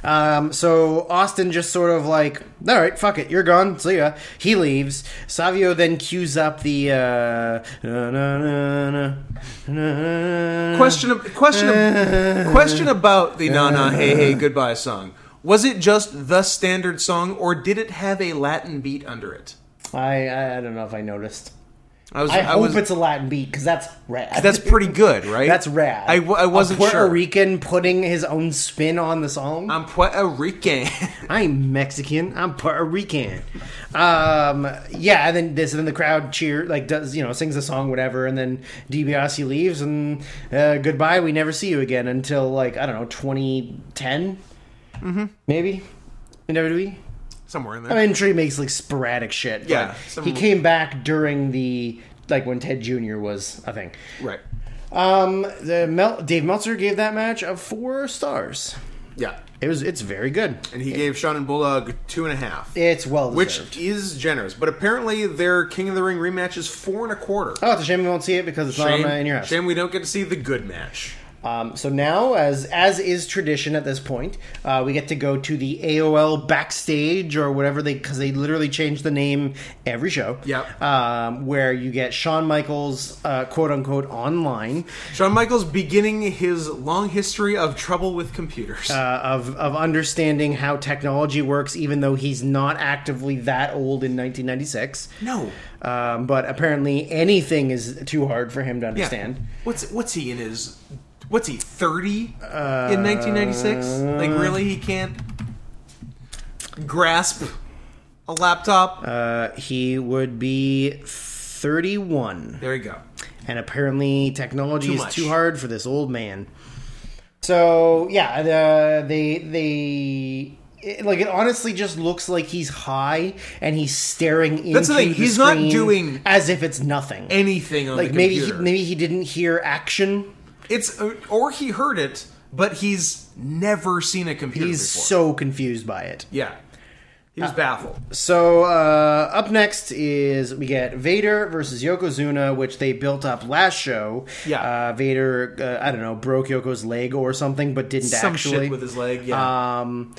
B: Um, so Austin just sort of like, all right, fuck it, you're gone, see ya. He leaves. Savio then cues up the uh, na, na, na, na, na, na.
A: question, ab- question, ab- question about the "Na Na Hey
B: [laughs]
A: Hey Goodbye" song. Was it just the standard song, or did it have a Latin beat under it?
B: I, I I don't know if I noticed.
A: I was.
B: I, hope
A: was,
B: it's [laughs] a Latin beat because that's rad.
A: that's pretty good, right?
B: that's rad.
A: I, w- I wasn't
B: a Puerto
A: sure.
B: Rican putting his own spin on the song.
A: I'm Puerto Rican. [laughs]
B: I'm Mexican. I'm Puerto Rican. Um, yeah, and then this, and then the crowd cheer, like does you know sings a song, whatever, and then DiBiase leaves, and uh, goodbye. We never see you again until like I don't know, 2010, mm-hmm. maybe. We never do we.
A: Somewhere in there.
B: I mean, sure he makes like sporadic shit. but
A: Yeah, some-
B: he came back during the like when Ted Jr. was a thing.
A: right.
B: Um, the Mel- Dave Meltzer gave that match a four stars.
A: Yeah.
B: It was it's very good.
A: And he gave Sean and Bulldog two and a half.
B: It's well deserved.
A: which is generous. But apparently, their King of the Ring rematch is four and a quarter.
B: Oh, it's a shame we won't see it because it's not on, uh, in your house.
A: shame we don't get to see the good match.
B: Um, so now, as as is tradition at this point, uh, we get to go to the AOL backstage or whatever they because they literally change the name every show.
A: Yep.
B: Um, where you get Shawn Michaels, uh, quote unquote, online
A: Shawn Michaels beginning his long history of trouble with computers.
B: uh, of of understanding how technology works, even though he's not actively that old in 1996.
A: no.
B: Um, but apparently, anything is too hard for him to understand.
A: What's what's he in his What's he? Thirty
B: Uh,
A: in 1996? Like really? He can't grasp a laptop.
B: Uh, he would be 31.
A: there you go.
B: And apparently, technology
A: Too
B: is
A: much.
B: too hard for this old man. So yeah, the, they they it, like it. Honestly, just looks like he's high and he's staring into.
A: That's the thing, he's not
B: screen
A: doing-
B: as if it's nothing.
A: Anything on
B: like
A: the
B: maybe he,
A: computer.
B: maybe he didn't hear action.
A: It's uh, or he heard it, but he's never seen a computer
B: He's
A: before.
B: so Uh, confused by it.
A: yeah, he was baffled.
B: So uh, up next is we get Vader versus Yokozuna, which they built up last show.
A: Yeah.
B: uh, Vader, uh, I don't know, broke Yoko's leg or something, but didn't
A: Some
B: actually.
A: shit with his leg. Yeah,
B: Um,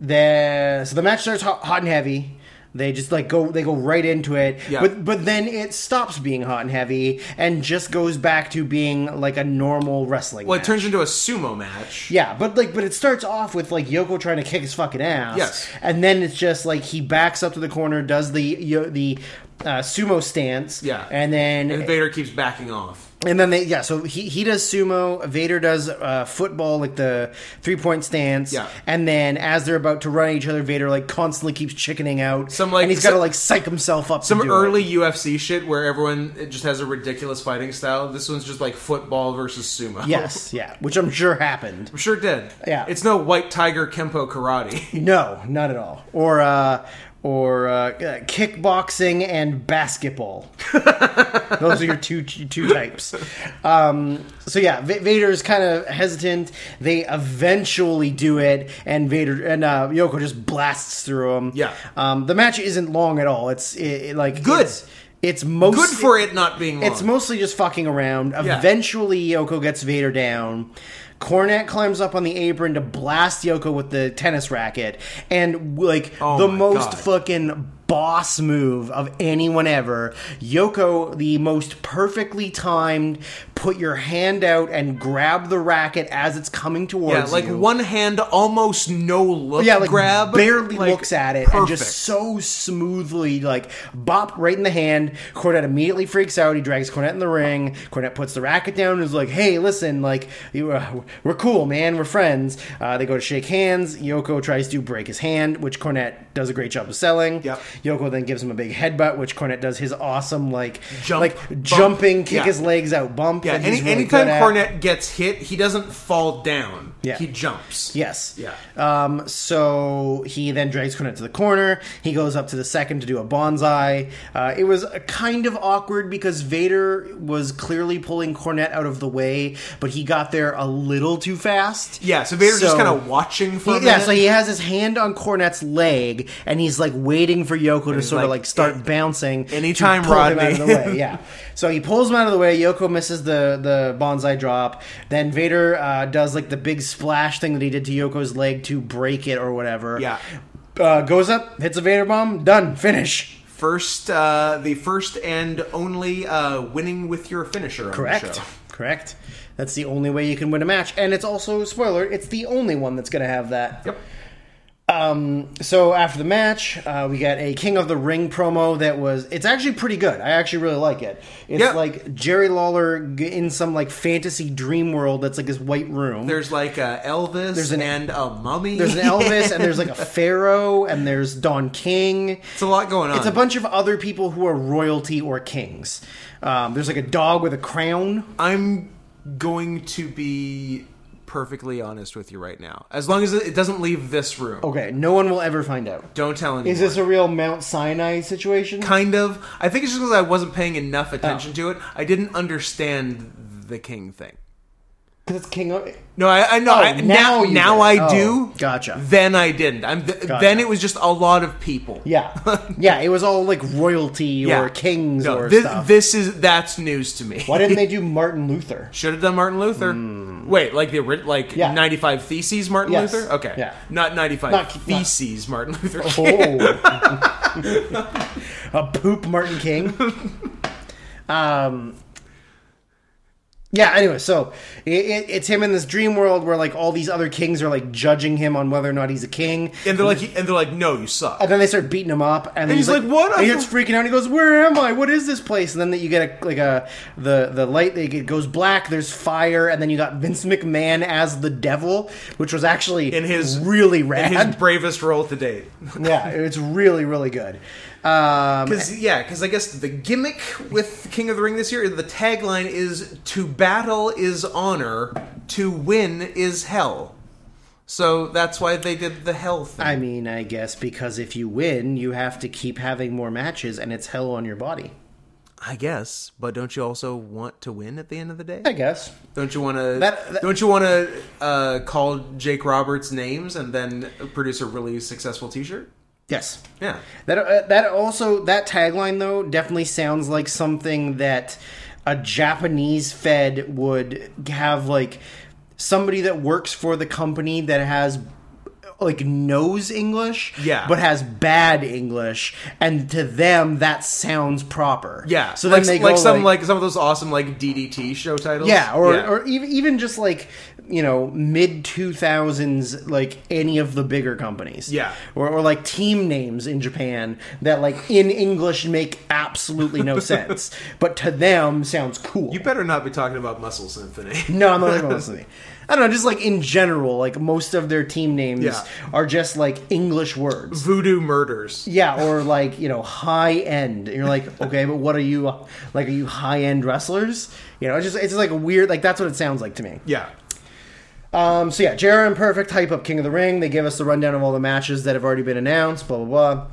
B: the so the match starts hot, hot and heavy. They just like go they go right into it,
A: Yeah.
B: but but then it stops being hot and heavy and just goes back to being like a normal wrestling.
A: well, it
B: match.
A: turns into a sumo match.
B: Yeah, but like, but it starts off with like Yoko trying to kick his fucking ass.
A: Yes.
B: and then it's just like he backs up to the corner, does the yo, the uh, sumo stance.
A: Yeah.
B: and then
A: and Vader keeps backing off.
B: and then they yeah, so he he does sumo, Vader does uh, football like the three point stance.
A: Yeah.
B: and then as they're about to run at each other, Vader like constantly keeps chickening out.
A: Some, like,
B: and he's got to
A: some-
B: like psych himself up. to
A: Some
B: do it.
A: early UFC shit where everyone it just has a ridiculous fighting style. This one's just like football versus sumo.
B: yes, yeah, which I'm sure happened.
A: [laughs] I'm sure it did.
B: Yeah.
A: it's no white tiger kempo
B: [laughs]
A: karate.
B: No, not at all. Or uh, or uh, uh, kickboxing and basketball. [laughs] Those are your two two types. Um, so yeah, v- Vader is kind of hesitant. They eventually do it, and Vader and uh, Yoko just blasts through him.
A: Yeah.
B: um, the match isn't long at all. It's it, it, like
A: Good.
B: It's, it's most
A: Good for it not being long.
B: it's mostly just fucking around.
A: Yeah.
B: Eventually, Yoko gets Vader down. Cornette climbs up on the apron to blast Yoko with the tennis racket, and like
A: Oh
B: the
A: my
B: most
A: God.
B: fucking boss move of anyone ever. Yoko, the most perfectly timed, put your hand out and grab the racket as it's coming
A: yeah,
B: towards
A: like
B: you.
A: one hand, almost no look.
B: yeah, like
A: grab
B: barely
A: Like,
B: looks at it and
A: perfect.
B: just so smoothly like bop right in the hand. Cornette immediately freaks out. He drags Cornette in the ring. Cornette puts the racket down and is like, "Hey, listen, like you, uh, we're cool, man. We're friends." Uh, they go to shake hands. Yoko tries to break his hand, which Cornette does a great job of selling.
A: Yep.
B: Yoko then gives him a big headbutt, which Cornette does his awesome like
A: Jump,
B: like
A: bump.
B: jumping, kick
A: Yeah.
B: his legs out, bump.
A: Yeah,
B: that he's
A: any,
B: really
A: anytime
B: good at.
A: Cornette gets hit, he doesn't fall down.
B: Yeah.
A: He jumps.
B: Yes.
A: Yeah.
B: Um, so he then drags Cornette to the corner. He goes up to the second to do a bonsai. Uh, it was uh, kind of awkward because Vader was clearly pulling Cornette out of the way, but he got there a little too fast.
A: Yeah, so Vader's just
B: So-
A: kind of watching for a
B: He- yeah,
A: minute.
B: so he has his hand on Cornette's leg, and he's like waiting for Yoko to sort of
A: like,
B: like start
A: "Any-
B: bouncing.
A: anytime,
B: to pull him out of the
A: Rodney."
B: way. [laughs] Yeah, so he pulls him out of the way. Yoko misses the the bonsai drop. Then Vader uh, does like the big splash thing that he did to Yoko's leg to break it or whatever.
A: Yeah.
B: uh, goes up, hits a Vader bomb, done, finish.
A: First, uh, the first and only uh, winning with your finisher on the
B: Correct.
A: show.
B: Correct. That's the only way you can win a match, and it's also spoiler. It's the only one that's going to have that.
A: Yep.
B: Um, so after the match, uh, we got a King of the Ring promo that was, it's actually pretty good. I actually really like it. It's
A: Yeah.
B: like Jerry Lawler g- in some like fantasy dream world that's like this white room.
A: There's like a Elvis
B: There's an-
A: and a mummy.
B: there's an Elvis and
A: [laughs]
B: there's like a Pharaoh and there's Don King.
A: it's a lot going on.
B: It's a bunch of other people who are royalty or kings. Um, there's like a dog with a crown.
A: I'm going to be perfectly honest with you right now. As long as it doesn't leave this room,
B: Okay, no one will ever find out.
A: don't tell anyone.
B: Oh. Is this a real Mount Sinai situation?
A: kind of? I think it's just because I wasn't paying enough
B: Oh.
A: attention to it. I didn't understand the king thing.
B: Because it's King of.
A: No, I, I know. I,
B: Oh, now
A: now,
B: you
A: now
B: did.
A: I
B: Oh,
A: do.
B: gotcha.
A: Then I didn't. I'm th- Then it was just a lot of people. [laughs]
B: Yeah, yeah, it was all like royalty
A: Yeah.
B: or kings
A: No,
B: or
A: this,
B: stuff.
A: this is that's news to me.
B: Why didn't they do Martin Luther?
A: Should have done Martin Luther. Wait, like the ori- like
B: Yeah.
A: 95 theses Martin
B: Yes.
A: Luther? Okay.
B: Yeah.
A: Not 95
B: Not- not-
A: theses Martin Luther. [laughs] King.
B: Oh, a poop Martin King. Um, Yeah. Anyway, so it, it, it's him in this dream world where like all these other kings are like judging him on whether or not he's a king,
A: And they're like, and they're like, no, you suck.
B: and then they start beating him up, and, then
A: he's like, "What?
B: And he
A: I
B: gets freaking out. And he goes, "Where am I? What is this place?" And then that you get a like a the the light it goes black. There's fire, and then you got Vince McMahon as the devil, which was actually
A: In his- [laughs]
B: really rad.
A: His bravest role to date.
B: yeah, it's really really good. Um,
A: Because yeah, because I guess the gimmick with King of the Ring this year, the tagline is "To battle is honor, to win is hell." So that's why they did the hell thing.
B: I mean, I guess because if you win, you have to keep having more matches, and it's hell on your body.
A: I guess, but don't you also want to win at the end of the day?
B: I guess.
A: Don't you want to?
B: That- that-
A: Don't you want to uh, call Jake Roberts names and then produce a really successful T-shirt?
B: Yes.
A: Yeah,
B: That uh, that also that tagline though definitely sounds like something that a Japanese Fed would have like somebody that works for the company that has like knows English,
A: Yeah.
B: but has bad English, and to them that sounds proper.
A: yeah.
B: So then
A: like,
B: they go
A: like some like some of those awesome like DDT show titles.
B: yeah, or or even even just like you know mid two thousands, like any of the bigger companies.
A: Yeah.
B: or or like team names in Japan that like in English make absolutely
A: [laughs]
B: no sense, but to them sounds cool.
A: you better not be talking about Muscle Symphony. [laughs]
B: no, I'm not talking about something. I don't know, just like in general, like most of their team names
A: Yeah.
B: are just like English words.
A: Voodoo Murders.
B: Yeah, or like you know, high end. And
A: [laughs]
B: you're like, okay, but what are you like? Are you high end wrestlers? You know, it's just it's just like a weird. Like that's what it sounds like to me.
A: Yeah.
B: Um, so yeah, Jera and Perfect hype up King of the Ring. They give us the rundown of all the matches that have already been announced. Blah blah blah.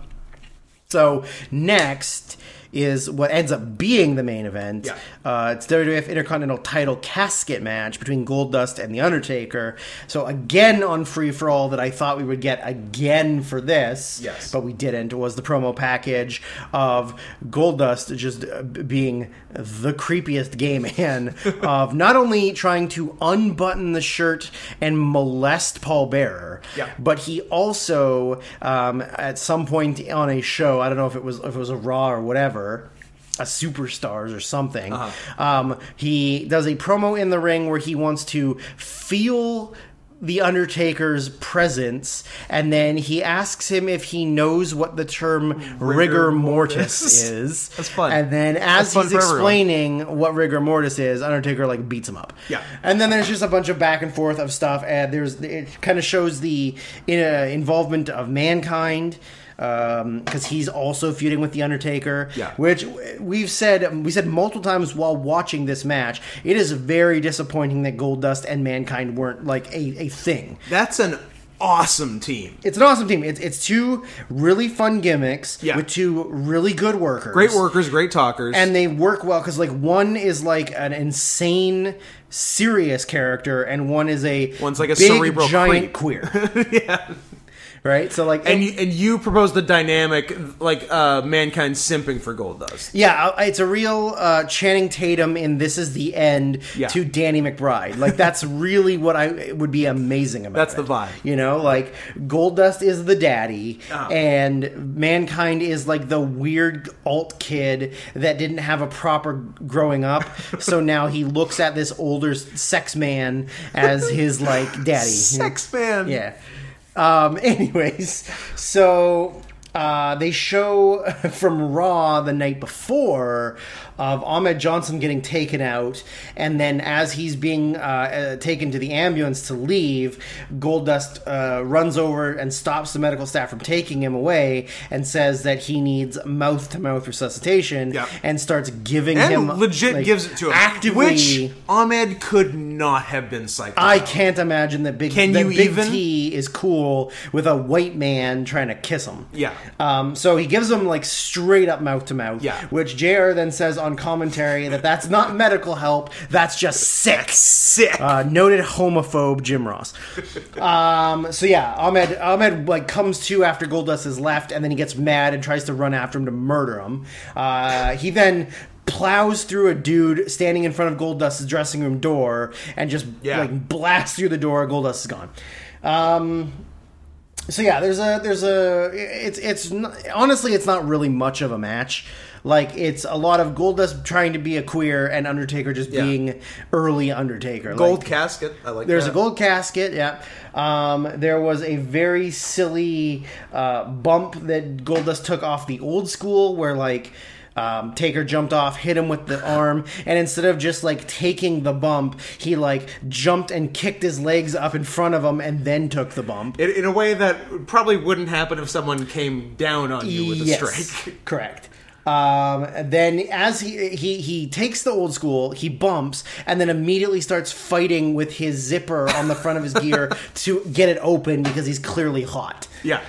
B: So next is what ends up being the main event.
A: Yeah.
B: Uh, it's WWF Intercontinental Title casket match between Goldust and the Undertaker. So again on free for all that I thought we would get again for this,
A: Yes.
B: but we didn't. Was the promo package of Goldust just uh, b- being the creepiest gay man of not only trying to unbutton the shirt and molest Paul Bearer,
A: Yeah.
B: but he also um, at some point on a show i don't know if it was if it was a raw or whatever a superstars or something
A: Uh-huh.
B: um, he does a promo in the ring where he wants to feel the undertaker's presence and then he asks him if he knows what the term rigor, mortis,
A: mortis.
B: is
A: [laughs] That's fun.
B: and then
A: That's
B: as
A: fun
B: he's
A: for everyone.
B: explaining what rigor mortis is undertaker like beats him up
A: Yeah.
B: and then there's just a bunch of back and forth of stuff, and there's it kind of shows the uh, involvement of mankind because he's also feuding with the Undertaker.
A: Yeah.
B: which we've said we said multiple times while watching this match. It is very disappointing that Goldust and Mankind weren't like a, a thing.
A: That's an awesome team.
B: It's an awesome team. It's it's two really fun gimmicks
A: Yeah.
B: with two really good workers.
A: Great workers, great talkers.
B: and they work well because like one is like an insane serious character and one is a
A: One's like a
B: big,
A: cerebral
B: giant queer
A: [laughs]
B: right so like
A: and
B: it-
A: you, and you proposed the dynamic like uh, mankind simping for gold dust.
B: yeah I- it's a real uh, channing tatum in this is the end
A: Yeah.
B: to danny mcbride
A: [laughs]
B: like that's really what i it would be amazing about
A: That's the
B: it.
A: vibe.
B: you know like goldust is the daddy
A: Uh-huh.
B: and mankind is like the weird alt kid that didn't have a proper
A: [laughs]
B: growing up so now he looks at this older sex man as
A: [laughs]
B: his like daddy
A: Sex man.
B: yeah. Um, [laughs] anyways, so uh, they show [laughs] from Raw the night before of Ahmed Johnson getting taken out, and then as he's being uh, uh, taken to the ambulance to leave, Goldust uh, runs over and stops the medical staff from taking him away and says that he needs mouth to mouth resuscitation
A: Yep.
B: and starts giving
A: And
B: him
A: legit
B: like,
A: gives it to him,
B: actively.
A: which Ahmed could not have been psyched.
B: I
A: about.
B: can't imagine that Big
A: Can
B: that
A: you
B: Big
A: even?
B: T is cool with a white man trying to kiss him.
A: Yeah.
B: Um, so he gives him like straight up mouth to mouth.
A: Yeah.
B: Which Jr. then says on commentary that that's not medical help. That's just sick.
A: sick.
B: Uh, noted homophobe Jim Ross. Um, so yeah, Ahmed Ahmed like comes to after Goldust is left, and then he gets mad and tries to run after him to murder him. Uh, he then plows through a dude standing in front of Goldust's dressing room door and just
A: Yeah.
B: like blasts through the door. Goldust is gone. Um, so yeah, there's a there's a it's it's not, honestly it's not really much of a match. Like it's a lot of Goldust trying to be a queer and Undertaker just
A: Yeah.
B: being early Undertaker.
A: Gold
B: like,
A: casket. I like.
B: there's
A: that.
B: a gold casket. Yeah. Um, there was a very silly uh, bump that Goldust took off the old school, where like. Um, Taker jumped off, hit him with the arm, and instead of just like taking the bump, he like jumped and kicked his legs up in front of him and then took the bump.
A: In, in a way that probably wouldn't happen if someone came down on you with a strike. [laughs]
B: [laughs] Correct. Um, and then as he, he he takes the old school, he bumps and then immediately starts fighting with his zipper on the front of
A: [laughs]
B: his gear to get it open because he's clearly hot.
A: Yeah.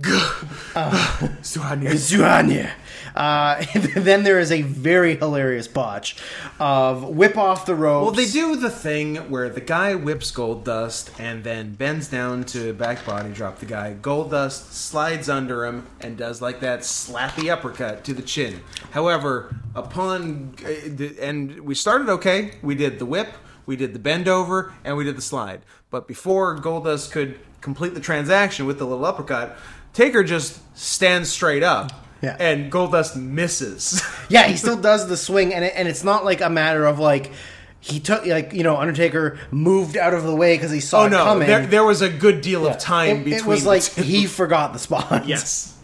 A: [sighs]
B: Ah.
A: so I knew-
B: Zuhanya. Uh, [laughs] then there is a very hilarious botch of whip off the ropes.
A: Well, they do the thing where the guy whips gold dust and then bends down to back body drop the guy. Gold dust slides under him and does like that slappy uppercut to the chin. However, upon and we started okay. We did the whip, we did the bend over, and we did the slide. But before Goldust could complete the transaction with the little uppercut, Taker just stands straight up.
B: Yeah.
A: And Goldust misses. [laughs]
B: Yeah, he still does the swing, and it, and it's not like a matter of like he took like you know Undertaker moved out of the way because he saw
A: Oh
B: it
A: no!
B: coming.
A: There, there was a good deal of time
B: it,
A: between.
B: it was
A: the
B: like
A: two.
B: he forgot the spot.
A: Yes.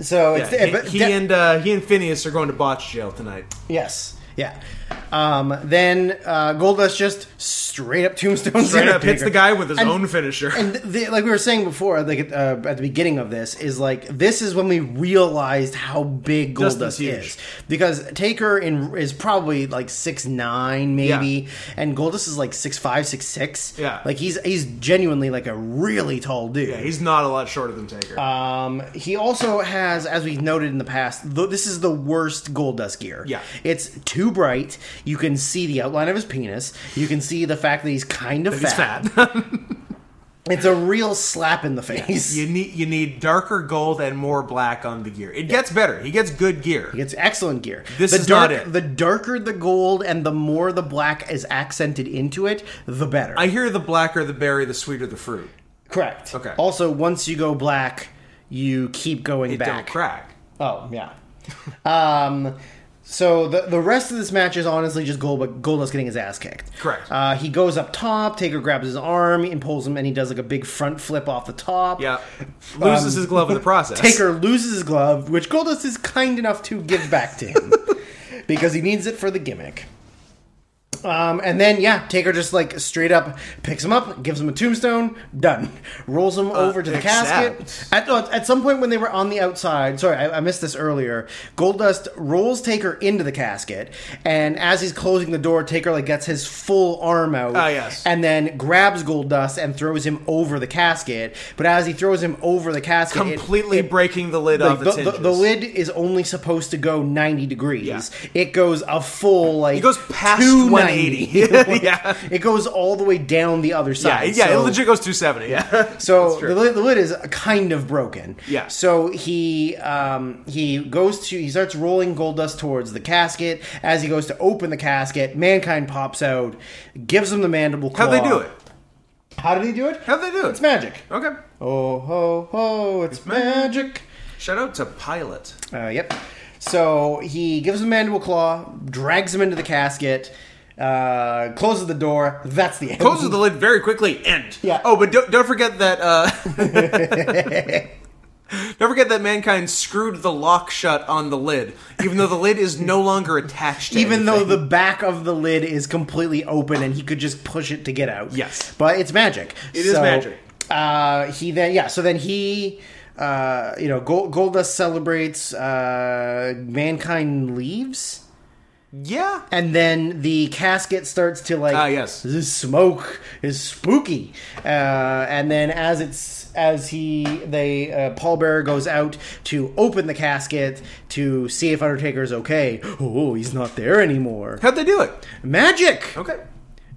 B: So it's
A: Yeah,
B: but
A: he, he
B: de-
A: and uh, he and Phineas are going to botch jail tonight.
B: yes, yeah. Um, then uh, Goldust just straight up tombstones
A: Straight up
B: Undertaker.
A: hits the guy with his
B: And-
A: own finisher.
B: And the, like we were saying before, like uh, at the beginning of this, is like this is when we realized how big
A: Dustin's
B: Goldust
A: huge.
B: is because Taker in, is probably like six nine maybe, and Goldust is like six five six six.
A: Yeah.
B: like he's he's genuinely like a really tall dude.
A: yeah, [laughs] he's not a lot shorter than Taker.
B: Um, he also has, as we've noted in the past, th- this is the worst Goldust gear.
A: Yeah.
B: it's too bright. You can see the outline of his penis. You can see the fact that he's kind of
A: he's
B: fat.
A: fat. [laughs]
B: It's a real slap in the face.
A: you need you need darker gold and more black on the gear. It gets better. He gets good gear.
B: He gets excellent gear.
A: This
B: the
A: is
B: dark,
A: not it.
B: The darker the gold and the more the black is accented into it, the better.
A: I hear the blacker the berry, the sweeter the fruit.
B: Correct.
A: Okay.
B: Also, once you go black, you keep going
A: It
B: back.
A: don't crack.
B: Oh yeah. um. So the the rest of this match is honestly just Gold, Goldust getting his ass kicked.
A: Correct.
B: Uh, he goes up top. Taker grabs his arm, impulses him, and he does like a big front flip off the top.
A: Yeah, loses his glove in the process.
B: Um, [laughs] Taker loses his glove, which Goldust is kind enough to give back
A: [laughs]
B: to him because he needs it for the gimmick. Um, and then yeah, Taker just like straight up picks him up, gives him a tombstone, done. Rolls
A: Uh,
B: him over to the
A: except-
B: casket. At, oh, at some point when they were on the outside, sorry, I, I missed this earlier. Goldust rolls Taker into the casket, and as he's closing the door, Taker like gets his full arm out.
A: Ah, yes.
B: And then grabs Goldust and throws him over the casket. But as he throws him over the casket, it-
A: completely
B: it-
A: breaking the lid off
B: like,
A: its
B: the, the,
A: hinges.
B: the lid is only supposed to go 90 degrees.
A: Yeah.
B: It goes a full, like,
A: It goes past [laughs]
B: 290. [laughs]
A: 180. Yeah.
B: It goes all the way down the other
A: yeah,
B: side.
A: yeah,
B: so,
A: it legit goes 270. Yeah,
B: So
A: true.
B: the lid, the lid is kind of broken.
A: Yeah.
B: So he um, he goes to he starts rolling Goldust towards the casket. As he goes to open the casket, Mankind pops out, gives him the mandible claw.
A: how'd they do it?
B: How did he do it?
A: How'd they do
B: It's
A: it?
B: magic.
A: Okay,
B: Oh ho ho! It's, magic.
A: shout out to Pilot.
B: Uh, yep. So he gives him a mandible claw, drags him into the casket, uh, closes the door. That's the end.
A: closes the lid very quickly. End.
B: Yeah.
A: Oh, but don't, don't forget that. Uh, [laughs] don't forget that mankind screwed the lock shut on the lid, even though the lid is no longer attached. To
B: Even though
A: anything.
B: the back of the lid is completely open and he could just push it to get out.
A: Yes.
B: But it's magic.
A: It is magic.
B: Uh, he then, yeah, so then he. Uh, you know, Gold, Goldust celebrates. Uh, mankind leaves,
A: yeah,
B: and then the casket starts to like
A: Ah, yes.
B: the smoke is spooky uh, and then as it's as he they uh, paul bearer goes out to open the casket to see if undertaker's okay oh he's not there anymore
A: how'd they do it?
B: magic
A: Okay.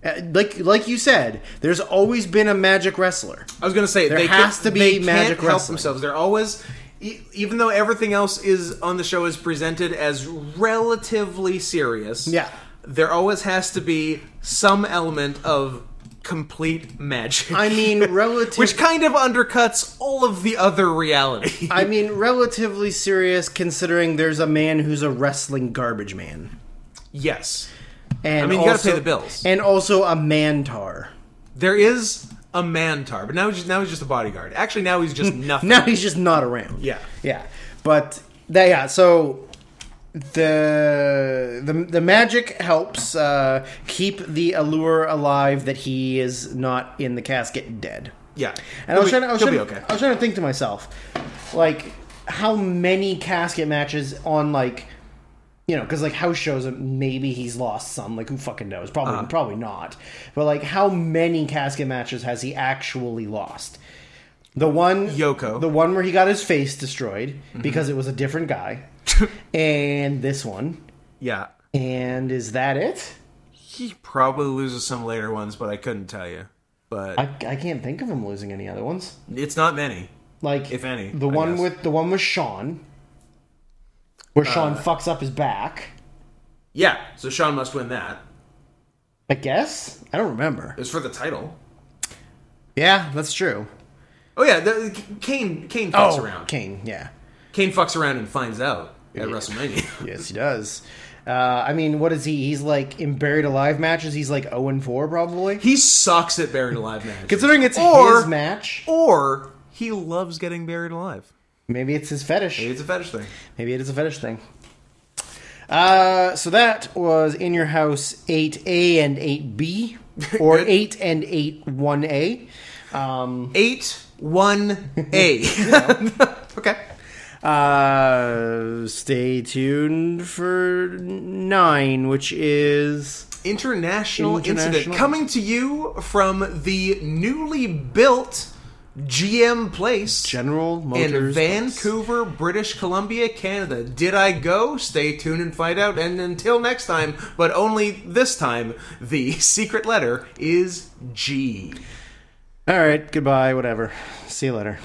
B: Uh, like like you said there's always been a magic wrestler
A: I was gonna say
B: There
A: they
B: has
A: can't-
B: to be
A: they can't
B: magic
A: help
B: wrestling.
A: themselves. They're always. e- Even though everything else is on the show is presented as relatively serious,
B: Yeah.
A: there always has to be some element of complete magic.
B: I
A: [laughs]
B: mean, relative.
A: which kind of undercuts all of the other
B: [laughs]
A: reality.
B: I mean, relatively serious considering there's a man who's a wrestling garbage man.
A: yes.
B: And
A: I mean, you gotta
B: also,
A: pay the bills.
B: And also a mantar.
A: There is a Mantar, but now he's just, now he's just a bodyguard. Actually, now he's just nothing.
B: [laughs] Now he's just not around.
A: Yeah.
B: yeah. But that, yeah. So the the the magic helps uh, keep the allure alive that he is not in the casket dead.
A: Yeah.
B: And I was
A: He'll be-
B: trying. To, I was
A: he'll
B: trying.
A: be
B: to-
A: okay.
B: I was trying to think to myself, like how many casket matches on like, you know, because like house shows, um, maybe he's lost some. Like who fucking knows? Probably,
A: Uh-huh.
B: probably not. But like, how many casket matches has he actually lost? The one
A: Yoko. Mm-hmm.
B: the one where he got his face destroyed because it was a different guy,
A: [laughs]
B: and this one,
A: yeah.
B: and is that it?
A: He probably loses some later ones, but I couldn't tell you. But
B: I, I can't think of him losing any other ones.
A: it's not many.
B: Like
A: If any,
B: the
A: I
B: one
A: guess. Uh,
B: with the one with Sean, where Sean fucks up his back.
A: Yeah. So Sean must win that.
B: I guess I don't remember.
A: It was for the title.
B: Yeah, that's true.
A: Oh yeah, the, Kane. Kane fucks
B: Oh,
A: around.
B: Kane. Yeah,
A: Kane fucks around and finds out at WrestleMania. [laughs]
B: yes, he does. Uh, I mean, what is he? He's like in buried alive matches. He's like zero and four probably.
A: he sucks at buried alive matches.
B: Considering it's
A: Or-
B: his match,
A: or he loves getting buried alive.
B: maybe it's his fetish.
A: It's a fetish thing.
B: Maybe it is a fetish thing. Uh, so that was in your house eight A and eight B,
A: [laughs]
B: or
A: Good.
B: eight and eight one A. Um,
A: Eight one
B: [laughs]
A: A. [laughs] Okay.
B: uh, stay tuned for nine, which is
A: International,
B: International.
A: incident coming to you from the newly built GM place
B: General
A: in
B: Motors.
A: Vancouver, British Columbia, Canada. Did I go? Stay tuned and find out. And until next time, but only this time, the [laughs] secret letter is G.
B: All right, goodbye. Whatever. See you later.